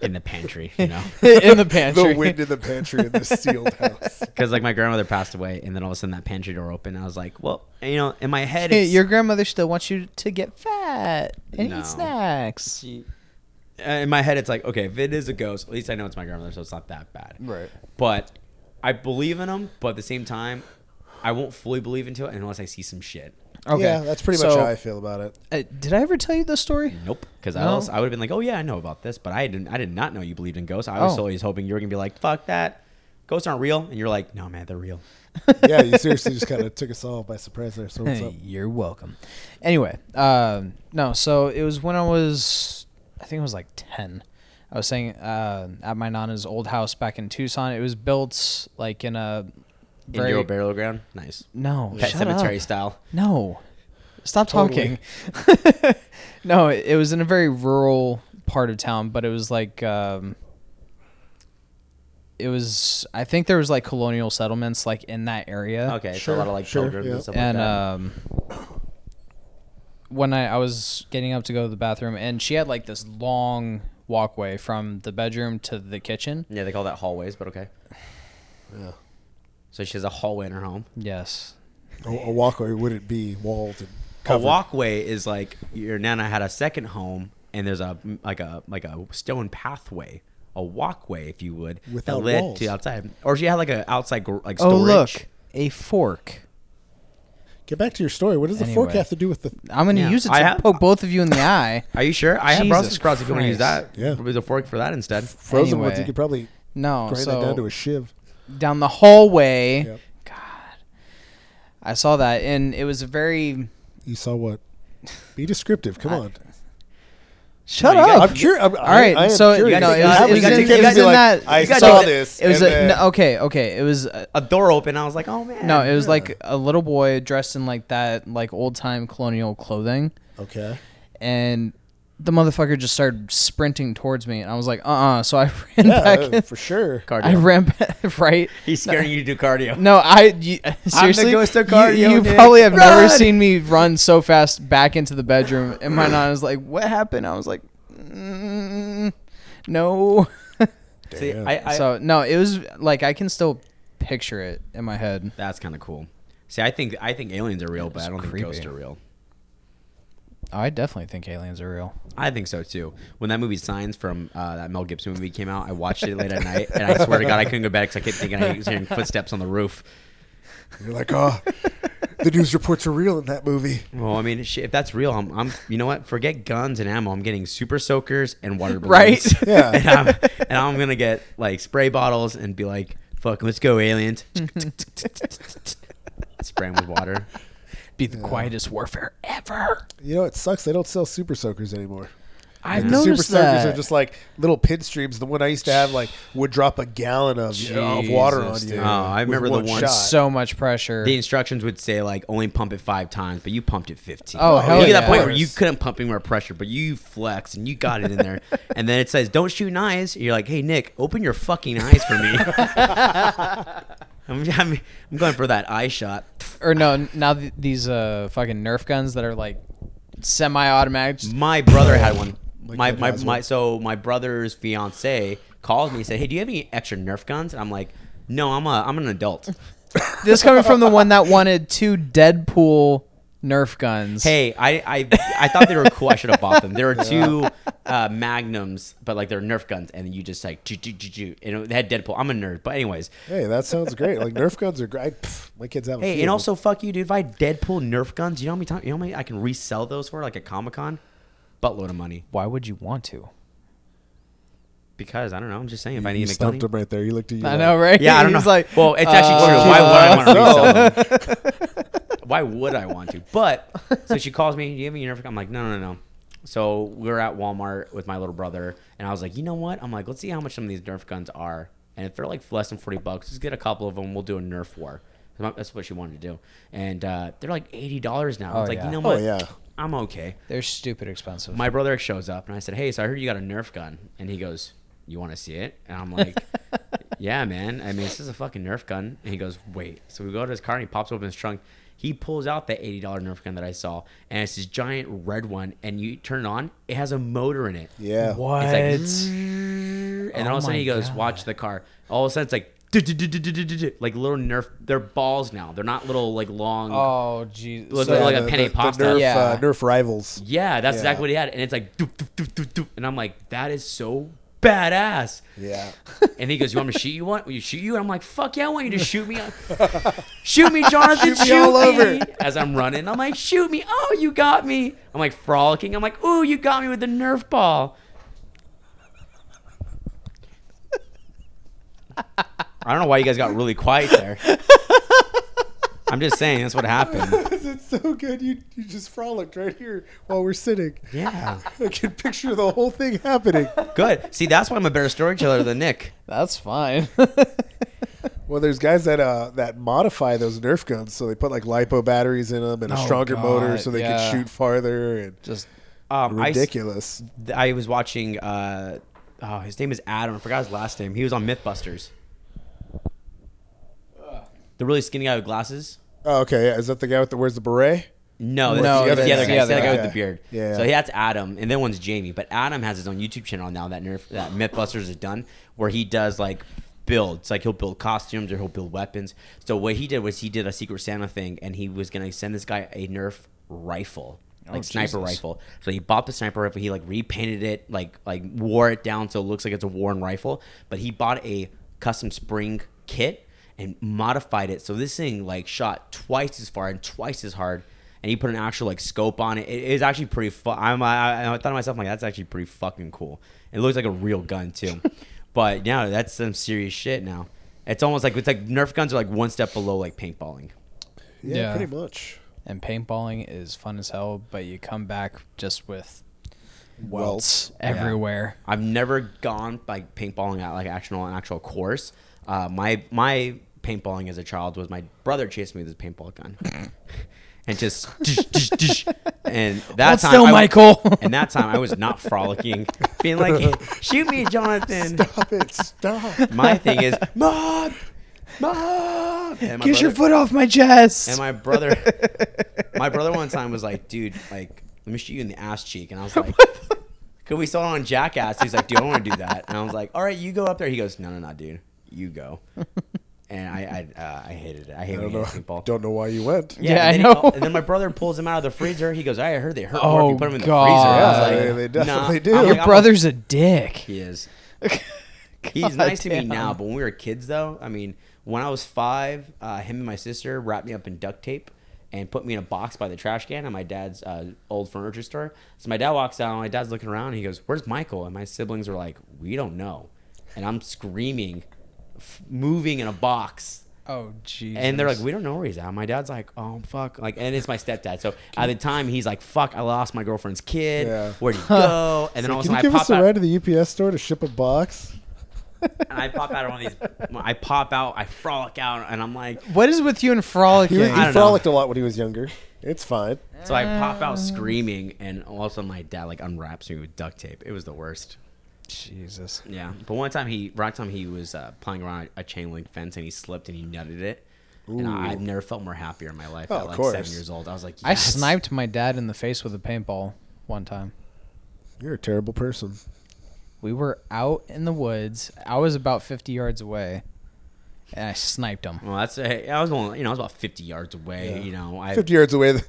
Speaker 3: in the pantry, you know.
Speaker 2: in the pantry.
Speaker 1: The wind in the pantry in this sealed house.
Speaker 3: Because like my grandmother passed away, and then all of a sudden that pantry door opened. And I was like, well, you know, in my
Speaker 2: (laughs) (laughs)
Speaker 3: head,
Speaker 2: Hey,
Speaker 3: it's,
Speaker 2: your grandmother still wants you to get fat and
Speaker 3: No.
Speaker 2: eat snacks.
Speaker 3: she, uh, in my head, it's like, okay, if it is a ghost, at least I know it's my grandmother, so it's not that bad.
Speaker 2: Right.
Speaker 3: But I believe in them, but at the same time, I won't fully believe into it unless I see some shit.
Speaker 2: Okay,
Speaker 1: Yeah, that's pretty much
Speaker 2: so,
Speaker 1: how I feel about it.
Speaker 2: uh, did I ever tell you this story?
Speaker 3: Nope. Because I
Speaker 2: No.
Speaker 3: also I would have been like, oh yeah, I know about this, but I didn't. I did not know you believed in ghosts. I was
Speaker 2: Oh.
Speaker 3: always hoping you were gonna be like, fuck that, ghosts aren't real, and you're like, no man, they're real.
Speaker 1: Yeah, you seriously just kind of took us all by surprise there. So what's up?
Speaker 2: You're welcome. Anyway, um, no, so it was when I was, I think it was like 10. I was saying uh, at my nana's old house back in Tucson. It was built like in a very
Speaker 3: Very, burial ground, nice.
Speaker 2: no
Speaker 3: Pet
Speaker 2: shut
Speaker 3: cemetery
Speaker 2: up.
Speaker 3: style.
Speaker 2: No, stop talking. (laughs) no, it it was in a very rural part of town, but it was like um, it was. I think there was like colonial settlements like in that area.
Speaker 3: Okay, so
Speaker 1: Sure,
Speaker 3: a lot of like
Speaker 1: sure,
Speaker 3: pilgrims
Speaker 1: yeah.
Speaker 3: and stuff
Speaker 2: and
Speaker 3: like that.
Speaker 2: um, when I, I was getting up to go to the bathroom, and she had like this long walkway from the bedroom to the kitchen.
Speaker 3: Yeah, they call that hallways, but okay.
Speaker 1: Yeah.
Speaker 3: So she has a hallway in her home.
Speaker 2: Yes.
Speaker 1: A, a walkway wouldn't be walled and
Speaker 3: A
Speaker 1: covered.
Speaker 3: walkway is like your nana had a second home, and there's a like a like a stone pathway, a walkway, if you would,
Speaker 1: Without
Speaker 3: that led
Speaker 1: walls.
Speaker 3: to outside. Or she had like a outside gr- like storage.
Speaker 2: Oh look, a fork.
Speaker 1: Get back to your story. What does the fork
Speaker 2: Anyway.
Speaker 1: have to do with the?
Speaker 2: I'm gonna
Speaker 3: Yeah.
Speaker 2: use it to
Speaker 3: I have-
Speaker 2: poke both of you in the eye.
Speaker 3: Are you sure? I have Brussels
Speaker 2: Jesus
Speaker 3: sprouts. If you want to use
Speaker 2: Christ.
Speaker 3: that,
Speaker 1: Yeah.
Speaker 3: with a fork for that instead.
Speaker 1: Frozen ones, you
Speaker 2: Anyway.
Speaker 1: could probably
Speaker 2: No,
Speaker 1: grind
Speaker 2: so
Speaker 1: that down to a shiv.
Speaker 2: down the hallway.
Speaker 1: Yep.
Speaker 2: God, I saw that, and it was a very
Speaker 1: You saw what? Be descriptive. Come
Speaker 2: I- (laughs)
Speaker 1: on.
Speaker 2: shut
Speaker 3: you
Speaker 2: up.
Speaker 3: gotta-
Speaker 1: I'm curious. All
Speaker 2: All right, so you know, it was, it
Speaker 3: we
Speaker 2: was
Speaker 3: gotta
Speaker 2: in,
Speaker 3: take-
Speaker 2: it
Speaker 3: we
Speaker 2: was
Speaker 3: gotta
Speaker 2: in that.
Speaker 1: I
Speaker 2: so
Speaker 1: saw this.
Speaker 2: It was
Speaker 1: and
Speaker 2: a,
Speaker 1: then-
Speaker 2: no, okay, okay. It was a,
Speaker 3: A door open. I was like, oh man.
Speaker 2: no, it was like a little boy dressed in like that, like old time colonial clothing,
Speaker 1: okay.
Speaker 2: and the motherfucker just started sprinting towards me, and I was like, uh, uh So I (laughs) ran
Speaker 1: Yeah,
Speaker 2: (laughs) back.
Speaker 1: uh,
Speaker 2: in-
Speaker 1: for
Speaker 2: (laughs)
Speaker 1: sure.
Speaker 3: cardio.
Speaker 2: I ran back, (laughs) right.
Speaker 3: (laughs) He's scaring you to do cardio.
Speaker 2: No, I you, (laughs) seriously.
Speaker 3: ghost of
Speaker 2: you-
Speaker 3: cardio,
Speaker 2: You,
Speaker 3: Nick.
Speaker 2: probably have
Speaker 3: Run!
Speaker 2: never seen me run so fast back into the bedroom. And my nana was like, "What happened?" I was like, mm, "No."
Speaker 3: See,
Speaker 1: Damn.
Speaker 3: I, I,
Speaker 2: so no, it was like I can still picture it in my head.
Speaker 3: that's kind of cool. See, I think I think aliens are real, but I don't
Speaker 2: creepy.
Speaker 3: think ghosts are real.
Speaker 2: Oh, I definitely think aliens are real.
Speaker 3: I think so too. When that movie Signs from uh, that Mel Gibson movie came out, I watched it late at night, and I swear to God, I couldn't go back because I kept thinking I was hearing footsteps on the roof.
Speaker 1: You're like, oh, the news reports are real in that movie.
Speaker 3: Well, I mean, shit, if that's real, I'm, I'm, you know what? Forget guns and ammo. I'm getting super soakers and water balloons.
Speaker 2: Right?
Speaker 1: Yeah.
Speaker 3: (laughs) and, I'm, and I'm gonna get like spray bottles and be like, "Fuck, let's go, aliens!" Spray 'em with water.
Speaker 2: be the quietest warfare ever.
Speaker 1: You know, it sucks. They don't sell super soakers anymore.
Speaker 2: I've
Speaker 1: The super
Speaker 2: noticed that.
Speaker 1: soakers are just like little pinstreams. The one I used to have, like, would drop a gallon of, of water on
Speaker 4: Jesus,
Speaker 1: you.
Speaker 4: dude.
Speaker 1: with
Speaker 3: Oh, I remember the one-
Speaker 1: shot.
Speaker 2: so much pressure.
Speaker 3: The instructions would say like only pump it five times, but you pumped it fifteen.
Speaker 2: Oh, hell
Speaker 3: you get
Speaker 2: yeah.
Speaker 3: that point where
Speaker 1: Of
Speaker 3: you
Speaker 1: course.
Speaker 3: couldn't pump any more pressure, but you flexed and you got it
Speaker 1: (laughs)
Speaker 3: in there. and then it says, "Don't shoot knives." You're like, "Hey Nick, open your fucking eyes
Speaker 1: (laughs)
Speaker 3: for me." I'm, I'm, I'm going for that eye shot.
Speaker 2: or no, now th- these uh fucking Nerf guns that are like semi-automatic. just-
Speaker 3: My brother had one.
Speaker 1: My
Speaker 3: My
Speaker 1: kid
Speaker 3: my,
Speaker 1: has
Speaker 3: my
Speaker 1: one.
Speaker 3: so my brother's fiance called me and said, "Hey, do you have any extra Nerf guns?" And I'm like, "No, I'm a I'm an adult."
Speaker 2: this coming from the one that wanted two Deadpool Nerf guns.
Speaker 3: Hey, I, I I thought they were cool. I should have bought them. There were two uh, magnums, but like they're Nerf guns, and you just like ju ju ju ju, and it had Deadpool. I'm a nerd, but anyways.
Speaker 1: Hey, that sounds great. Like, Nerf guns are great. Pff, my kids have a
Speaker 3: Hey,
Speaker 1: few
Speaker 3: and
Speaker 1: of
Speaker 3: also fuck you, dude. If I had Deadpool Nerf guns, you know how many time, you know how many I can resell those for like at Comic Con, buttload of money.
Speaker 2: why would you want to?
Speaker 3: Because I don't know. I'm just saying, if
Speaker 1: them.
Speaker 3: I
Speaker 1: You
Speaker 3: need to make money.
Speaker 1: stumped them right there. You looked at you.
Speaker 2: I
Speaker 1: like,
Speaker 2: know, right?
Speaker 3: (laughs) Yeah, I don't know.
Speaker 2: He's like, "Oh."
Speaker 3: well, it's actually
Speaker 2: uh,
Speaker 3: true. Why would I want to resell
Speaker 2: (laughs)
Speaker 3: them? Why would I want to? But so she calls me. Do you have any Nerf? I'm like, no, no, no. no." So we were at Walmart with my little brother, and I was like, you know what? I'm like, let's see how much some of these Nerf guns are, and if they're like less than forty bucks, let's get a couple of them. We'll do a Nerf war. That's what she wanted to do, and uh, they're like eighty dollars now. I
Speaker 2: Oh,
Speaker 3: was like,
Speaker 2: yeah.
Speaker 3: you know
Speaker 2: Oh,
Speaker 3: what?
Speaker 1: yeah.
Speaker 3: I'm okay.
Speaker 2: They're stupid expensive.
Speaker 3: My brother shows up and I said, "Hey, so I heard you got a Nerf gun." And he goes, "You want to see it?" And
Speaker 1: (laughs)
Speaker 3: I'm like, "Yeah, man. I mean, this is a fucking Nerf gun." And he goes, "Wait." So we go to his car and he pops open his trunk. He pulls out the eighty dollar Nerf gun that I saw, and it's this giant red one. And you turn it on, it has a motor in it.
Speaker 1: Yeah. Oh
Speaker 2: what?
Speaker 3: It's Oh like, and then all of a sudden he goes, "Watch the car." All of a sudden it's like. "Du-du-du-du-du-du-du-du," Like little Nerf, they're balls now. They're not little like long.
Speaker 2: oh, Jesus.
Speaker 3: Looks
Speaker 1: Yeah,
Speaker 3: like a
Speaker 1: the-
Speaker 3: penny
Speaker 1: the- the
Speaker 3: pasta.
Speaker 1: Nerf,
Speaker 2: Yeah.
Speaker 1: uh, Nerf rivals.
Speaker 3: Yeah, that's
Speaker 1: Yeah.
Speaker 3: exactly what he had. And it's like, doop, doop, doop, doop, doop. and I'm like, that is so badass. (laughs)
Speaker 1: Yeah. (laughs)
Speaker 3: And he goes, you want me to shoot you one? Will you shoot you? And I'm like, fuck yeah, I want you to shoot me. (laughs) shoot me, Jonathan, shoot,
Speaker 1: me all
Speaker 3: me.
Speaker 1: over.
Speaker 3: As I'm running, I'm like, shoot me. Oh, you got me. I'm like frolicking. I'm like, ooh, you got me with the Nerf ball. I don't know why you guys got really quiet there. I'm just saying, that's what happened.
Speaker 1: it's so good. You, you just frolicked right here while we're sitting.
Speaker 3: Yeah.
Speaker 1: (laughs) I can picture the whole thing
Speaker 3: (laughs)
Speaker 1: happening.
Speaker 3: Good. See, that's why I'm a better storyteller than Nick.
Speaker 2: That's (laughs) fine.
Speaker 1: Well, there's guys that uh, that modify those Nerf guns, so they put like lipo batteries in them and a
Speaker 2: Oh,
Speaker 1: stronger
Speaker 2: God,
Speaker 1: motor, so they
Speaker 2: yeah.
Speaker 1: can shoot farther and
Speaker 2: Just
Speaker 3: Um, I s-
Speaker 1: ridiculous.
Speaker 3: I, was watching. Uh, oh, his name is Adam. I forgot his last name. He was on MythBusters. The really skinny guy with glasses.
Speaker 1: oh, okay, yeah. Is that the guy with the wears the beret?
Speaker 3: No, that's,
Speaker 2: No,
Speaker 3: that's the
Speaker 2: that's
Speaker 3: other
Speaker 2: the
Speaker 3: guy. That's the
Speaker 2: other
Speaker 3: other guy
Speaker 1: guy.
Speaker 3: with the beard.
Speaker 1: Yeah.
Speaker 3: So that's Adam, and then one's Jamie. But Adam has his own YouTube channel now that Nerf, that MythBusters has done, where he does like builds, like he'll build costumes or he'll build weapons. So what he did was he did a Secret Santa thing, and he was gonna send this guy a Nerf rifle. Like sniper
Speaker 2: Jesus.
Speaker 3: rifle. So he bought the sniper rifle. He like repainted it, like like wore it down so it looks like it's a worn rifle. But he bought a custom spring kit and modified it. So this thing like shot twice as far and twice as hard. And he put an actual like scope on it. It is actually pretty fun. I'm I, I thought to myself I'm like that's actually pretty fucking cool. It looks like a real gun too. but now that's some serious shit. Now it's almost like it's like Nerf guns are like one step below like paintballing.
Speaker 1: Yeah,
Speaker 2: Yeah.
Speaker 1: pretty much.
Speaker 2: and paintballing is fun as hell, but you come back just with welts everywhere.
Speaker 3: I've never gone like paintballing at like actual an actual course. Uh, my my paintballing as a child was my brother chased me with his paintball gun, (laughs) and just dish, dish, dish. and
Speaker 2: Hold
Speaker 3: that time
Speaker 2: still,
Speaker 3: I-
Speaker 2: Michael.
Speaker 3: (laughs) and that time I was not frolicking, being like, "Shoot me, Jonathan."
Speaker 1: Stop it! (laughs) Stop.
Speaker 3: My thing is, mom, mom, and my
Speaker 2: Get your
Speaker 3: brother-
Speaker 2: foot off my chest.
Speaker 3: and my brother, my brother one time was like, dude, like, let me shoot you in the ass cheek. And I was like, could we saw it on Jackass? He's like, dude, I don't want to do that. And I was like, all right, you go up there. He goes, no, no, no, dude, you go. And I, I, uh, I hated it. I hate
Speaker 1: I don't
Speaker 3: when he hits
Speaker 1: know.
Speaker 3: people.
Speaker 1: Don't know why you went.
Speaker 3: Yeah,
Speaker 2: Yeah, I
Speaker 3: and, then
Speaker 2: know.
Speaker 3: He, and then my brother pulls him out of the freezer. He goes, I heard they hurt more if you
Speaker 2: Oh,
Speaker 3: put him in the
Speaker 2: God.
Speaker 3: freezer.
Speaker 1: Yeah,
Speaker 3: I was like,
Speaker 1: they
Speaker 3: "Nah."
Speaker 1: definitely do.
Speaker 3: I'm
Speaker 1: Your
Speaker 2: Your
Speaker 3: like, I'm a-
Speaker 2: brother's a dick.
Speaker 1: (laughs)
Speaker 3: he is. He's nice to me
Speaker 2: damn.
Speaker 3: now, but when we were kids, though, I mean, when I was five, uh, him and my sister wrapped me up in duct tape and put me in a box by the trash can at my dad's uh, old furniture store. So my dad walks out, and my dad's looking around, and he goes, "Where's Michael?" And my siblings are like, "We don't know," and I'm screaming, f- moving in a box.
Speaker 2: Oh, jeez.
Speaker 3: And they're like, we don't know where he's at. My dad's like, oh fuck, like, and it's my stepdad. So at the time, he's like, fuck, I lost my girlfriend's kid.
Speaker 1: Yeah. (laughs)
Speaker 3: Where'd he go? And then all of a
Speaker 1: Can you
Speaker 3: sudden, I
Speaker 1: give us
Speaker 3: pop
Speaker 1: a
Speaker 3: out,
Speaker 1: ride to the UPS store to ship a box?
Speaker 3: and I pop out of one of these. I pop out, I frolic out, and I'm like,
Speaker 2: what is with you and frolicking?
Speaker 1: He, was,
Speaker 3: I
Speaker 1: he
Speaker 3: don't know.
Speaker 1: frolicked a lot when he was younger. It's fine.
Speaker 3: so I pop out screaming, and all of a sudden, my dad like unwraps me with duct tape. It was the worst.
Speaker 2: Jesus.
Speaker 3: Yeah, but one time he, one time he was uh, playing around a chain link fence and he slipped and he nutted it. And I, I've never felt more happier in my life.
Speaker 1: Oh,
Speaker 3: at
Speaker 1: of
Speaker 3: like seven
Speaker 1: course.
Speaker 3: years old, I was like,
Speaker 2: I
Speaker 3: yes.
Speaker 2: sniped my dad in the face with a paintball one time.
Speaker 1: You're a terrible person.
Speaker 2: We were out in the woods. I was about 50 yards away, and I sniped him.
Speaker 3: Well, that's hey, I was only, you know, I was about fifty yards away. You know, I
Speaker 1: 50 yards away, the,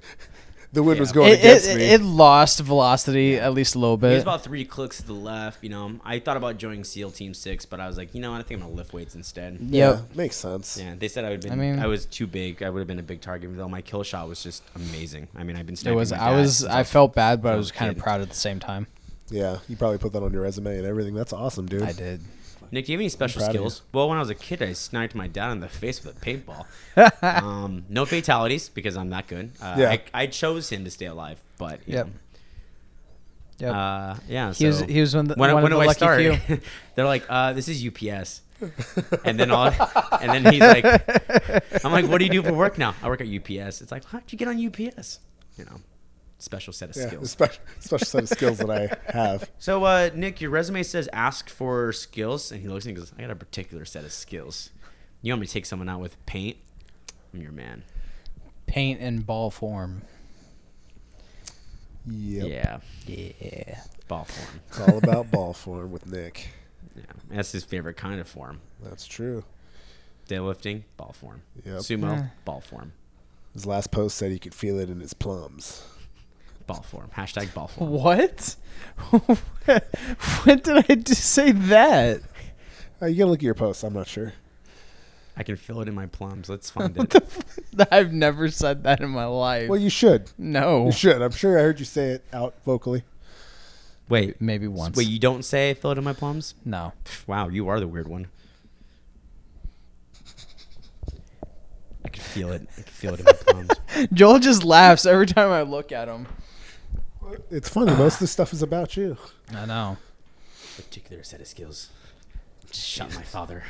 Speaker 1: the wind was going
Speaker 2: It,
Speaker 1: against
Speaker 2: it,
Speaker 1: me.
Speaker 2: it lost velocity at least a little
Speaker 3: It was
Speaker 2: bit.
Speaker 3: about three clicks to the left. You know, I thought about joining SEAL Team Six, but I was like, you know, what? I think I'm gonna lift weights instead.
Speaker 1: yeah,
Speaker 2: Yep.
Speaker 1: makes sense.
Speaker 3: Yeah, they said I would. Been, I
Speaker 2: I mean-
Speaker 3: I was too big. I would have been a big target. Though my kill shot was just amazing. I mean, I've been.
Speaker 2: It
Speaker 3: sniping
Speaker 2: was.
Speaker 3: my
Speaker 2: I
Speaker 3: dad
Speaker 2: was.
Speaker 3: since
Speaker 2: I felt bad, but I
Speaker 3: was
Speaker 2: was
Speaker 3: a
Speaker 2: kind of
Speaker 3: kid.
Speaker 2: proud at the same time.
Speaker 1: Yeah, you probably put that on your resume and everything. That's awesome, dude.
Speaker 2: I did.
Speaker 3: Nick, do you have any special
Speaker 1: proud of
Speaker 3: skills? Well, when I was a kid, I sniped my dad in the face with a paintball.
Speaker 2: (laughs)
Speaker 3: um, no fatalities because I'm not good. Uh,
Speaker 1: Yeah.
Speaker 3: I, I chose him to stay alive, but you
Speaker 2: Yep.
Speaker 3: know.
Speaker 2: Yep.
Speaker 3: Uh, yeah.
Speaker 2: He was-
Speaker 3: so-
Speaker 2: he was one of the-
Speaker 3: when,
Speaker 2: one of
Speaker 3: when
Speaker 2: the
Speaker 3: do I
Speaker 2: lucky
Speaker 3: start?
Speaker 2: few.
Speaker 3: (laughs) They're like, uh, this is
Speaker 2: (laughs)
Speaker 3: UPS, and then all, and then he's like, I'm like, what do you do for work now? I work at UPS. It's like, how'd you get on UPS? You know, special set of
Speaker 1: Yeah,
Speaker 3: skills.
Speaker 1: special, special set of skills that I
Speaker 2: (laughs)
Speaker 1: have.
Speaker 3: so, uh, Nick, your resume says ask for skills, and he looks at me and goes, I got a particular set of skills. You want me to take someone out with paint? I'm your man.
Speaker 2: Paint in ball form.
Speaker 1: Yep.
Speaker 3: Yeah.
Speaker 2: Yeah.
Speaker 3: Ball form.
Speaker 1: It's all
Speaker 2: (laughs)
Speaker 1: about ball form with Nick.
Speaker 3: Yeah. That's his favorite kind of form.
Speaker 1: That's true.
Speaker 3: Deadlifting, ball form.
Speaker 1: Yep.
Speaker 3: Sumo,
Speaker 2: Yeah.
Speaker 3: ball form.
Speaker 1: His last post said he could feel it in his plums.
Speaker 3: Ball form. Hashtag
Speaker 2: (laughs)
Speaker 3: ball form.
Speaker 2: What? when did I just say that? (laughs)
Speaker 1: Uh, you gotta look at your posts. I'm not sure.
Speaker 3: I can feel it in my plums. Let's find it.
Speaker 2: I've never said that in my life.
Speaker 1: Well, you should.
Speaker 2: no.
Speaker 1: You should. I'm sure I heard you say it out vocally.
Speaker 2: (laughs)
Speaker 3: Wait,
Speaker 2: Maybe once.
Speaker 3: wait. You don't say I feel it in my plums?
Speaker 2: no.
Speaker 3: Pff, Wow, you are the weird one. I can feel it. I can feel it in my
Speaker 1: (laughs)
Speaker 3: plums.
Speaker 2: Joel just laughs every time I look at him.
Speaker 1: It's funny. Most of the stuff is about
Speaker 2: (laughs)
Speaker 1: you.
Speaker 2: I know.
Speaker 3: Particular set of skills. Just shot my father.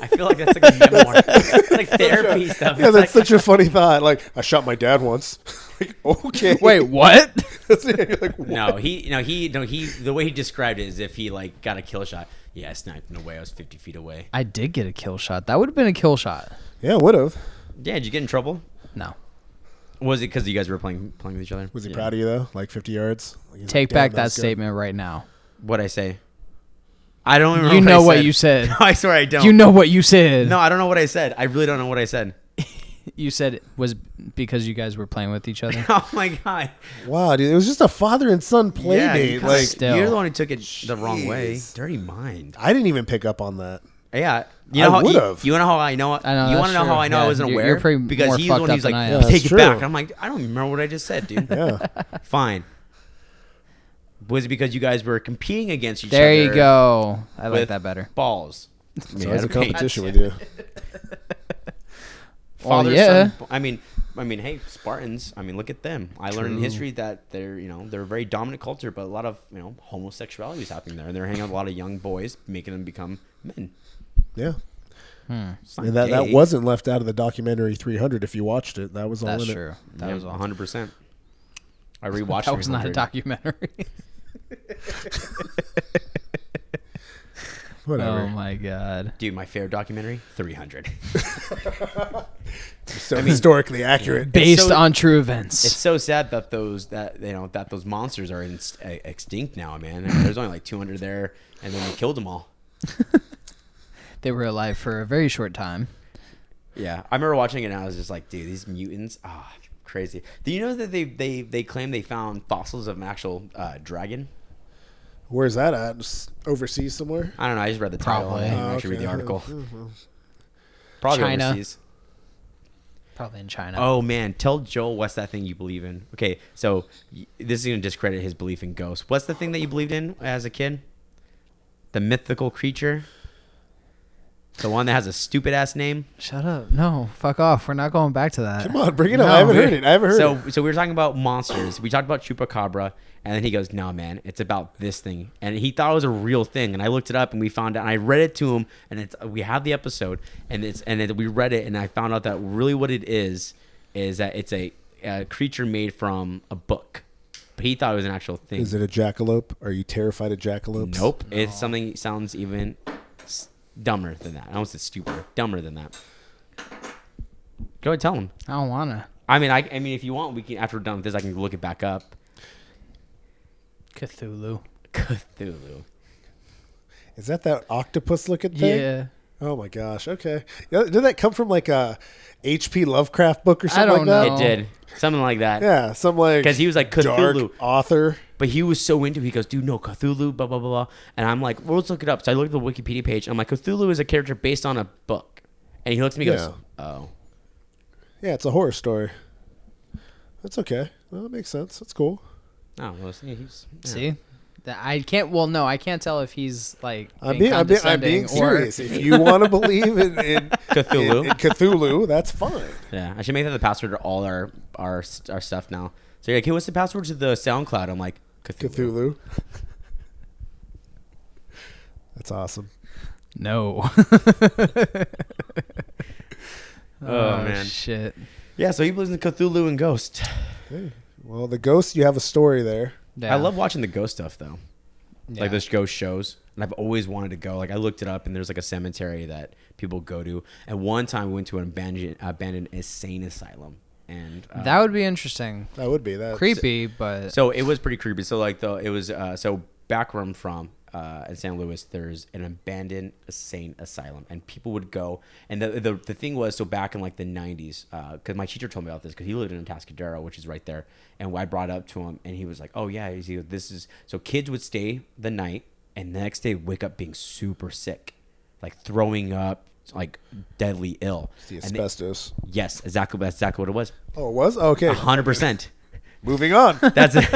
Speaker 3: I feel like that's like (laughs) a memoir. It's like therapy stuff.
Speaker 1: Yeah,
Speaker 3: It's
Speaker 1: that's
Speaker 3: like,
Speaker 1: such a funny thought. Like I shot my dad once. (laughs) like okay.
Speaker 2: (laughs) Wait, what?
Speaker 1: That's it. (laughs) You're like, what?
Speaker 3: no, he, no, he, no, he. The way he described it is if he like got a kill shot. Yeah, I sniped in a way. I was fifty feet away.
Speaker 2: I did get a kill shot. That would have been a kill shot.
Speaker 1: Yeah, would have.
Speaker 3: Yeah, did you get in trouble?
Speaker 2: No.
Speaker 3: Was it because you guys were playing playing with each other?
Speaker 1: Was he
Speaker 3: Yeah.
Speaker 1: proud of you though? Like 50 yards. Like, he's
Speaker 2: Take
Speaker 1: like,
Speaker 2: back
Speaker 1: "Damn,
Speaker 2: that
Speaker 1: was good."
Speaker 2: statement right now.
Speaker 3: What I say? I don't remember.
Speaker 2: You know
Speaker 3: I
Speaker 2: what you said.
Speaker 3: (laughs) No, I swear I don't.
Speaker 2: You know what you said.
Speaker 3: No, I don't know what I said. I really don't know what I said. (laughs)
Speaker 2: You said it was because you guys were playing with each (laughs) other.
Speaker 3: oh my god.
Speaker 1: Wow, dude, it was just a father and son play
Speaker 3: Yeah, you
Speaker 1: date.
Speaker 3: kinda-
Speaker 1: Like
Speaker 2: still.
Speaker 3: you're the one who took it the wrong way.
Speaker 1: Jeez.
Speaker 3: Dirty mind.
Speaker 1: I didn't even pick up on
Speaker 3: (laughs)
Speaker 1: that.
Speaker 3: Yeah. You
Speaker 1: I
Speaker 3: know how you,
Speaker 1: would've.
Speaker 3: you wanna know how I know
Speaker 2: I know,
Speaker 3: you
Speaker 2: that's
Speaker 3: wanna know how
Speaker 2: true.
Speaker 3: I know I
Speaker 2: Yeah,
Speaker 3: wasn't
Speaker 2: you're-
Speaker 3: aware?
Speaker 2: you're pretty
Speaker 3: because
Speaker 2: more
Speaker 3: he's the
Speaker 2: fucked
Speaker 3: one who's
Speaker 2: up
Speaker 3: like,
Speaker 2: than I am.
Speaker 1: Yeah,
Speaker 3: take it
Speaker 1: that's true.
Speaker 3: back. And I'm like, I don't remember what I just said, dude.
Speaker 1: Yeah.
Speaker 3: Fine. Was it because you guys were competing against each
Speaker 2: There
Speaker 3: other?
Speaker 2: you go. I like
Speaker 3: with
Speaker 2: that better.
Speaker 3: Balls.
Speaker 1: So it was a
Speaker 3: (laughs) okay.
Speaker 1: competition with you.
Speaker 2: Well,
Speaker 3: father
Speaker 2: Oh, yeah.
Speaker 3: son i mean i mean hey spartans i mean look at them i learned in history that they're you know they're a very dominant culture but a lot of you know homosexuality is happening there and they're hanging out with a lot of young boys making them become men
Speaker 1: Yeah.
Speaker 3: It's not
Speaker 1: And that, that
Speaker 3: gay.
Speaker 1: wasn't left out of the documentary 300 if you watched it. That was all
Speaker 2: That's
Speaker 1: in
Speaker 2: true.
Speaker 1: it.
Speaker 2: That
Speaker 3: yeah,
Speaker 2: was all.
Speaker 3: 100 percent i rewatched
Speaker 2: That was not a (laughs)
Speaker 3: 300.
Speaker 2: documentary.
Speaker 1: Whatever.
Speaker 2: oh my god.
Speaker 3: dude my favorite documentary 300
Speaker 1: so historically accurate.
Speaker 2: Based
Speaker 3: so-
Speaker 2: on true
Speaker 3: it's
Speaker 2: events.
Speaker 3: so sad that those that you know that those monsters are in, uh, extinct now man I mean, there's only like 200 there and then they killed them all
Speaker 2: They were alive for a very short time.
Speaker 3: Yeah, I remember watching it and I was just like, dude, these mutants, ah, crazy. Do you know that they they they claim they found fossils of an actual uh, dragon?
Speaker 1: Where's that at? Just overseas somewhere?
Speaker 3: I don't know. I just read the title.
Speaker 2: Probably.
Speaker 3: I didn't
Speaker 1: Oh,
Speaker 3: actually read
Speaker 1: okay. (laughs)
Speaker 3: the article. Probably
Speaker 2: China.
Speaker 3: overseas.
Speaker 2: Probably in China.
Speaker 3: Oh man, tell Joel what's that thing you believe in? Okay, so y- this is gonna discredit his belief in ghosts. What's the thing that you believed in as a kid? The mythical creature. The one that has a stupid ass name.
Speaker 2: Shut up. No, fuck off. We're not going back to that.
Speaker 1: Come on, bring it up. I haven't heard it. I haven't heard
Speaker 3: so
Speaker 1: it.
Speaker 3: so we were talking about monsters. We talked about chupacabra, and then he goes, "Nah, man, it's about this thing." And he thought it was a real thing, and I looked it up, and we found out. And I read it to him, and it's we have the episode, and it's and it, we read it, and I found out that really what it is is that it's a, a creature made from a book, but he thought it was an actual thing.
Speaker 1: Is it a jackalope? Are you terrified of jackalopes?
Speaker 3: Nope. It's something that sounds even s- dumber than that. I almost said stupider. Dumber than that. Go ahead, tell him.
Speaker 2: I don't wanna.
Speaker 3: I mean, I, I mean, if you want, we can. After we're done with this, I can look it back up.
Speaker 2: Cthulhu.
Speaker 3: Cthulhu.
Speaker 1: Is that that octopus looking thing?
Speaker 2: Yeah.
Speaker 1: Oh my gosh. Okay. Yeah, Did that come from like a H.P. Lovecraft book or something
Speaker 2: don't
Speaker 1: like that?
Speaker 2: know.
Speaker 3: It did something like that.
Speaker 1: Yeah, some like
Speaker 3: 'Cause he was like
Speaker 1: dark
Speaker 3: Cthulhu.
Speaker 1: author.
Speaker 3: But he was so into. it. He goes, "Dude, no Cthulhu." Blah blah blah. blah." And I'm like, well, "Let's look it up." So I looked at the Wikipedia page. I'm like, "Cthulhu is a character based on a book," and he looks at me, and goes, "Oh."
Speaker 1: Yeah, it's a horror story. That's okay. Well, that makes sense. That's cool.
Speaker 3: No, Oh, well, it's- yeah, he's, yeah.
Speaker 2: See? That I can't well no, I can't tell if he's like
Speaker 1: I'm being, I'm being, I'm being serious. If you want to believe in, in
Speaker 3: (laughs) Cthulhu.
Speaker 1: in, in Cthulhu, that's fine.
Speaker 3: Yeah, I should make that the password to all our our our stuff now. So you're like, hey, what's the password to the SoundCloud? I'm like, Cthulhu.
Speaker 1: Cthulhu. That's awesome.
Speaker 3: (laughs)
Speaker 2: No. (laughs) oh,
Speaker 3: man.
Speaker 2: shit.
Speaker 3: Yeah, so he believes in Cthulhu and ghosts.
Speaker 1: Well, the ghost, you have a story there.
Speaker 2: Yeah.
Speaker 3: I love watching the ghost stuff though,
Speaker 2: Yeah.
Speaker 3: like those ghost shows. And I've always wanted to go. Like I looked it up, and there's like a cemetery that people go to. And one time we went to an abandoned abandoned insane asylum, and uh,
Speaker 2: that would be interesting.
Speaker 1: That would be that.
Speaker 2: Creepy, but
Speaker 3: So it was pretty creepy. So like the it was uh, so back where I'm from uh, in San Luis, there's an abandoned insane asylum, and people would go. And the the, the thing was so back in like the 90s, because my teacher told me about this because he lived in Atascadero, which is right there. And I brought it up to him, and he was like, "Oh yeah, he's- he goes, this is." So kids would stay the night, and the next day wake up being super sick, like throwing up, like deadly ill.
Speaker 1: The
Speaker 3: And they-
Speaker 1: asbestos.
Speaker 3: yes, exactly. That's exactly what it was.
Speaker 1: oh, it was? Okay.
Speaker 3: hundred percent.
Speaker 1: Moving
Speaker 3: (laughs)
Speaker 1: on. Uh, (laughs)
Speaker 3: That's it.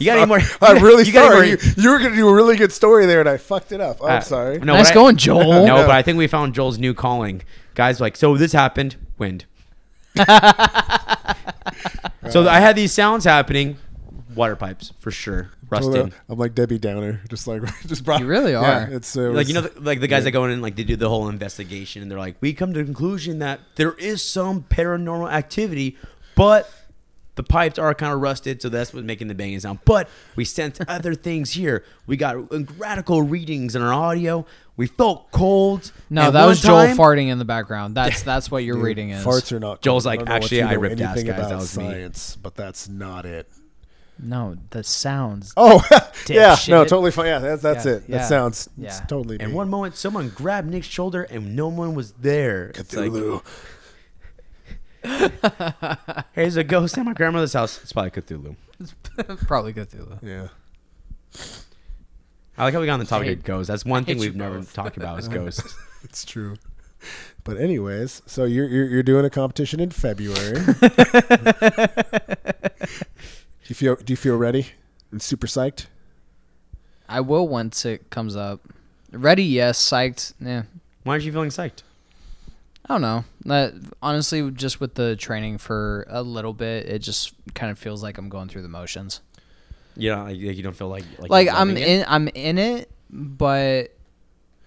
Speaker 3: you got any more?
Speaker 1: I'm really
Speaker 3: (laughs) you got any more-
Speaker 1: sorry. You, you were going to do a really good story there, and I fucked it up. I'm
Speaker 3: Uh,
Speaker 1: sorry.
Speaker 3: No,
Speaker 2: Nice
Speaker 3: but I-
Speaker 2: going, Joel.
Speaker 3: No, but I think we found Joel's new calling. Guys, like, so this happened.
Speaker 2: (laughs)
Speaker 3: Wind. so I had these sounds happening. Water pipes for sure. Rusted.
Speaker 1: I'm like Debbie Downer, (laughs) just like just brought.
Speaker 2: You
Speaker 1: (laughs)
Speaker 2: really
Speaker 1: Yeah,
Speaker 2: are.
Speaker 1: it's uh,
Speaker 3: Like you know, the, like the guys that go in and like they do the whole investigation, and they're like, we come to the conclusion that there is some paranormal activity, but the pipes are kind of rusted, so that's what's making the banging sound. But we
Speaker 2: (laughs)
Speaker 3: sense other things here. We got radical readings in our audio. We felt cold.
Speaker 2: no,
Speaker 3: And
Speaker 2: that
Speaker 3: one
Speaker 2: was Joel
Speaker 3: time-
Speaker 2: farting in the background.
Speaker 3: (laughs)
Speaker 2: That's that's what your reading is.
Speaker 1: farts are not.
Speaker 3: Joel's
Speaker 1: cool.
Speaker 3: like,
Speaker 1: don't know if
Speaker 3: "Actually,
Speaker 1: you
Speaker 3: I
Speaker 1: know
Speaker 3: ripped ass,
Speaker 1: anything
Speaker 3: guys. That
Speaker 1: about
Speaker 3: was me."
Speaker 1: science, but that's not it. (laughs)
Speaker 2: No, the sounds.
Speaker 1: Oh, (laughs) yeah,
Speaker 2: Dipshit.
Speaker 1: no, totally fine. Yeah, that's that's
Speaker 2: Yeah,
Speaker 1: it.
Speaker 2: yeah,
Speaker 1: That sounds
Speaker 2: yeah.
Speaker 1: it's totally.
Speaker 3: And
Speaker 1: me.
Speaker 3: one moment, someone grabbed Nick's shoulder, and no one was there. It's like,
Speaker 1: Cthulhu.
Speaker 3: Here's a ghost at my grandmother's house. It's probably Cthulhu.
Speaker 2: Probably Cthulhu.
Speaker 1: yeah,
Speaker 3: I like how we got on the topic
Speaker 2: hate-
Speaker 3: of ghosts. That's one thing
Speaker 2: hate you
Speaker 3: we've never
Speaker 2: both.
Speaker 3: talked about
Speaker 2: (laughs)
Speaker 3: is ghosts.
Speaker 1: it's true. But anyways, so you're you're, you're doing a competition in
Speaker 2: (laughs)
Speaker 1: February. do you feel Do you feel ready? And super psyched.
Speaker 2: I will once it comes up. Ready? Yes. Psyched? Yeah.
Speaker 3: Why aren't you feeling psyched?
Speaker 2: I don't know. That honestly, just with the training for a little bit, it just kind of feels like I'm going through the motions.
Speaker 3: You know, like, you don't feel like like,
Speaker 2: Like
Speaker 3: you're
Speaker 2: I'm
Speaker 3: loving it?
Speaker 2: in, I'm in it, but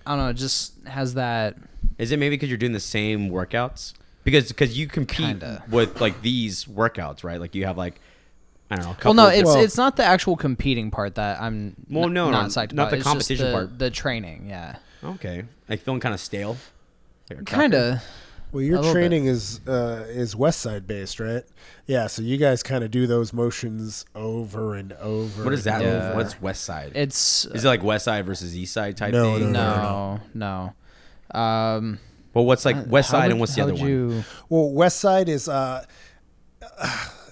Speaker 2: I don't know. It just has that.
Speaker 3: Is it maybe because you're doing the same workouts? Because because you compete
Speaker 2: Kinda.
Speaker 3: with like these workouts, right? Like you have like I don't know. A
Speaker 2: Well,
Speaker 3: couple
Speaker 2: no, it's
Speaker 1: Well-
Speaker 2: it's not the actual competing part that I'm.
Speaker 3: Well,
Speaker 2: n-
Speaker 3: no, no,
Speaker 2: not psyched
Speaker 3: not
Speaker 2: about.
Speaker 3: the
Speaker 2: It's just
Speaker 3: competition
Speaker 2: the-
Speaker 3: part.
Speaker 2: The training, yeah,
Speaker 3: okay. Like feeling kind of stale. Like a
Speaker 2: kind
Speaker 3: cracker.
Speaker 2: of.
Speaker 1: Well,
Speaker 2: A
Speaker 1: your
Speaker 2: little bit.
Speaker 1: training is uh, is West Side based, right? Yeah, so you guys kind of do those motions over and over.
Speaker 3: What is that?
Speaker 1: and
Speaker 2: Yeah.
Speaker 1: over.
Speaker 3: What's West Side?
Speaker 2: It's
Speaker 3: Is it like West Side versus East Side type
Speaker 1: No,
Speaker 3: thing?
Speaker 1: no,
Speaker 2: no, no. Um,
Speaker 3: Well, what's like West
Speaker 2: how
Speaker 3: Side
Speaker 2: would-
Speaker 3: and what's the
Speaker 2: how
Speaker 3: other
Speaker 2: would
Speaker 3: one?
Speaker 2: you-
Speaker 1: Well, West Side is. Uh, (sighs)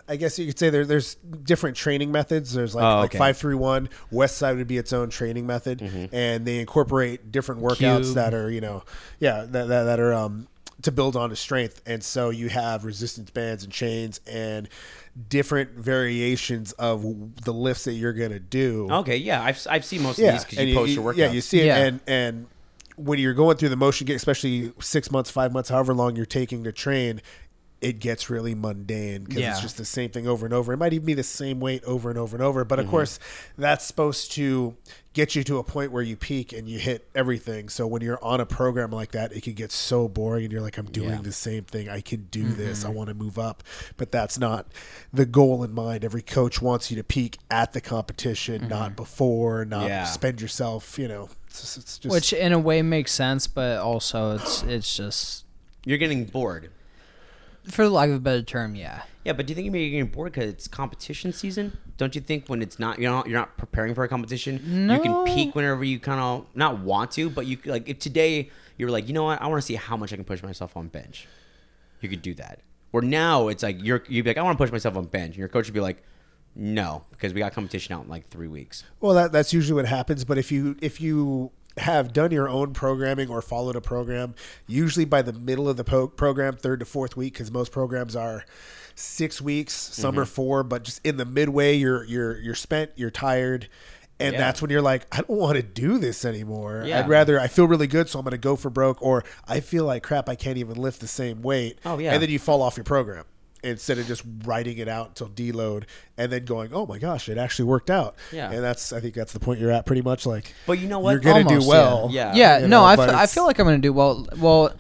Speaker 1: I guess you could say there, there's different training methods. There's like,
Speaker 3: Oh,
Speaker 1: like
Speaker 3: okay. Mm-hmm.
Speaker 1: five three one. West Side would be its own training method, and they incorporate different workouts
Speaker 2: Cube.
Speaker 1: that are you know, yeah, that that, that are um, to build on to strength. And so you have resistance bands and chains and different variations of w- the lifts that you're gonna do.
Speaker 3: Okay, yeah, I've, I've seen most of these because
Speaker 1: and
Speaker 3: you post your workouts.
Speaker 1: Yeah, you see it,
Speaker 2: Yeah.
Speaker 1: and and when you're going through the motion, get- especially six months, five months, however long you're taking to train, it gets really mundane because
Speaker 2: Yeah.
Speaker 1: it's just the same thing over and over. It might even be the same weight over and over and over.
Speaker 3: Mm-hmm.
Speaker 1: But of course, that's supposed to get you to a point where you peak and you hit everything. So when you're on a program like that, it can get so boring and you're like, I'm doing the same thing. I can do this.
Speaker 3: Mm-hmm.
Speaker 1: I want to move up. But that's not the goal in mind. Every coach wants you to peak at the competition,
Speaker 3: Mm-hmm.
Speaker 1: not before, not
Speaker 3: Yeah.
Speaker 1: spend yourself, you know. It's, it's just
Speaker 2: which in a way makes sense, but also it's it's just
Speaker 3: You're getting bored.
Speaker 2: for the lack of a better term, yeah.
Speaker 3: Yeah, but do you think maybe you're getting bored because it's competition season? Don't you think when it's not, you're not, you're not preparing for a competition, you can
Speaker 2: No.
Speaker 3: peak whenever you kind of not want to, but you c- like if today you're like, you know what, I want to see how much I can push myself on bench. You could do that. Where now it's like you're you'd be like, I want to push myself on bench, and your coach would be like, no, because we got competition out in like three weeks.
Speaker 1: Well, that, that's usually what happens. But if you if you have done your own programming or followed a program, usually by the middle of the po- program, third to fourth week, because most programs are six weeks, some
Speaker 3: Mm-hmm.
Speaker 1: are four, but just in the midway, you're you're you're spent, you're tired. And
Speaker 3: Yeah.
Speaker 1: that's when you're like, I don't want to do this anymore.
Speaker 3: Yeah.
Speaker 1: I'd rather I feel really good, so I'm going to go for broke, or I feel like crap, I can't even lift the same weight.
Speaker 3: Oh, yeah.
Speaker 1: and then you fall off your program instead of just writing it out until deload, and then going, oh my gosh, it actually worked out.
Speaker 3: Yeah.
Speaker 1: And that's I think that's the point you're at pretty much like
Speaker 3: But you know what?
Speaker 1: You're gonna do
Speaker 2: Almost,
Speaker 1: well.
Speaker 3: Yeah.
Speaker 2: Yeah,
Speaker 1: You
Speaker 2: no,
Speaker 1: know,
Speaker 2: I I,
Speaker 1: but
Speaker 2: f- I
Speaker 1: it's-
Speaker 2: feel like I'm gonna do well. Well,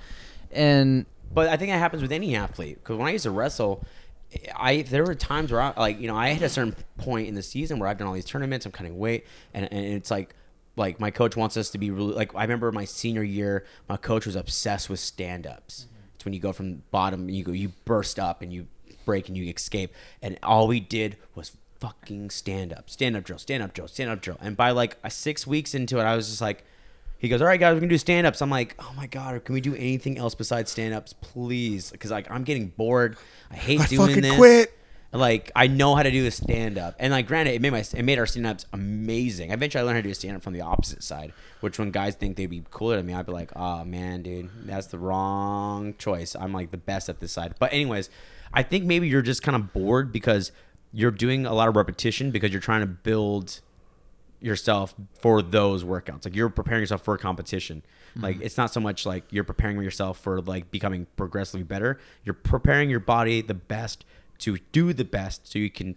Speaker 2: and
Speaker 3: But I think that happens with any athlete. Because when I used to wrestle, I there were times where I like you know I hit a certain point in the season where I've done all these tournaments, I'm cutting weight, and, and it's like like my coach wants us to be really like I remember my senior year, my coach was obsessed with stand ups. It's when you go from bottom and you go you burst up and you break and you escape, and all we did was fucking stand up, stand up drill, stand up drill, stand up drill, and by like six weeks into it, I was just like. He goes, all right, guys, we're gonna do stand ups. I'm like, oh my god, can we do anything else besides stand ups, please? Because like I'm getting bored. I hate
Speaker 1: I
Speaker 3: doing
Speaker 1: fucking
Speaker 3: this.
Speaker 1: quit.
Speaker 3: Like I know how to do a stand up, and like granted, it made my it made our stand ups amazing. Eventually, I learned how to do a stand up from the opposite side, which when guys think they'd be cooler than me, I'd be like, oh man, dude, that's the wrong choice. I'm like the best at this side. But anyways, I think maybe you're just kind of bored because you're doing a lot of repetition because you're trying to build yourself for those workouts. Like you're preparing yourself for a competition. Like it's not so much like you're preparing yourself for like becoming progressively better. You're preparing your body the best to do the best so you can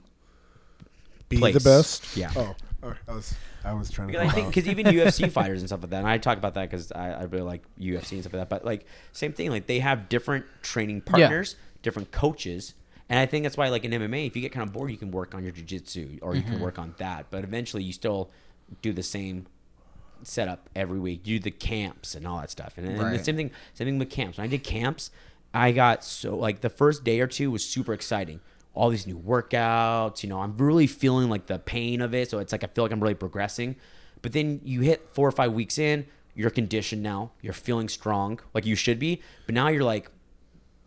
Speaker 1: be the
Speaker 3: place.
Speaker 1: best.
Speaker 3: Yeah.
Speaker 1: Oh, all right. I was I was trying to.
Speaker 3: because I think because (laughs) even UFC fighters and stuff like that, and I talk about that because I, I really like UFC and stuff like that. But like same thing, like they have different training partners, different coaches, and I think that's why like in MMA, if you get kind of bored, you can work on your jujitsu or you can work on that. But eventually, you still do the same setup every week. You do the camps and all that stuff, and, and the
Speaker 2: Right.
Speaker 3: same thing, same thing with camps. When I did camps, I got so like the first day or two was super exciting. All these new workouts, you know, I'm really feeling like the pain of it. So it's like I feel like I'm really progressing. But then you hit four or five weeks in, you're conditioned now, you're feeling strong, like you should be. But now you're like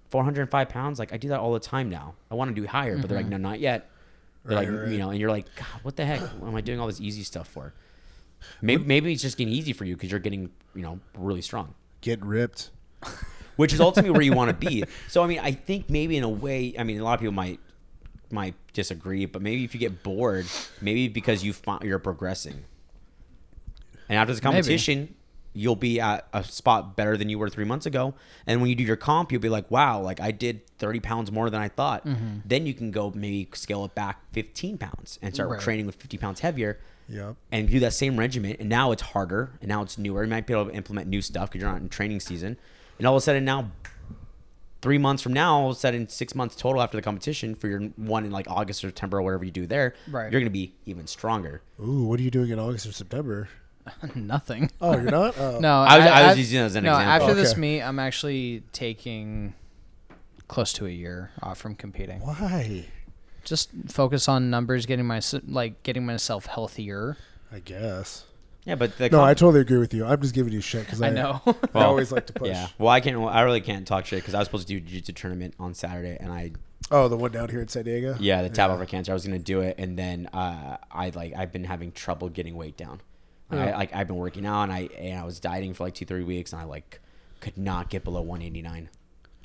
Speaker 3: 405 pounds. Like I do that all the time now. I want to do higher, but they're like, no, not yet.
Speaker 1: Mm-hmm.
Speaker 3: They're
Speaker 1: Right,
Speaker 3: like,
Speaker 1: right.
Speaker 3: you know, and you're like, God,
Speaker 1: (sighs)
Speaker 3: what the heck? What am I doing all this easy stuff for? Maybe, maybe it's just getting easy for you because you're getting, you know, really strong
Speaker 1: get ripped.
Speaker 3: which is ultimately where you want to be. So I mean, I think maybe in a way, I mean, a lot of people might might disagree, but maybe if you get bored, maybe because you find you're progressing, and after this competition, you'll be at a spot better than you were three months ago. And when you do your comp, you'll be like, wow, like I did thirty pounds more than I thought. Then you can go maybe scale it back fifteen pounds and start
Speaker 2: Right.
Speaker 3: training with fifty pounds heavier
Speaker 1: Yep.
Speaker 3: and do that same regimen. And now it's harder, and now it's newer. You might be able to implement new stuff because you're not in training season. And all of a sudden now, three months from now, all of a sudden six months total after the competition for your one in like August or September or whatever you do there,
Speaker 2: Right.
Speaker 3: you're gonna be even stronger.
Speaker 1: Ooh, what are you doing in August or September?
Speaker 2: (laughs) nothing.
Speaker 1: Oh, you're
Speaker 3: (laughs)
Speaker 1: not. Oh.
Speaker 2: No,
Speaker 3: I was- I was using that as an
Speaker 2: no,
Speaker 3: example.
Speaker 2: After this
Speaker 1: Okay.
Speaker 2: meet, I'm actually taking close to a year off from competing.
Speaker 1: Why?
Speaker 2: Just focus on numbers, getting my s- like getting myself healthier.
Speaker 1: I guess.
Speaker 3: Yeah, but the
Speaker 1: No,
Speaker 3: comp-
Speaker 1: I totally agree with you. I'm just giving you shit because I,
Speaker 2: I
Speaker 3: (laughs)
Speaker 2: know. (laughs)
Speaker 1: I always like to push.
Speaker 3: Yeah. Well, I can't. I really can't talk shit because I was supposed to do a jiu-jitsu tournament on Saturday, and I
Speaker 1: Oh, the one down here in San Diego.
Speaker 3: Yeah, the tab over cancer. I was gonna do it, and then uh, I like I've been having trouble getting weight down. I, like I've been working out, and I and I was dieting for like two three weeks, and I like could not get below 189.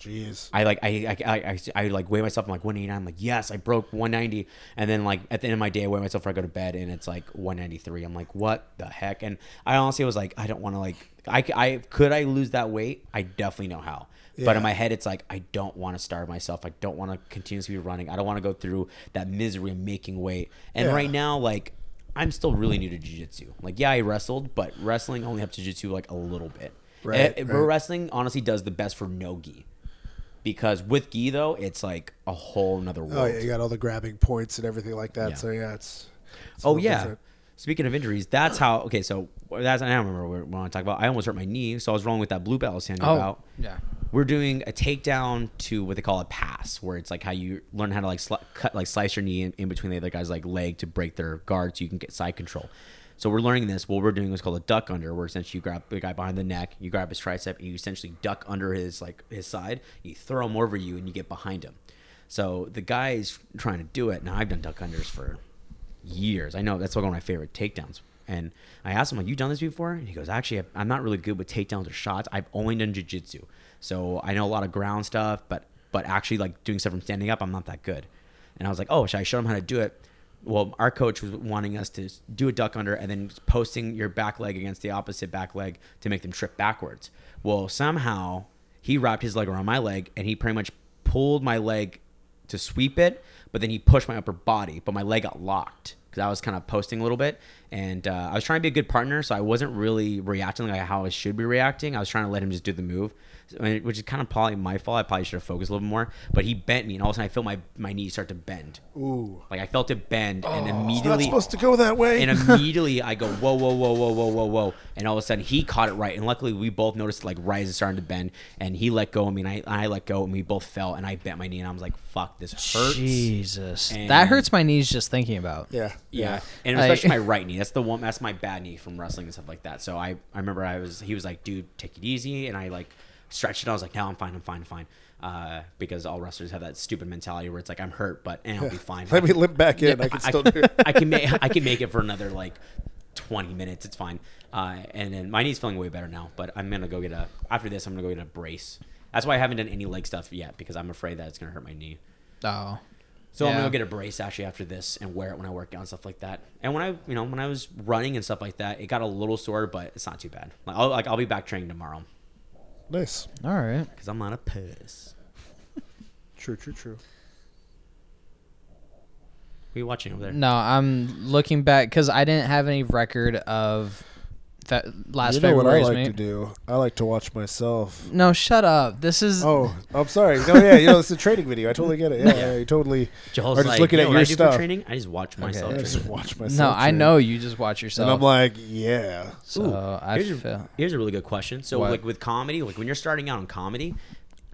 Speaker 1: Jeez.
Speaker 3: I like I I, I, I, I like weigh myself. I'm like 189. I'm like yes, I broke 190. And then like at the end of my day, I weigh myself before I go to bed, and it's like 193. I'm like what the heck? And I honestly was like I don't want to like I, c- I- could I lose that weight? I definitely know how. But
Speaker 1: Yeah.
Speaker 3: in my head, it's like I don't want to starve myself. I don't want to continuously be running. I don't want to go through that misery of making weight. And
Speaker 1: Yeah.
Speaker 3: right now, like I'm still really new to jujitsu. Like yeah, I wrestled, but wrestling only helps jujitsu like a little bit.
Speaker 1: Right,
Speaker 3: Eh,
Speaker 1: right.
Speaker 3: Wrestling honestly does the best for no gi because with gi though it's like a whole nother world
Speaker 1: Oh yeah, you got all the grabbing points and everything like that.
Speaker 3: Yeah.
Speaker 1: So yeah, it's. it's a
Speaker 3: oh
Speaker 1: little
Speaker 3: yeah
Speaker 1: different.
Speaker 3: speaking of injuries that's how okay so that's i don't remember what we want to talk about i almost hurt my knee so i was rolling with that blue belt i was handing
Speaker 2: Oh,
Speaker 3: about
Speaker 2: yeah.
Speaker 3: we're doing a takedown to what they call a pass where it's like how you learn how to like sli- cut like slice your knee in, in between the other guy's like leg to break their guard so you can get side control so we're learning this what we're doing is called a duck under where essentially you grab the guy behind the neck you grab his tricep and you essentially duck under his like his side you throw him over you and you get behind him so the guy's trying to do it. Now I've done duck unders for years. I know that's one of my favorite takedowns. And I asked him, like, you done this before? And he goes, actually, I'm not really good with takedowns or shots. I've only done jujitsu. So I know a lot of ground stuff, but but actually like doing stuff from standing up, I'm not that good. And I was like, oh, should I show him how to do it? Well, our coach was wanting us to do a duck under and then posting your back leg against the opposite back leg to make them trip backwards. Well, somehow he wrapped his leg around my leg and he pretty much pulled my leg to sweep it, but then he pushed my upper body, but my leg got locked because I was kind of posting a little bit, and uh, I was trying to be a good partner, so I wasn't really reacting like how I should be reacting. I was trying to let him just do the move, so- I mean, which is kind of probably my fault. I probably should have focused a little more, but he bent me, and all of a sudden I felt my my knee start to bend.
Speaker 1: Ooh.
Speaker 3: Like I felt it bend, and
Speaker 1: It's not
Speaker 3: immediately
Speaker 1: supposed to go that way. (laughs)
Speaker 3: and immediately I go, whoa, whoa, whoa, whoa, whoa, whoa, whoa. And all of a sudden he caught it right. And luckily we both noticed like rise is starting to bend. And he let go of me and I, and I let go and we both fell and I bent my knee and I was like, fuck, this hurts.
Speaker 2: Jesus,
Speaker 3: And-
Speaker 2: that hurts my knees just thinking about.
Speaker 1: yeah.
Speaker 3: Yeah. And
Speaker 2: I-
Speaker 3: especially my right knee. That's the one that's my bad knee from wrestling and stuff like that. So I, I remember I was he was like, dude, take it easy and I like stretched it. I was like, No, I'm fine, I'm fine, I'm fine. Uh, because all wrestlers have that stupid mentality where it's like I'm hurt, but and
Speaker 1: (laughs)
Speaker 3: I'll be fine.
Speaker 1: (laughs) Let me limp back in. I can still do
Speaker 3: (laughs)
Speaker 1: it.
Speaker 3: I can make I can make it for another like twenty minutes. It's fine. Uh, and then my knee's feeling way better now. But I'm gonna go get a after this. I'm gonna go get a brace. That's why I haven't done any leg stuff yet because I'm afraid that it's gonna hurt my knee.
Speaker 2: Oh,
Speaker 3: So I'm gonna
Speaker 2: Yeah.
Speaker 3: go get a brace actually after this and wear it when I work out and stuff like that. And when I you know when I was running and stuff like that, it got a little sore, but it's not too bad. Like I'll like I'll be back training tomorrow
Speaker 1: Nice.
Speaker 2: all right.
Speaker 3: because I'm not a puss.
Speaker 1: True. True. True.
Speaker 3: What are you watching over there?
Speaker 2: No, I'm looking back because I didn't have any record of fe- last
Speaker 1: you know what I
Speaker 2: February's
Speaker 1: like
Speaker 2: meet-
Speaker 1: to do? I like to watch myself.
Speaker 2: No, shut up. This is
Speaker 1: Oh, I'm sorry. No, yeah, you know, it's a trading video. I totally get it. Yeah, yeah you totally
Speaker 3: Joel's
Speaker 1: are just
Speaker 3: like,
Speaker 1: looking
Speaker 3: "You know
Speaker 1: at
Speaker 3: what I
Speaker 1: your
Speaker 3: do for
Speaker 1: stuff.
Speaker 3: training. I just watch myself. (laughs)
Speaker 1: Yeah, I
Speaker 3: train.
Speaker 1: just watch myself.
Speaker 2: no. I
Speaker 1: train.
Speaker 2: know you just watch
Speaker 1: And
Speaker 2: yourself.
Speaker 1: I'm like, yeah.
Speaker 2: so I
Speaker 3: here's, a,
Speaker 2: feel.
Speaker 3: here's a really good question. So
Speaker 2: What?
Speaker 3: like with comedy, like when you're starting out in comedy,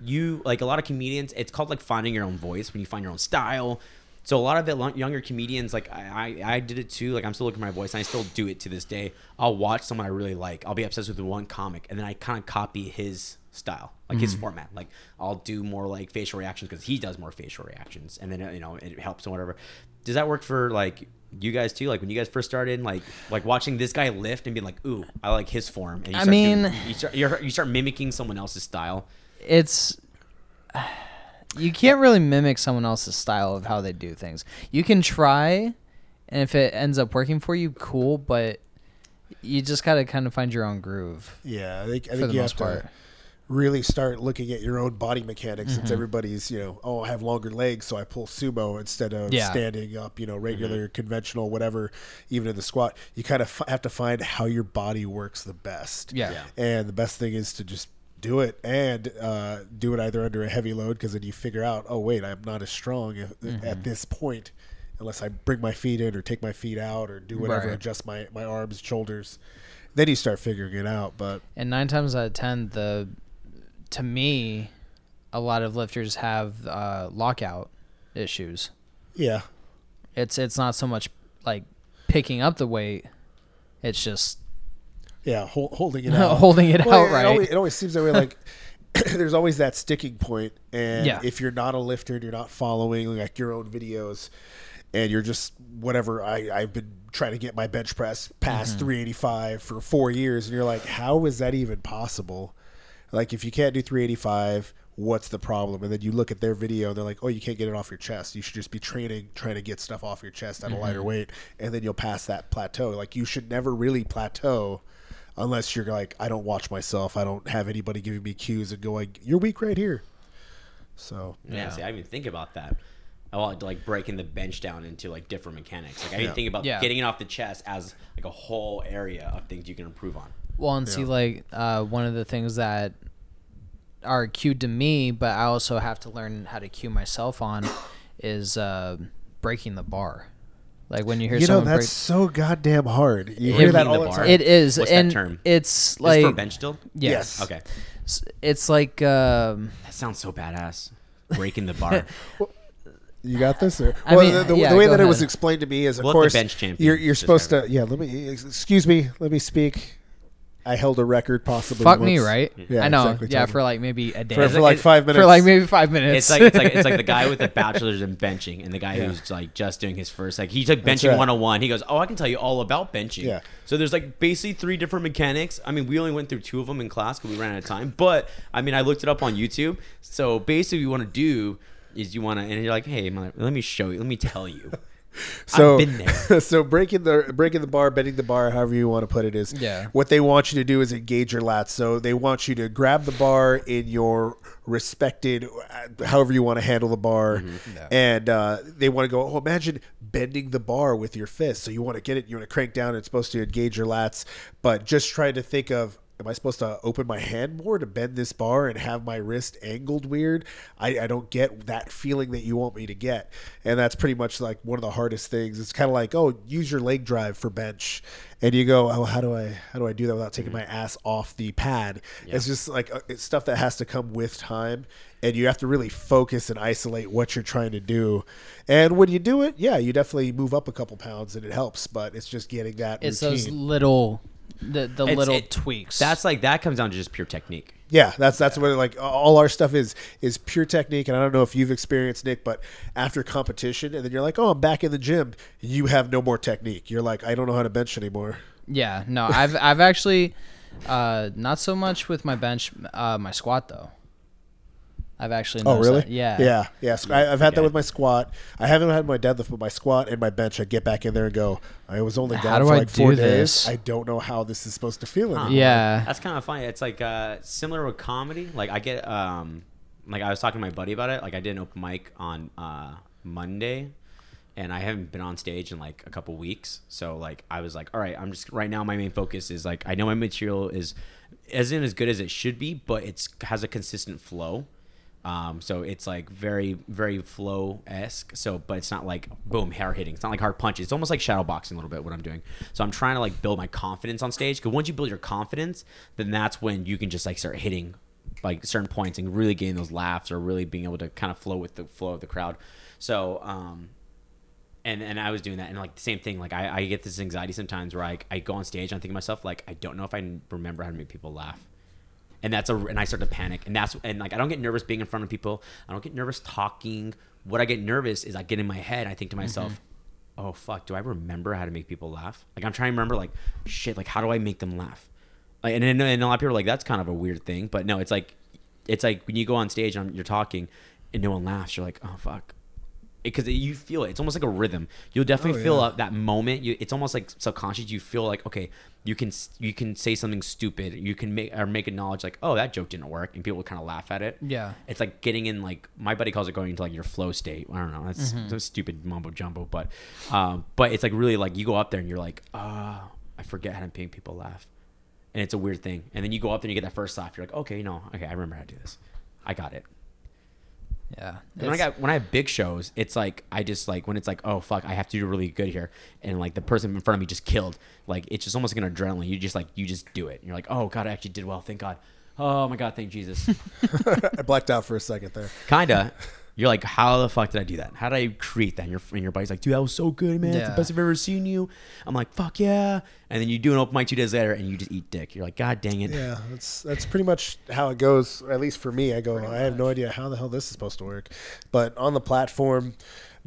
Speaker 3: you like a lot of comedians. It's called like finding your own voice when you find your own style. So a lot of the lo- younger comedians, like I, I, I did it too. Like I'm still looking for my voice, and I still do it to this day. I'll watch someone I really like. I'll be obsessed with one comic, and then I kind of copy his style, like
Speaker 2: Mm-hmm.
Speaker 3: his format. Like I'll do more like facial reactions because he does more facial reactions, and then uh, you know it helps and whatever. Does that work for like you guys too? Like when you guys first started, like like watching this guy lift and being like, "Ooh, I like his form." And you
Speaker 2: I
Speaker 3: start doing-
Speaker 2: mean-
Speaker 3: you start you're, you start mimicking someone else's style.
Speaker 2: it's (sighs) you can't really mimic someone else's style of how they do things. You can try, and if it ends up working for you, cool. But you just gotta kind of find your own groove.
Speaker 1: Yeah, I think I
Speaker 2: For
Speaker 1: think
Speaker 2: the
Speaker 1: you
Speaker 2: most
Speaker 1: have to
Speaker 2: part.
Speaker 1: really start looking at your own body mechanics
Speaker 2: Mm-hmm.
Speaker 1: since everybody's you know oh I have longer legs so I pull sumo instead of
Speaker 2: Yeah. Mm-hmm.
Speaker 1: standing up you know regular conventional whatever even in the squat you kind of f- have to find how your body works the best
Speaker 2: Yeah. Yeah.
Speaker 1: and the best thing is to just do it and uh, do it either under a heavy load because then you figure out oh wait I'm not as strong if,
Speaker 2: Mm-hmm.
Speaker 1: at this point unless I bring my feet in or take my feet out or do whatever
Speaker 2: Right.
Speaker 1: adjust my my arms shoulders then you start figuring it out but
Speaker 2: And nine times out of ten, the to me, a lot of lifters have uh, lockout issues.
Speaker 1: Yeah.
Speaker 2: It's it's not so much like picking up the weight; it's just
Speaker 1: Yeah. Hol- holding
Speaker 2: (laughs)
Speaker 1: it out.
Speaker 2: holding it
Speaker 1: Well,
Speaker 2: out
Speaker 1: It always,
Speaker 2: right.
Speaker 1: it always seems that way. Like, (coughs) there's always that sticking point, And
Speaker 2: Yeah.
Speaker 1: if you're not a lifter and you're not following like your own videos and you're just whatever, I, I've been trying to get my bench press past 385 for four years. And you're like, how is that even possible? like if you can't do 385 what's the problem and then you look at their video and they're like oh you can't get it off your chest you should just be training trying to get stuff off your chest at a lighter weight and then you'll pass that plateau like you should never really plateau unless you're like i don't watch myself i don't have anybody giving me cues and going you're weak right here so
Speaker 3: Yeah, see, I didn't even think about that. I want like breaking the bench down into like different mechanics. Like I didn't
Speaker 1: Yeah.
Speaker 3: think about
Speaker 2: Yeah.
Speaker 3: getting it off the chest as like a whole area of things you can improve on.
Speaker 2: Well, and see, like uh, one of the things that are cued to me, but I also have to learn how to cue myself on, (coughs) is uh, breaking the bar. Like when you hear
Speaker 1: you know
Speaker 2: someone
Speaker 1: that's
Speaker 2: break,
Speaker 1: so goddamn hard you
Speaker 3: Yeah,
Speaker 1: hear
Speaker 3: we
Speaker 1: that
Speaker 3: mean
Speaker 1: all
Speaker 3: the
Speaker 1: the
Speaker 3: bar.
Speaker 1: time
Speaker 2: it is,
Speaker 3: What's that
Speaker 2: and
Speaker 3: term?
Speaker 2: it's
Speaker 3: Like,
Speaker 2: like
Speaker 3: for bench still?
Speaker 2: yes,
Speaker 1: Yes.
Speaker 3: Okay.
Speaker 2: It's- It's like um,
Speaker 3: That sounds so badass.
Speaker 2: (laughs)
Speaker 3: Breaking the bar.
Speaker 1: You got this. Or,
Speaker 2: I
Speaker 1: well,
Speaker 2: mean,
Speaker 1: the, the-
Speaker 2: yeah,
Speaker 1: the way
Speaker 2: go
Speaker 1: that it was
Speaker 2: ahead.
Speaker 1: explained to me is, of
Speaker 3: Let the
Speaker 1: course,
Speaker 3: bench champion
Speaker 1: you're you're supposed
Speaker 3: decide.
Speaker 1: to. Yeah, let me. ex- Excuse me. Let me speak. I held a record, possibly.
Speaker 2: fuck me,
Speaker 1: once.
Speaker 2: right?
Speaker 1: Yeah,
Speaker 2: I know.
Speaker 1: exactly,
Speaker 2: yeah,
Speaker 1: totally.
Speaker 2: for like maybe a day,
Speaker 1: For, for
Speaker 3: it-
Speaker 1: like
Speaker 3: it-
Speaker 1: five minutes.
Speaker 2: for like maybe five minutes.
Speaker 3: It's like it's like it's like the guy with the bachelor's in benching and the guy who's like just doing his first like he took benching
Speaker 1: right.
Speaker 3: 101. He goes, "Oh, I can tell you all about benching."
Speaker 1: Yeah.
Speaker 3: So there's like basically three different mechanics. I mean, we only went through two of them in class cuz we ran out of time, but I mean, I looked it up on YouTube. So basically what you want to do is you want to and you're like, "Hey, my, let me show you. Let me tell you."
Speaker 1: (laughs) so,
Speaker 3: I've been there.
Speaker 1: (laughs) so breaking the breaking the bar, bending the bar, however you want to put it, is
Speaker 2: Yeah.
Speaker 1: what they want you to do is engage your lats. So they want you to grab the bar in your respected, uh, however you want to handle the bar,
Speaker 3: Mm-hmm.
Speaker 1: and uh, they want to go. Oh, imagine bending the bar with your fist. So you want to get it, you want to crank down. It's supposed to engage your lats, but just try to think of. Am I supposed to open my hand more to bend this bar and have my wrist angled weird? I, I don't get that feeling that you want me to get. And that's pretty much like one of the hardest things. It's kind of like, oh, use your leg drive for bench. And you go, oh, how do I how do I do that without taking my
Speaker 2: Mm-hmm.
Speaker 1: ass off the pad? It's just like uh, it's stuff that has to come with time. And you have to really focus and isolate what you're trying to do. And when you do it, yeah, you definitely move up a couple pounds and it helps. But it's just getting that
Speaker 2: (laughs) it's those
Speaker 1: routine.
Speaker 2: little the the
Speaker 3: It's-
Speaker 2: little
Speaker 3: it-
Speaker 2: tweaks.
Speaker 3: That's like that comes down to just pure technique.
Speaker 1: Yeah, that's that's what like all our stuff is is pure technique, and I don't know if you've experienced Nick, but after competition, and then you're like, oh, I'm back in the gym. You have no more technique. You're like, I don't know how to bench anymore.
Speaker 2: Yeah, no, I've
Speaker 1: (laughs)
Speaker 2: I've actually uh, not so much with my bench, uh, my squat though. I've actually
Speaker 1: Oh,
Speaker 2: noticed
Speaker 1: really?
Speaker 2: that. Yeah,
Speaker 1: yeah, yeah. Squ- I, I've had
Speaker 3: Okay.
Speaker 1: that with my squat. I haven't had my deadlift, but my squat and my bench, I get back in there and go, I was only down
Speaker 2: do
Speaker 1: for
Speaker 2: I
Speaker 1: like four
Speaker 2: do
Speaker 1: days.
Speaker 2: this?
Speaker 1: I don't know how this is supposed to feel anymore.
Speaker 2: yeah.
Speaker 3: That's kind of funny. It's like uh, similar with comedy. Like I get, um, like I was talking to my buddy about it. Like I did an open mic on uh, Monday, and I haven't been on stage in like a couple weeks. So like I was like, all right, I'm just right now. My main focus is like I know my material is isn't as good as it should be, but it's has a consistent flow. Um, so it's like very, very flow esque. So, but it's not like boom, hair hitting. It's not like hard punches. It's almost like shadow boxing a little bit what I'm doing. So I'm trying to like build my confidence on stage. Because once you build your confidence, then that's when you can just like start hitting like certain points and really getting those laughs or really being able to kind of flow with the flow of the crowd. So, um, and and I was doing that, and like the same thing. Like I, I get this anxiety sometimes where I I go on stage and I think to myself like I don't know if I remember how to make people laugh, and that's a and I start to panic, and that's and like I don't get nervous being in front of people. I don't get nervous talking. What I get nervous is I get in my head. and I think to myself.
Speaker 1: Mm-hmm.
Speaker 3: Oh fuck! Do I remember how to make people laugh? Like I'm trying to remember, like shit. Like how do I make them laugh? Like, and, and and a lot of people are like, that's kind of a weird thing, but no, it's like, it's like when you go on stage and you're talking, and no one laughs. You're like, oh fuck, because you feel it. It's almost like a rhythm. You'll definitely
Speaker 1: Oh,
Speaker 3: feel
Speaker 1: yeah.
Speaker 3: out that moment. You, it's almost like subconscious. You feel like okay, you can s- you can say something stupid. You can make or make acknowledge like oh that joke didn't work, and people kind of laugh at it.
Speaker 2: Yeah.
Speaker 3: it's like getting in like my buddy calls it going into like your flow state. I don't know. That's some stupid mumbo jumbo, but um, but it's like really like you go up there and you're like ah, I forget how to make people laugh, and it's a weird thing. And then you go up there and you get that first laugh. You're like okay, no, okay, I remember how to do this. I got it.
Speaker 2: yeah.
Speaker 3: When I
Speaker 2: It's-
Speaker 3: got when I have big shows, it's like I just like when it's like oh fuck, I have to do really good here, and like the person in front of me just killed. Like it's just almost like an adrenaline. You just like you just do it. And you're like oh god, I actually did well. Thank God. Oh my god,
Speaker 2: (laughs)
Speaker 3: thank Jesus.
Speaker 1: (laughs) I blacked out for a second there.
Speaker 3: Kinda. You're like how the fuck did I do that? How did I create that? And your and your body's like dude, that was so good, man. It's
Speaker 2: Yeah.
Speaker 3: the best I've ever seen you. I'm like fuck yeah. And then you do an open mic two days later, and you just eat dick. You're like god dang it.
Speaker 1: Yeah, that's that's pretty much how it goes. At least for me, I go. I have no idea how the hell this is supposed to work. But on the platform,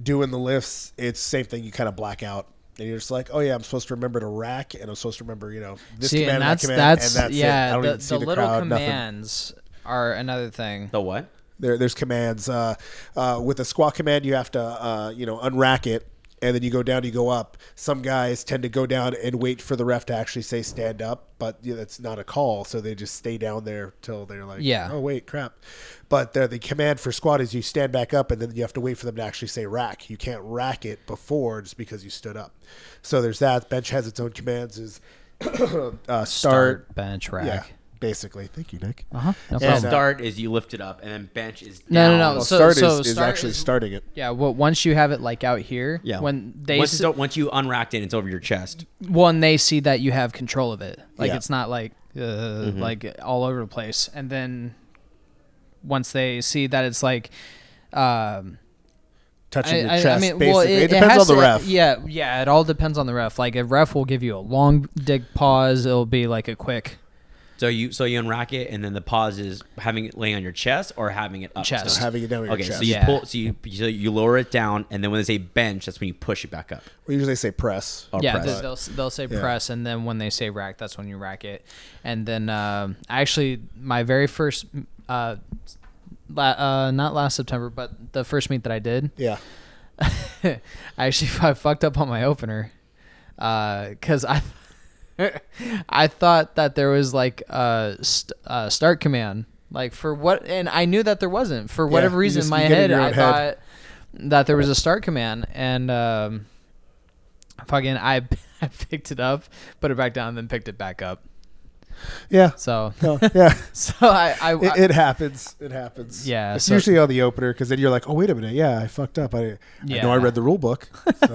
Speaker 1: doing the lifts, it's same thing. You kind of black out. and you're just like, oh yeah, I'm supposed to remember to rack, and I'm supposed to remember, you know, this
Speaker 2: see,
Speaker 1: command,
Speaker 2: and that's,
Speaker 1: that command,
Speaker 2: that's,
Speaker 1: and that's it. I
Speaker 2: yeah,
Speaker 1: don't
Speaker 2: the,
Speaker 1: even see
Speaker 2: the,
Speaker 1: the,
Speaker 2: little
Speaker 1: crowd, nothing.
Speaker 2: commands are another thing.
Speaker 3: The what?
Speaker 1: There, there's commands. Uh, uh, with a squat command, you have to, uh, you know, unrack it, and then you go down, you go up. Some guys tend to go down and wait for the ref to actually say stand up, but you know, that's not a call, so they just stay down there till they're like,
Speaker 2: Yeah.
Speaker 1: oh wait, crap. But the, the command for squat is you stand back up, and then you have to wait for them to actually say rack. You can't rack it before just because you stood up. So there's that. Bench has its own commands. Is uh, start,
Speaker 2: bench
Speaker 1: yeah,
Speaker 2: rack.
Speaker 1: basically. Thank you, Nick.
Speaker 2: Uh-huh. No
Speaker 1: And,
Speaker 2: problem.
Speaker 1: uh,
Speaker 3: Start is you lift it up, and then bench is
Speaker 2: No, no,
Speaker 3: down.
Speaker 2: no.
Speaker 1: Well,
Speaker 2: So-
Speaker 1: start
Speaker 2: so
Speaker 1: is, is
Speaker 2: start
Speaker 1: actually
Speaker 2: is-
Speaker 1: starting it.
Speaker 2: Yeah, well, once you have it like out here,
Speaker 3: Yeah.
Speaker 2: when they
Speaker 3: once,
Speaker 2: s-
Speaker 3: don't- once you unracked it, it's over your chest.
Speaker 2: when they see that you have control of it,
Speaker 1: Yeah.
Speaker 2: like
Speaker 1: Mm-hmm.
Speaker 2: it's not like uh, like all over the place. And then once they see that it's like, um,
Speaker 1: touching
Speaker 2: I,
Speaker 1: your
Speaker 2: I- I
Speaker 1: chest.
Speaker 2: mean,
Speaker 1: basically,
Speaker 2: well,
Speaker 1: it,
Speaker 2: it, it
Speaker 1: depends on
Speaker 2: has
Speaker 1: the
Speaker 2: to-
Speaker 1: ref.
Speaker 2: Yeah, yeah, it all depends on the ref. Like a ref will give you a long dig pause. It'll be like a quick
Speaker 3: So you so you unrack it, and then the pause is having it laying on your chest or having it up.
Speaker 2: Chest.
Speaker 3: still?
Speaker 1: Having it down your
Speaker 3: okay,
Speaker 1: chest.
Speaker 3: so you
Speaker 2: Yeah.
Speaker 3: pull, so you so you lower it down, and then when they say bench, that's when you push it back up.
Speaker 1: We usually say press.
Speaker 3: Or
Speaker 2: yeah,
Speaker 3: press.
Speaker 2: th- they'll they'll say press, and then when they say rack, that's when you rack it. And then um, actually, my very first, uh, la- uh, not last September, but the first meet that I did,
Speaker 1: Yeah.
Speaker 2: (laughs) I actually I fucked up on my opener because I (laughs) I thought that there was like a st- uh, start command like for what and I knew that there wasn't for whatever
Speaker 1: you
Speaker 2: reason
Speaker 1: just-
Speaker 2: in my
Speaker 1: you get in
Speaker 2: head
Speaker 1: your
Speaker 2: I
Speaker 1: own head.
Speaker 2: thought that there was a start command and um, fucking I (laughs) I picked it up put it back down then picked it back up
Speaker 1: Yeah.
Speaker 2: so (laughs)
Speaker 1: (laughs) No, yeah.
Speaker 2: so I I,
Speaker 1: It, it happens. It happens.
Speaker 2: Yeah,
Speaker 1: It's
Speaker 2: so-
Speaker 1: usually on the opener because then you're like, oh, wait a minute. Yeah, I fucked up. I, I know I
Speaker 2: Yeah.
Speaker 1: read the rule book. (laughs)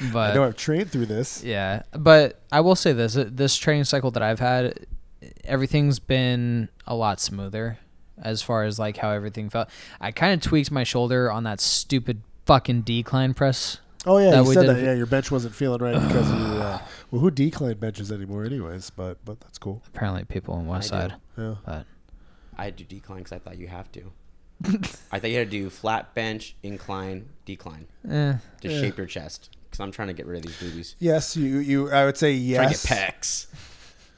Speaker 1: So
Speaker 2: but
Speaker 1: I know I've trained through this.
Speaker 2: Yeah, but I will say this: uh, this training cycle that I've had, everything's been a lot smoother, as far as like how everything felt. I kind of tweaked my shoulder on that stupid fucking decline press.
Speaker 1: Oh, yeah.
Speaker 2: That
Speaker 1: you
Speaker 2: we
Speaker 1: said
Speaker 2: did-
Speaker 1: that. Yeah, your bench wasn't feeling (sighs) right because you. Uh, well, who declined benches anymore, anyways? But but that's cool.
Speaker 2: Apparently, people in West
Speaker 3: I
Speaker 2: Side,
Speaker 3: do.
Speaker 1: Yeah.
Speaker 2: but
Speaker 3: I had to decline because I thought you
Speaker 1: (laughs)
Speaker 3: have to. I thought you had to do flat bench, incline, decline
Speaker 2: eh,
Speaker 3: to
Speaker 1: Yeah.
Speaker 3: shape your chest. Because I'm trying to get rid of these boobies.
Speaker 1: Yes, you you. I would say yes.
Speaker 3: Trying to get pecs.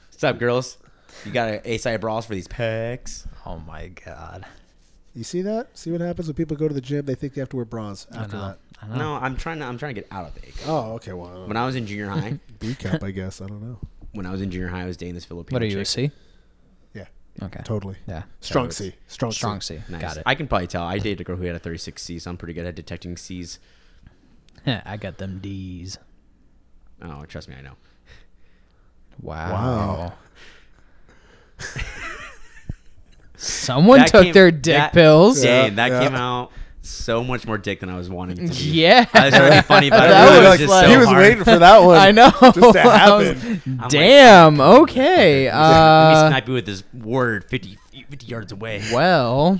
Speaker 3: What's up, girls? You got a A side brawls for these pecs.
Speaker 2: oh my god,
Speaker 1: You see that? See what happens when people go to the gym? They think they have to wear bras after
Speaker 2: I know,
Speaker 1: that.
Speaker 2: I know.
Speaker 3: No, I'm trying to. I'm trying to get out of the A cup.
Speaker 1: Oh, okay. Well,
Speaker 2: (laughs)
Speaker 3: When I was in junior
Speaker 1: (laughs)
Speaker 3: high,
Speaker 1: B cup, I guess. I don't know.
Speaker 3: when I was in junior high, I was dating this Filipino.
Speaker 2: What are you a
Speaker 3: chick.
Speaker 2: C?
Speaker 1: Yeah.
Speaker 2: Okay,
Speaker 1: Totally.
Speaker 2: yeah,
Speaker 1: Strong
Speaker 3: was-
Speaker 1: C. Strong C.
Speaker 2: strong C.
Speaker 3: Nice.
Speaker 2: Got it.
Speaker 3: I can probably tell. I dated a girl who had a 36 C, so I'm pretty good at detecting C's.
Speaker 2: (laughs) I, got them D's.
Speaker 3: Oh, trust me, I know.
Speaker 2: Wow.
Speaker 1: Wow.
Speaker 2: Someone
Speaker 3: That
Speaker 2: took
Speaker 3: came-
Speaker 2: their dick
Speaker 3: that-
Speaker 2: pills.
Speaker 1: Yeah,
Speaker 3: Dang, that
Speaker 1: yeah.
Speaker 3: came out so much more dick than I was wanting it to be.
Speaker 2: Yeah. (laughs)
Speaker 3: I was trying to be funny, but
Speaker 2: That
Speaker 3: it was,
Speaker 2: was
Speaker 3: just
Speaker 2: like-
Speaker 3: so
Speaker 1: he was
Speaker 3: hard.
Speaker 1: waiting for that one.
Speaker 2: I know.
Speaker 1: Just to
Speaker 2: (laughs) I was-
Speaker 1: happen.
Speaker 3: like,
Speaker 2: Damn. Okay.
Speaker 3: Let me
Speaker 2: Uh,
Speaker 3: snipe you with this word 50, 50 yards away.
Speaker 2: well.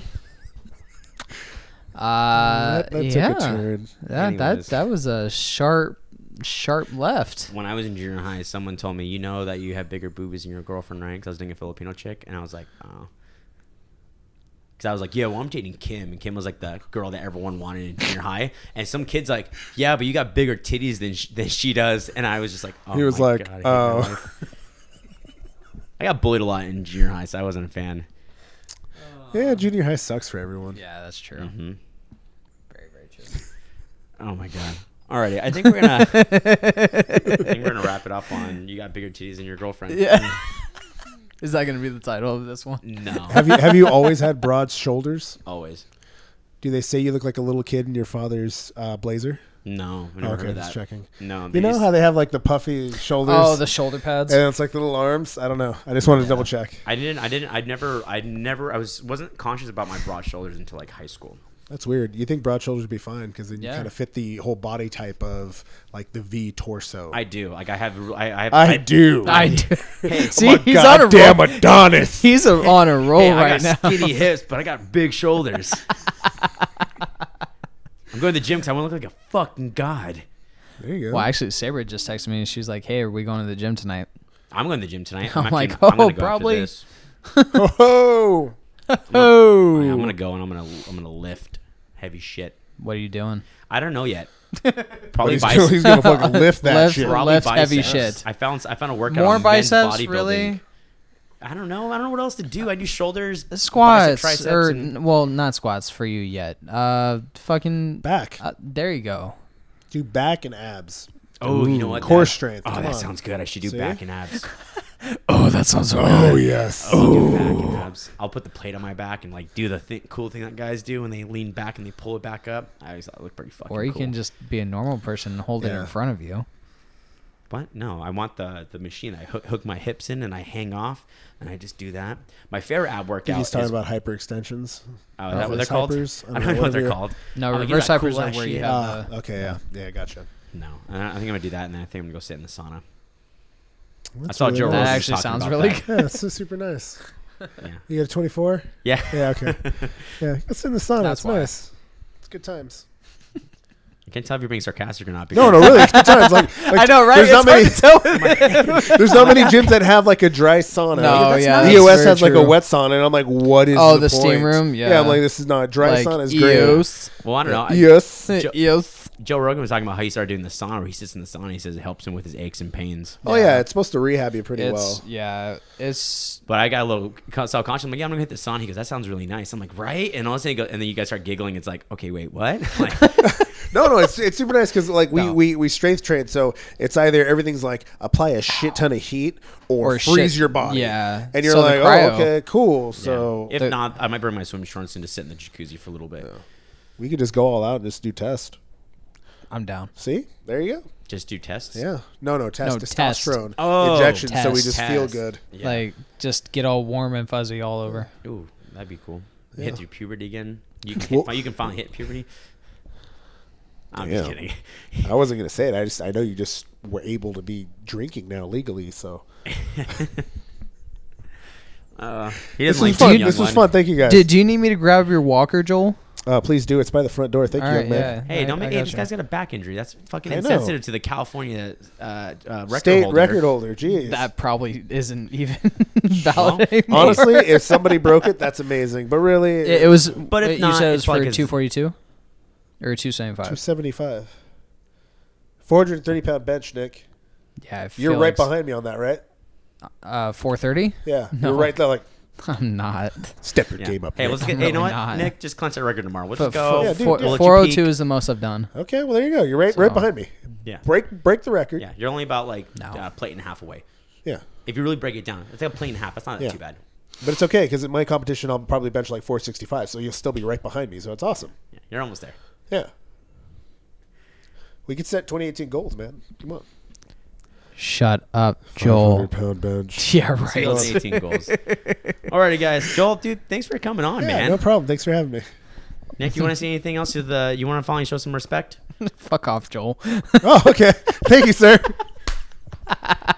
Speaker 2: Uh,
Speaker 1: That, that
Speaker 2: yeah.
Speaker 1: took a turn.
Speaker 2: That, that
Speaker 3: Anyways.
Speaker 2: that was a sharp, sharp left.
Speaker 3: When I was in junior high, someone told me, you know that you have bigger boobies than your girlfriend, right? Because I was dating a Filipino chick, and I was like, oh. Because I was like, yeah, well, I'm dating Kim, and Kim was like the girl that everyone wanted in junior high, and some kids like, yeah, but you got bigger titties than sh- than she does, and I was just like, oh
Speaker 1: He was
Speaker 3: my
Speaker 1: like,
Speaker 3: God, I hate my
Speaker 1: oh.
Speaker 3: life." I got bullied a lot in junior high, so I wasn't a fan.
Speaker 1: yeah, junior high sucks for everyone.
Speaker 2: Yeah, that's true.
Speaker 1: Mm-hmm.
Speaker 2: Very very true.
Speaker 3: Mm-hmm. Oh my god. Alrighty, I think we're gonna I think we're gonna wrap it up on you got bigger titties than your girlfriend.
Speaker 1: (laughs)
Speaker 2: (laughs) Yeah. Is that gonna be the title of this one?
Speaker 3: No.
Speaker 1: Have you have you always had broad shoulders?
Speaker 3: Always.
Speaker 1: Do they say you look like a little kid in your father's uh, blazer?
Speaker 3: No. I've never
Speaker 1: okay,
Speaker 3: heard of that.
Speaker 1: just checking.
Speaker 3: No.
Speaker 1: You
Speaker 3: they
Speaker 1: know
Speaker 3: used-
Speaker 1: how they have like the puffy shoulders,
Speaker 2: Oh, the shoulder pads.
Speaker 1: and it's like the little arms. I don't know. I just wanted to double check.
Speaker 3: I didn't I didn't I never I never I was wasn't conscious about my broad shoulders until like high school.
Speaker 1: That's weird. You think broad shoulders would be fine because then you
Speaker 2: Yeah.
Speaker 1: kind of fit the whole body type of like the V torso.
Speaker 3: I do. Like I have I, I have
Speaker 1: I do.
Speaker 2: (laughs)
Speaker 1: (laughs)
Speaker 2: I do. See,
Speaker 1: My
Speaker 2: he's on a
Speaker 1: goddamn
Speaker 2: roll.
Speaker 1: Adonis.
Speaker 2: He's a, on a roll
Speaker 3: Hey, I
Speaker 2: right now.
Speaker 3: got skinny hips, but I got big shoulders.
Speaker 2: (laughs)
Speaker 3: I'm going to the gym because I want to look like a fucking god.
Speaker 1: There you go.
Speaker 2: Well,
Speaker 1: (laughs)
Speaker 2: actually, Sabre just texted me and she's like, "Hey, are we going to the gym tonight?"
Speaker 3: I'm going to the gym tonight.
Speaker 2: I'm
Speaker 3: actually-
Speaker 2: like,
Speaker 3: I'm gonna
Speaker 2: oh,
Speaker 3: go after
Speaker 2: probably.
Speaker 3: this.
Speaker 1: Oh,
Speaker 2: Oh,
Speaker 3: I'm gonna go and I'm gonna I'm gonna lift heavy shit.
Speaker 2: What are you doing?
Speaker 3: I don't
Speaker 2: (laughs)
Speaker 3: know yet.
Speaker 1: But
Speaker 3: Probably
Speaker 1: he's, gonna, he's gonna (laughs)
Speaker 3: biceps.
Speaker 1: fucking lift that
Speaker 2: Lift-
Speaker 1: shit.
Speaker 2: lift-
Speaker 3: Probably
Speaker 2: Left heavy
Speaker 3: biceps.
Speaker 2: shit.
Speaker 3: I found I found a workout.
Speaker 2: More
Speaker 3: on men's
Speaker 2: biceps,
Speaker 3: bodybuilding.
Speaker 2: really?
Speaker 3: I don't know. I don't know what else to do. I do shoulders,
Speaker 2: Squats Mm.
Speaker 3: bicep, triceps,
Speaker 2: or
Speaker 3: and-
Speaker 2: n- well, not squats for you yet. Uh, fucking.
Speaker 1: back,
Speaker 2: Uh, there you go.
Speaker 1: do back and abs.
Speaker 3: oh, you know what?
Speaker 1: core
Speaker 3: That-
Speaker 1: strength.
Speaker 3: Oh,
Speaker 1: Come
Speaker 3: that
Speaker 1: on.
Speaker 3: sounds good. I should do
Speaker 1: See?
Speaker 3: back and abs.
Speaker 2: Oh, that sounds so
Speaker 1: Oh yes.
Speaker 3: I'll do back and abs. I'll put the plate on my back and like do the thi- cool thing that guys do when they lean back and they pull it back up. I always thought it looked pretty fucking.
Speaker 2: Or you
Speaker 3: cool.
Speaker 2: can just be a normal person and hold it
Speaker 1: Yeah.
Speaker 2: in front of you.
Speaker 3: What? No, I want the the machine. I hook, hook my hips in and I hang off and I just do that. My favorite ab workout.
Speaker 1: He's talking
Speaker 3: is,
Speaker 1: about hyperextensions.
Speaker 3: Oh, is that what they're
Speaker 1: reverse
Speaker 3: called?
Speaker 1: hypers?
Speaker 3: (laughs) I don't know what they're
Speaker 1: whatever.
Speaker 3: called.
Speaker 2: No,
Speaker 3: I'm gonna do
Speaker 2: reverse
Speaker 3: that
Speaker 2: hypers
Speaker 3: cool
Speaker 2: are
Speaker 3: ass
Speaker 2: where you
Speaker 3: shit.
Speaker 2: have-
Speaker 1: Ah,
Speaker 2: Uh,
Speaker 1: okay, yeah, yeah, gotcha.
Speaker 3: No, I, I think I'm gonna do that, and then I think I'm gonna go sit in the sauna.
Speaker 1: That's
Speaker 3: saw
Speaker 1: really
Speaker 3: Joe
Speaker 1: nice.
Speaker 2: That
Speaker 3: Rogan was
Speaker 2: actually
Speaker 3: talking
Speaker 2: sounds
Speaker 3: about
Speaker 2: really
Speaker 3: that.
Speaker 1: Yeah, it's super nice.
Speaker 3: Yeah.
Speaker 1: You got a 24?
Speaker 3: Yeah.
Speaker 1: Yeah, okay. yeah, it's in the sauna.
Speaker 2: That's
Speaker 1: it's
Speaker 2: why.
Speaker 1: nice. It's good times.
Speaker 3: I can't tell if you're being sarcastic or not.
Speaker 1: No, no, really, it's good times. Like, like,
Speaker 2: I know, right?
Speaker 1: There's not many.
Speaker 2: it's
Speaker 1: (laughs)
Speaker 2: hard to tell with
Speaker 1: There's not many gyms that have like a dry sauna.
Speaker 2: No,
Speaker 1: That's
Speaker 2: yeah,
Speaker 1: nice.
Speaker 2: that's
Speaker 1: The US
Speaker 2: very
Speaker 1: has like a
Speaker 2: true.
Speaker 1: wet sauna, and I'm like, what is?
Speaker 2: Oh,
Speaker 1: the,
Speaker 2: the steam
Speaker 1: point?
Speaker 2: room?
Speaker 1: yeah. I'm
Speaker 2: Yeah.
Speaker 1: like, this is not dry
Speaker 2: like,
Speaker 1: sauna. Is great.
Speaker 2: eos,
Speaker 3: Well, I don't know. I-
Speaker 1: Yes.
Speaker 3: Jo-
Speaker 2: eos.
Speaker 3: Joe Rogan was talking about how he started doing the sauna. Where he sits in the sauna. He says it helps him with his aches and pains.
Speaker 1: Oh yeah, it's supposed to rehab you pretty
Speaker 2: It's
Speaker 1: well.
Speaker 2: yeah. It's
Speaker 3: But I got a little co- self-conscious. I'm like, yeah, I'm gonna hit the sauna. He goes, that sounds really nice. I'm like, right. And all of a sudden, he goes, and then you guys start giggling. It's like, okay, wait, what? (laughs) Like,
Speaker 1: No, no, it's it's super nice because like we,
Speaker 2: No.
Speaker 1: we we strength train, so it's either everything's like apply a shit ton of heat or,
Speaker 2: Or
Speaker 1: freeze
Speaker 2: shit-
Speaker 1: your body.
Speaker 2: yeah.
Speaker 1: and you're
Speaker 2: So the
Speaker 1: like,
Speaker 2: cryo-
Speaker 1: oh, okay, cool. (laughs) So
Speaker 3: if
Speaker 2: The-
Speaker 3: not, I might bring my swim shorts and just sit in the jacuzzi for a little bit.
Speaker 1: we could just go all out and just do test.
Speaker 2: I'm down.
Speaker 1: See, there you go.
Speaker 3: Just do tests.
Speaker 1: Yeah, no, no, test
Speaker 2: No, test.
Speaker 1: testosterone
Speaker 3: Oh,
Speaker 1: injections, so we just
Speaker 3: test.
Speaker 1: feel good.
Speaker 3: Yeah.
Speaker 2: Like just get all warm and fuzzy all over.
Speaker 3: Ooh, that'd be cool. Hit through puberty again.
Speaker 1: (laughs)
Speaker 3: You can,
Speaker 1: Well-
Speaker 3: you can finally hit puberty. I'm just
Speaker 1: Damn.
Speaker 3: kidding. (laughs)
Speaker 1: I wasn't gonna say it. I just I know you just were able to be drinking now legally. So
Speaker 3: Uh, he
Speaker 1: this was
Speaker 3: doesn't like
Speaker 1: fun.
Speaker 3: young
Speaker 1: This was
Speaker 3: one.
Speaker 1: fun. Thank you guys.
Speaker 2: Did do you need me to grab your walker, Joel?
Speaker 1: uh, please do. It's by the front door. Thank
Speaker 2: All
Speaker 1: you,
Speaker 2: right,
Speaker 1: young man.
Speaker 2: yeah.
Speaker 3: Hey,
Speaker 2: I-
Speaker 3: don't make
Speaker 2: I
Speaker 3: hey, this
Speaker 2: gotcha.
Speaker 3: guy's got a back injury. That's fucking
Speaker 1: I know.
Speaker 3: insensitive to the California uh, uh, record
Speaker 1: State
Speaker 3: holder.
Speaker 1: record holder. Jeez.
Speaker 2: That probably isn't (laughs) even valid anymore.
Speaker 1: Honestly,
Speaker 2: (laughs)
Speaker 1: if somebody broke it, that's amazing. But really,
Speaker 2: it, it was.
Speaker 3: But if
Speaker 2: you
Speaker 3: not,
Speaker 2: said it
Speaker 3: it's
Speaker 2: was for
Speaker 3: like a-
Speaker 2: 242 or 275.
Speaker 1: 275. 430 pound bench, Nick.
Speaker 2: yeah, I
Speaker 1: You're
Speaker 2: feel
Speaker 1: right
Speaker 2: it's,
Speaker 1: behind me on that, right?
Speaker 2: Uh, 430.
Speaker 1: Yeah.
Speaker 2: No.
Speaker 1: You're right there, like,
Speaker 2: (laughs) I'm not.
Speaker 1: step your
Speaker 3: Yeah.
Speaker 1: game up.
Speaker 3: Hey,
Speaker 1: Nick.
Speaker 3: let's
Speaker 2: (laughs)
Speaker 3: get.
Speaker 2: I'm
Speaker 3: hey, you know
Speaker 2: really
Speaker 3: what,
Speaker 2: not.
Speaker 3: Nick? Just clench that record tomorrow. Let's
Speaker 2: But
Speaker 3: go.
Speaker 1: Yeah,
Speaker 2: fo-
Speaker 1: dude,
Speaker 2: four-
Speaker 1: yeah.
Speaker 3: We'll let you
Speaker 2: 402
Speaker 3: peek.
Speaker 2: is the most I've done.
Speaker 1: okay, well, there you go. You're right right
Speaker 2: So-
Speaker 1: behind me.
Speaker 3: Yeah.
Speaker 1: Break break the record.
Speaker 3: Yeah, you're only about like
Speaker 2: No.
Speaker 3: uh, plate and a half away.
Speaker 1: Yeah.
Speaker 3: If you really break it down, it's like a plate and a half. That's not
Speaker 1: Yeah.
Speaker 3: too bad.
Speaker 1: But it's okay because in my competition, I'll probably bench like 465, so you'll still be right behind me. So it's awesome.
Speaker 3: Yeah, you're almost there.
Speaker 1: Yeah. We could set 2018 goals, man. Come on.
Speaker 2: Shut up, Joel.
Speaker 1: 500
Speaker 2: (laughs)
Speaker 1: pound bench.
Speaker 2: Yeah,
Speaker 3: Two goals,
Speaker 1: (laughs)
Speaker 2: right.
Speaker 3: 18 goals. Alrighty, guys. Joel, dude, thanks for coming on,
Speaker 1: Yeah,
Speaker 3: man.
Speaker 1: no problem. Thanks for having me.
Speaker 3: Nick, you want to say anything else to the? You want to finally show some respect?
Speaker 2: (laughs) Fuck
Speaker 1: (laughs)
Speaker 2: off, Joel.
Speaker 1: Oh, okay. Thank you, sir.
Speaker 2: Uh,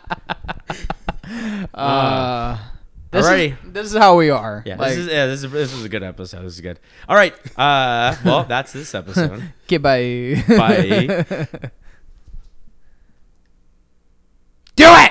Speaker 1: Ah.
Speaker 2: this
Speaker 3: Alrighty.
Speaker 2: Is, this is how we are.
Speaker 3: Yeah,
Speaker 2: Like,
Speaker 3: this is yeah, this is this is a good episode. This is good. All right. Uh, well, that's
Speaker 2: (laughs)
Speaker 3: this episode.
Speaker 2: goodbye.
Speaker 3: Bye.
Speaker 2: (laughs) Do it.